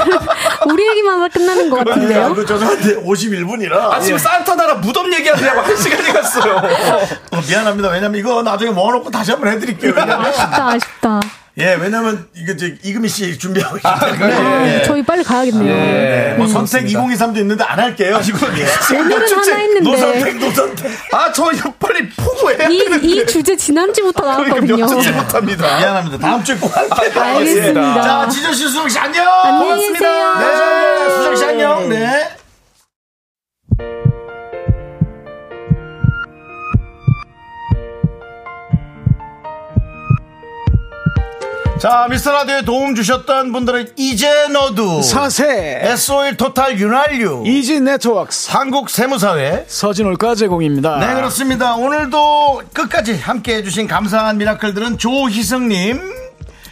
Speaker 9: 우리 얘기만 끝나는 것 같은데요?
Speaker 1: 그 죄송한데 51분이라.
Speaker 16: 아, 지금 산타나라 무덤 얘기하느라고 한 시간이 갔어요.
Speaker 1: 예. 미안합니다. 왜냐면 이거 나중에 모아놓고 다시 한번 해드릴게요.
Speaker 9: 그러니까.
Speaker 1: 왜냐면-
Speaker 9: 아쉽다, 아쉽다.
Speaker 1: 예, 왜냐면 이거 이제 이금희 씨 준비하고 있기 때문에.
Speaker 9: 아, 음, 저희 빨리 가야겠네요.
Speaker 1: 네, 뭐 선택 2023도 있는데 안 할게요.
Speaker 9: 아,
Speaker 1: 뭐
Speaker 9: 오늘은 하나 했는데.
Speaker 1: 노선택, 노선택.
Speaker 16: 아, 저 이거 빨리 포고해야
Speaker 9: 이, 이 주제 지난주부터 나왔거든요.
Speaker 16: 못합니다.
Speaker 1: 미안합니다. 다음 주에 꼭 할게요.
Speaker 9: 알겠습니다.
Speaker 1: 자, 지조 씨, 수정 씨 안녕.
Speaker 9: 안녕히 계세요.
Speaker 1: 고맙습니다. 네, 수정 씨 안녕. 네. 자, 미스터 라디오에 도움 주셨던 분들은 이제 너도
Speaker 2: 서세
Speaker 1: SO일 토탈 윤활유
Speaker 2: 이지 네트워크
Speaker 1: 한국 세무사회
Speaker 2: 서진올과 제공입니다.
Speaker 1: 네 그렇습니다. 오늘도 끝까지 함께해 주신 감사한 미라클들은 조희승님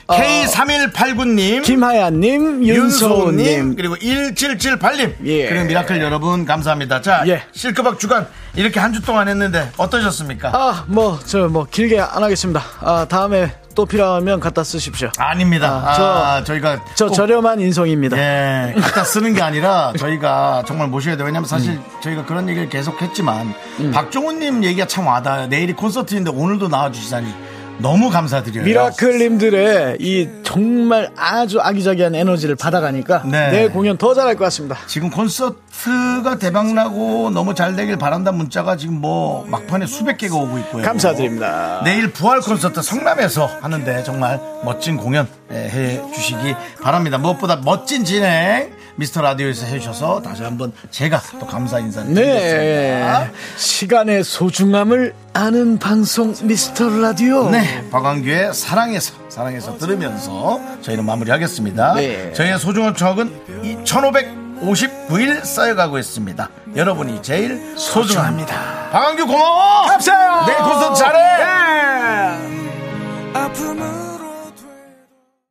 Speaker 1: K3189님
Speaker 2: 어. 김하야님 윤서호님
Speaker 1: 그리고 1778님 그리고 미라클 여러분 감사합니다. 자
Speaker 2: 예.
Speaker 1: 실크박 주간 이렇게 한 주 동안 했는데 어떠셨습니까?
Speaker 2: 아, 뭐, 저 뭐 길게 안 하겠습니다. 아, 다음에 또 필요하면 갖다 쓰십시오.
Speaker 1: 아닙니다.
Speaker 2: 저,
Speaker 1: 아, 저희가
Speaker 2: 저
Speaker 1: 꼭-
Speaker 2: 저렴한 인성입니다.
Speaker 1: 예, 갖다 쓰는 게 아니라 저희가 정말 모셔야 돼요. 왜냐면
Speaker 2: 음.
Speaker 1: 사실 저희가 그런 얘기를 계속 했지만 박종훈님 얘기가 참 와닿아요. 내일이 콘서트인데 오늘도 나와주시다니 너무 감사드려요.
Speaker 2: 미라클님들의 네. 이 정말 아주 아기자기한 에너지를 받아가니까
Speaker 1: 네.
Speaker 2: 내 공연 더 잘할 것 같습니다.
Speaker 1: 지금 콘서트가 대박나고 너무 잘 되길 바란다 문자가 지금 뭐 막판에 수백 개가 오고 있고요.
Speaker 2: 감사드립니다.
Speaker 1: 내일 부활 콘서트 성남에서 하는데 정말 멋진 공연 예, 해 주시기 바랍니다. 무엇보다 멋진 진행 미스터 라디오에서 해주셔서 다시 한번 제가 또 감사 인사를 드리겠습니다.
Speaker 2: 네. 시간의 소중함을 아는 방송 미스터 라디오.
Speaker 1: 네, 박광규의 사랑해서 사랑해서 들으면서 저희는 마무리하겠습니다.
Speaker 2: 네.
Speaker 1: 저희의 소중한 추억은 2,559일 쌓여가고 있습니다. 여러분이 제일 소중합니다. 박광규 고마워.
Speaker 2: 감사해요.
Speaker 1: 내일 콘서트 잘해.
Speaker 5: 아픔은